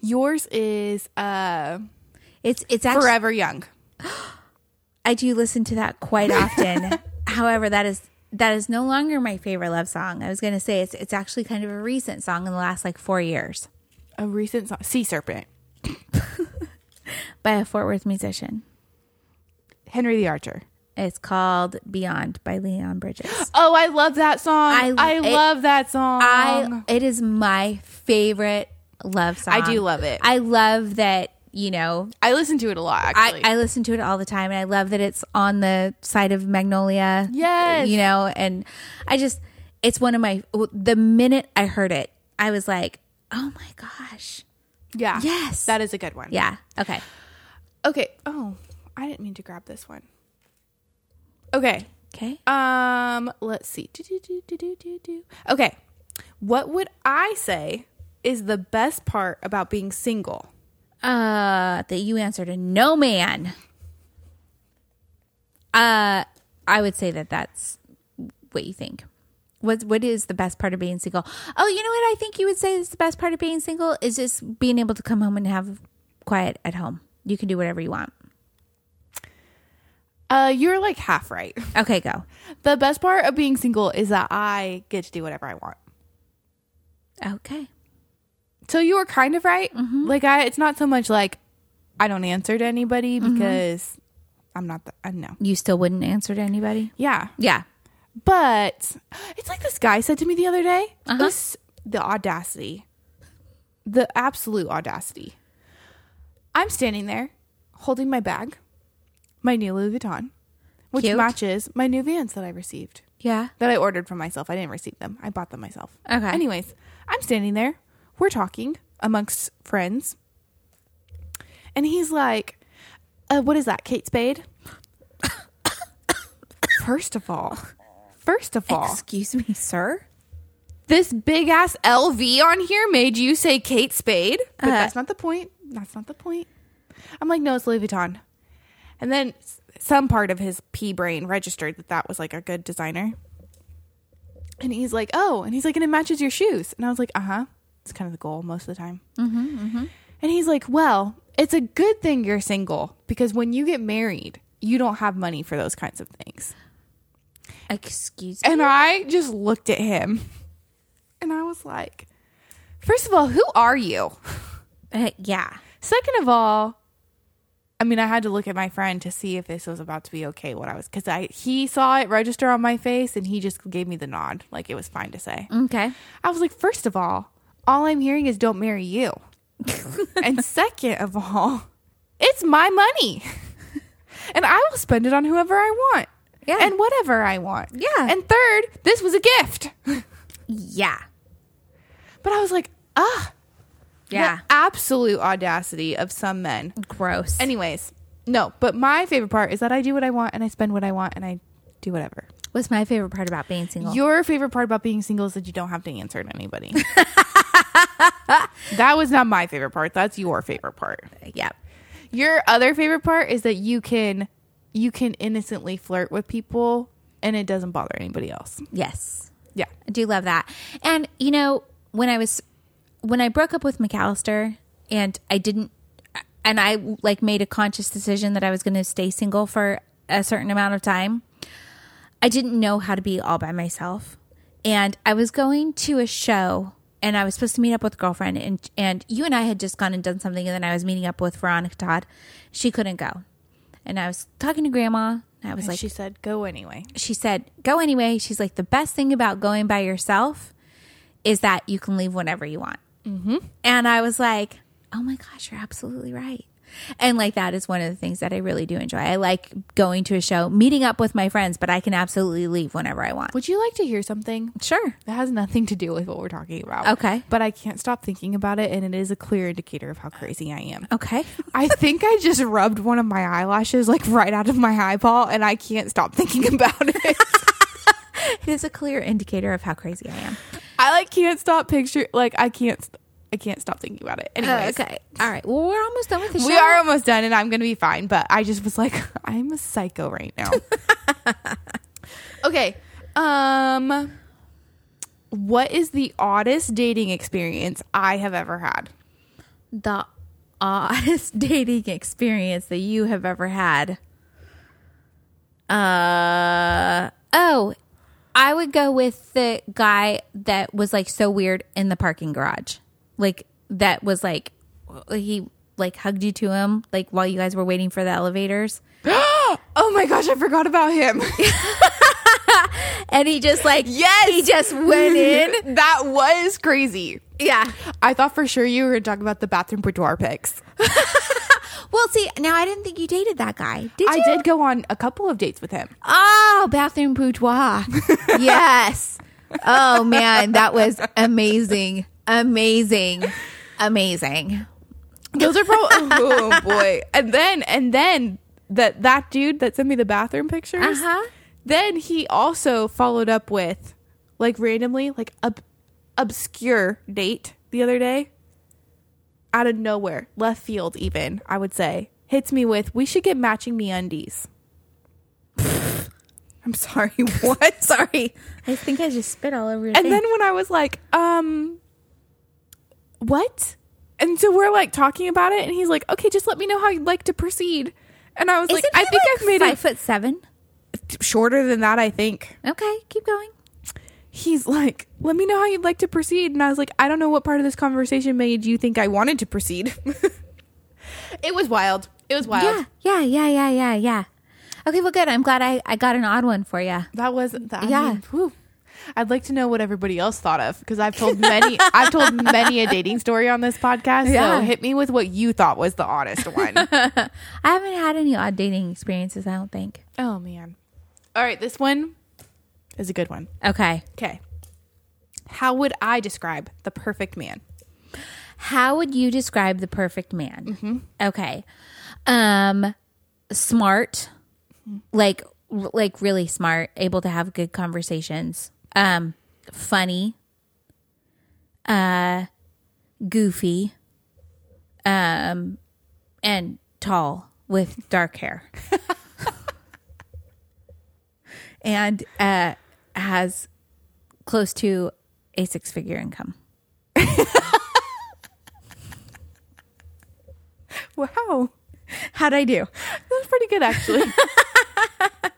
[SPEAKER 3] Yours is uh,
[SPEAKER 2] It's it's actually
[SPEAKER 3] Forever Young.
[SPEAKER 2] I do listen to that quite [LAUGHS] often. However, that is that is no longer my favorite love song. I was going to say it's it's actually kind of a recent song in the last like 4 years
[SPEAKER 3] A recent song, Sea Serpent.
[SPEAKER 2] by a Fort Worth musician.
[SPEAKER 3] Henry the Archer.
[SPEAKER 2] It's called Beyond by Leon Bridges.
[SPEAKER 3] Oh, I love that song.
[SPEAKER 2] I-
[SPEAKER 3] I,
[SPEAKER 2] it-
[SPEAKER 3] love that song.
[SPEAKER 2] I it is my favorite love song.
[SPEAKER 3] Um, I do love it.
[SPEAKER 2] I love that, you know,
[SPEAKER 3] I listen to it a lot.
[SPEAKER 2] I,
[SPEAKER 3] Actually,
[SPEAKER 2] I listen to it all the time and I love that it's on the side of Magnolia.
[SPEAKER 3] Yes.
[SPEAKER 2] You know, and I just, it's one of my, the minute I heard it, I was like, oh my gosh.
[SPEAKER 3] yeah,
[SPEAKER 2] yes.
[SPEAKER 3] that is a good one.
[SPEAKER 2] Yeah. Okay.
[SPEAKER 3] Okay. Oh, I didn't mean to grab this one. Okay.
[SPEAKER 2] Okay.
[SPEAKER 3] Um. Let's see. Do, do, do, do, do, do, do. Okay. What would I say is the best part about being single?
[SPEAKER 2] Uh, that you answered a no man. Uh, I would say that that's what you think. What what is the best part of being single? Oh, you know what I think you would say is the best part of being single is just being able to come home and have quiet at home. You can do whatever you want.
[SPEAKER 3] Uh, you're like half right. [LAUGHS]
[SPEAKER 2] Okay, go.
[SPEAKER 3] The best part of being single is that I get to do whatever I want.
[SPEAKER 2] Okay.
[SPEAKER 3] So you were kind of right. Like I, it's not so much like I don't answer to anybody because I'm not. The, I know.
[SPEAKER 2] You still wouldn't answer to anybody?
[SPEAKER 3] Yeah,
[SPEAKER 2] Yeah.
[SPEAKER 3] but it's like this guy said to me the other day. It was the audacity, the absolute audacity. I'm standing there holding my bag, my new Louis Vuitton, which
[SPEAKER 2] Cute.
[SPEAKER 3] matches my new Vans that I received
[SPEAKER 2] Yeah.
[SPEAKER 3] that I ordered for myself. I didn't receive them. I bought them myself.
[SPEAKER 2] Okay.
[SPEAKER 3] Anyways, I'm standing there. We're talking amongst friends. And he's like, uh, what is that, Kate
[SPEAKER 2] [COUGHS]
[SPEAKER 3] Spade? first of all, first of all,
[SPEAKER 2] Excuse me, sir?
[SPEAKER 3] this big ass LV on here made you say Kate Spade. Uh-huh. But
[SPEAKER 2] Uh.
[SPEAKER 3] that's not the point. That's not the point. I'm like, no, it's Louis Vuitton. And then s- some part of his pea brain registered that that was like a good designer. And he's like, oh, and he's like, and it matches your shoes. And I was like, uh huh. It's kind of the goal most of the time. Mm-hmm, And he's like, well, it's a good thing you're single because when you get married, you don't have money for those kinds of things.
[SPEAKER 2] Excuse me.
[SPEAKER 3] And I just looked at him and I was like, first of all, who are you?
[SPEAKER 2] Uh, yeah.
[SPEAKER 3] Second of all, I mean, I had to look at my friend to see if this was about to be okay. What I was, because I he saw it register on my face, and he just gave me the nod, like it was fine to say.
[SPEAKER 2] Okay.
[SPEAKER 3] I was like, first of all, all I'm hearing is don't
[SPEAKER 2] [LAUGHS]
[SPEAKER 3] marry you. and second of all, it's my money. and I will spend it on whoever I want.
[SPEAKER 2] Yeah.
[SPEAKER 3] And whatever I want.
[SPEAKER 2] Yeah.
[SPEAKER 3] And third, this was a gift.
[SPEAKER 2] Yeah.
[SPEAKER 3] But I was like, ah,
[SPEAKER 2] Yeah.
[SPEAKER 3] the absolute audacity of some men.
[SPEAKER 2] Gross.
[SPEAKER 3] Anyways, no, but my favorite part is that I do what I want and I spend what I want and I do whatever.
[SPEAKER 2] What's my favorite part about being single?
[SPEAKER 3] Your favorite part about being single is that you don't have to answer to [LAUGHS] anybody. that was not my favorite part. That's your favorite part.
[SPEAKER 2] yeah.
[SPEAKER 3] Your other favorite part is that you can you can innocently flirt with people and it doesn't bother anybody else.
[SPEAKER 2] Yes.
[SPEAKER 3] Yeah.
[SPEAKER 2] I do love that. And you know, when I was when I broke up with McAllister and I didn't and I like made a conscious decision that I was going to stay single for a certain amount of time. I didn't know how to be all by myself. And I was going to a show and I was supposed to meet up with a girlfriend and and you and I had just gone and done something and then I was meeting up with Veronica Todd. She couldn't go. And I was talking to grandma and I was like
[SPEAKER 3] she said, "Go anyway."
[SPEAKER 2] she said, go anyway. She's like, the best thing about going by yourself is that you can leave whenever you want.
[SPEAKER 3] Mm-hmm.
[SPEAKER 2] And I was like, oh my gosh, you're absolutely right. And like, that is one of the things that I really do enjoy. I like going to a show, meeting up with my friends, but I can absolutely leave whenever I want.
[SPEAKER 3] Would you like to hear something?
[SPEAKER 2] Sure.
[SPEAKER 3] That has nothing to do with what we're talking about.
[SPEAKER 2] Okay.
[SPEAKER 3] But I can't stop thinking about it, and it is a clear indicator of how crazy I am.
[SPEAKER 2] Okay. [LAUGHS]
[SPEAKER 3] I think I just rubbed one of my eyelashes like right out of my eyeball, and I can't stop thinking [LAUGHS] about it.
[SPEAKER 2] it is a clear indicator of how crazy I am.
[SPEAKER 3] I like can't stop picture like I can't st- I can't stop thinking about it. Anyways,
[SPEAKER 2] Uh, okay. All right. Well, we're almost done with the show.
[SPEAKER 3] we are almost done, and I'm gonna be fine. But I just was like, [LAUGHS] I'm a psycho right now. [LAUGHS] okay, um, what is the oddest dating experience I have ever had?
[SPEAKER 2] the oddest [LAUGHS] dating experience that you have ever had? Uh oh, I would go with the guy that was like so weird in the parking garage. Like that was like he like hugged you to him like while you guys were waiting for the elevators
[SPEAKER 3] [GASPS] Oh my gosh, I forgot about [LAUGHS] him.
[SPEAKER 2] and he just like
[SPEAKER 3] Yes!
[SPEAKER 2] he just went
[SPEAKER 3] [LAUGHS]
[SPEAKER 2] in
[SPEAKER 3] that was crazy.
[SPEAKER 2] yeah
[SPEAKER 3] I thought for sure you were going to talk about the bathroom boudoir pics.
[SPEAKER 2] well see now i didn't think you dated that guy did you
[SPEAKER 3] I did go on a couple of dates with him.
[SPEAKER 2] Oh, bathroom [LAUGHS] boudoir. yes. Oh man, that was amazing. Amazing. Amazing.
[SPEAKER 3] [LAUGHS] Those are probably [LAUGHS] oh boy. And then and then that that dude that sent me the bathroom pictures.
[SPEAKER 2] Uh-huh.
[SPEAKER 3] Then he also followed up with like randomly like ob- obscure date the other day. Out of nowhere, left field even, I would say. Hits me with, "We should get matching me undies." [LAUGHS] I'm sorry, what? [LAUGHS] sorry.
[SPEAKER 2] I think I just spit all over your
[SPEAKER 3] And then when I was like, um, what? and so we're like talking about it, and he's like, "Okay, just let me know how you'd like to proceed." And I was
[SPEAKER 2] Isn't
[SPEAKER 3] like, "I
[SPEAKER 2] he,
[SPEAKER 3] think
[SPEAKER 2] like,
[SPEAKER 3] I've made
[SPEAKER 2] five
[SPEAKER 3] it
[SPEAKER 2] foot seven.
[SPEAKER 3] shorter than that." I think
[SPEAKER 2] Okay, keep going.
[SPEAKER 3] he's like, "Let me know how you'd like to proceed," and I was like, "I don't know what part of this conversation made you think I wanted to proceed." [LAUGHS] it was wild. It was wild.
[SPEAKER 2] Yeah, yeah, yeah, yeah, yeah, yeah. Okay, well, good. I'm glad I, I got an odd one for you.
[SPEAKER 3] That wasn't that.
[SPEAKER 2] Yeah.
[SPEAKER 3] Yeah.
[SPEAKER 5] I'd like to know what everybody else thought of because I've
[SPEAKER 3] [LAUGHS]
[SPEAKER 5] told many I've told many a dating story on this podcast.
[SPEAKER 2] Yeah.
[SPEAKER 5] So hit me with what you thought was the honest one.
[SPEAKER 3] [LAUGHS]
[SPEAKER 2] I haven't had any odd dating experiences, I don't think.
[SPEAKER 5] oh man.
[SPEAKER 3] All right, this one is a good one.
[SPEAKER 2] Okay.
[SPEAKER 3] Okay. How would I describe the perfect man?
[SPEAKER 2] How would you describe the perfect man? Okay. Um smart. Like r- like really smart, able to have good conversations. Um funny. Uh goofy. Um and tall with dark [LAUGHS] hair. and uh has close to a six figure income.
[SPEAKER 3] Wow.
[SPEAKER 2] How'd I do?
[SPEAKER 3] That's pretty good, actually. [LAUGHS] I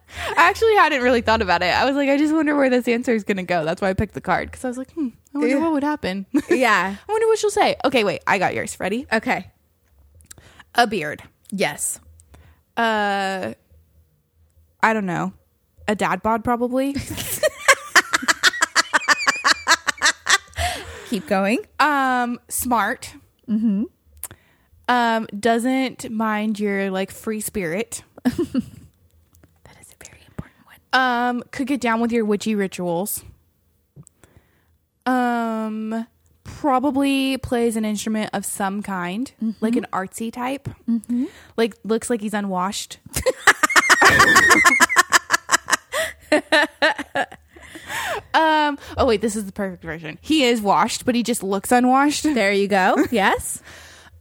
[SPEAKER 3] actually hadn't really thought about it. I was like, I just wonder where this answer is going to go. That's why I picked the card because I was like, hmm, I wonder what would happen. [LAUGHS] I
[SPEAKER 2] Yeah.
[SPEAKER 3] wonder what she'll say. Okay, wait, I got yours. Ready?
[SPEAKER 2] Okay.
[SPEAKER 3] A beard.
[SPEAKER 2] Yes.
[SPEAKER 3] Uh, I don't know. A dad bod, [LAUGHS] probably.
[SPEAKER 2] Keep going.
[SPEAKER 3] um, smart. Mm-hmm. Um, doesn't mind your like free spirit.
[SPEAKER 2] That is a very important one.
[SPEAKER 3] Um, could get down with your witchy rituals. Um, probably plays an instrument of some kind, like an artsy type. Mm-hmm. Like looks like he's unwashed. [LAUGHS] um. Oh wait, this is the perfect version. He is washed, but he just looks unwashed.
[SPEAKER 2] There you [LAUGHS] go. Yes.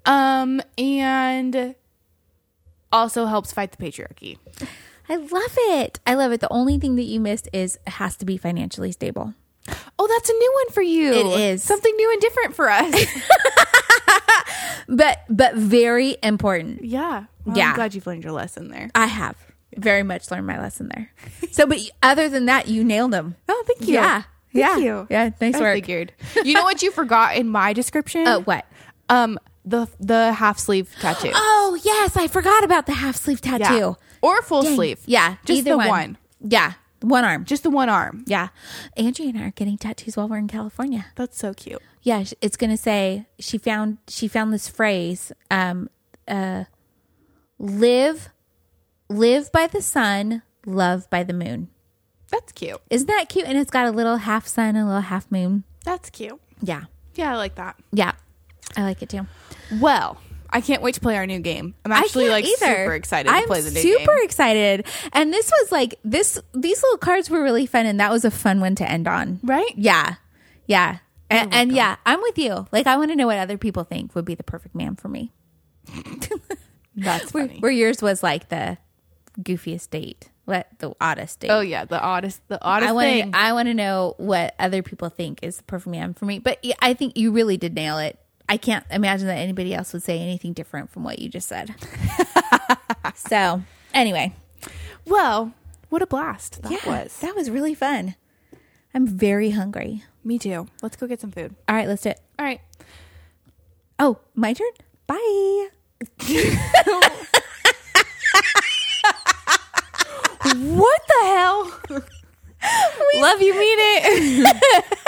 [SPEAKER 3] Um, and also helps fight the patriarchy.
[SPEAKER 2] I love it. I love it. The only thing that you missed is it has to be financially stable.
[SPEAKER 3] Oh, that's a new one for you.
[SPEAKER 2] It is.
[SPEAKER 3] something new and different for us.
[SPEAKER 2] But but very important.
[SPEAKER 3] Yeah. Well,
[SPEAKER 2] Yeah.
[SPEAKER 3] I'm glad you've learned your lesson there.
[SPEAKER 2] I have very much learned my lesson [LAUGHS] there. So but other than that, you nailed them.
[SPEAKER 3] Oh, thank you.
[SPEAKER 2] Yeah. yeah.
[SPEAKER 3] Thank you.
[SPEAKER 2] Yeah. Nice
[SPEAKER 3] I
[SPEAKER 2] work.
[SPEAKER 3] figured. [LAUGHS] Uh, You know what you forgot in my description?
[SPEAKER 2] Oh, what?
[SPEAKER 3] Um, the the half sleeve tattoo.
[SPEAKER 2] Oh yes, I forgot about the half sleeve
[SPEAKER 3] Yeah.
[SPEAKER 2] tattoo.
[SPEAKER 3] Or full
[SPEAKER 2] Dang.
[SPEAKER 3] sleeve.
[SPEAKER 2] Yeah.
[SPEAKER 3] Just
[SPEAKER 2] either
[SPEAKER 3] the
[SPEAKER 2] one.
[SPEAKER 3] one.
[SPEAKER 2] Yeah. One arm.
[SPEAKER 3] Just the one arm.
[SPEAKER 2] Yeah. Andrea and I are getting tattoos while we're in California.
[SPEAKER 3] That's so cute.
[SPEAKER 2] yeah sh- it's gonna say she found she found this phrase um uh live live by the sun love by the moon
[SPEAKER 3] That's cute.
[SPEAKER 2] isn't that cute and it's got a little half sun and a little half moon
[SPEAKER 3] That's cute.
[SPEAKER 2] yeah
[SPEAKER 3] Yeah, I like that.
[SPEAKER 2] yeah i like it too
[SPEAKER 3] Well, I can't wait to play our new game. I'm
[SPEAKER 2] I
[SPEAKER 3] actually
[SPEAKER 2] can't
[SPEAKER 3] like
[SPEAKER 2] either.
[SPEAKER 3] super excited
[SPEAKER 2] I'm
[SPEAKER 3] to play the new
[SPEAKER 2] super
[SPEAKER 3] game.
[SPEAKER 2] excited and this was like this these little cards were really fun and that was a fun one to end on
[SPEAKER 3] Right? Oh
[SPEAKER 2] yeah yeah and, and yeah i'm with you like i want to know what other people think would be the perfect man for me
[SPEAKER 3] That's funny.
[SPEAKER 2] Where yours was like the goofiest date, what the oddest date.
[SPEAKER 3] oh yeah, the oddest the oddest
[SPEAKER 2] I want
[SPEAKER 3] thing.
[SPEAKER 2] to. I want to know what other people think is the perfect man for me. But y- I think you really did nail it. I can't imagine that anybody else would say anything different from what you just
[SPEAKER 3] [LAUGHS]
[SPEAKER 2] said. so anyway,
[SPEAKER 3] well, what a blast that was.
[SPEAKER 2] that was really fun. I'm very hungry.
[SPEAKER 3] Me too. Let's go get some food.
[SPEAKER 2] All right, let's do it.
[SPEAKER 3] All right.
[SPEAKER 2] Oh, my turn. Bye.
[SPEAKER 3] What the hell? Love you, mean it.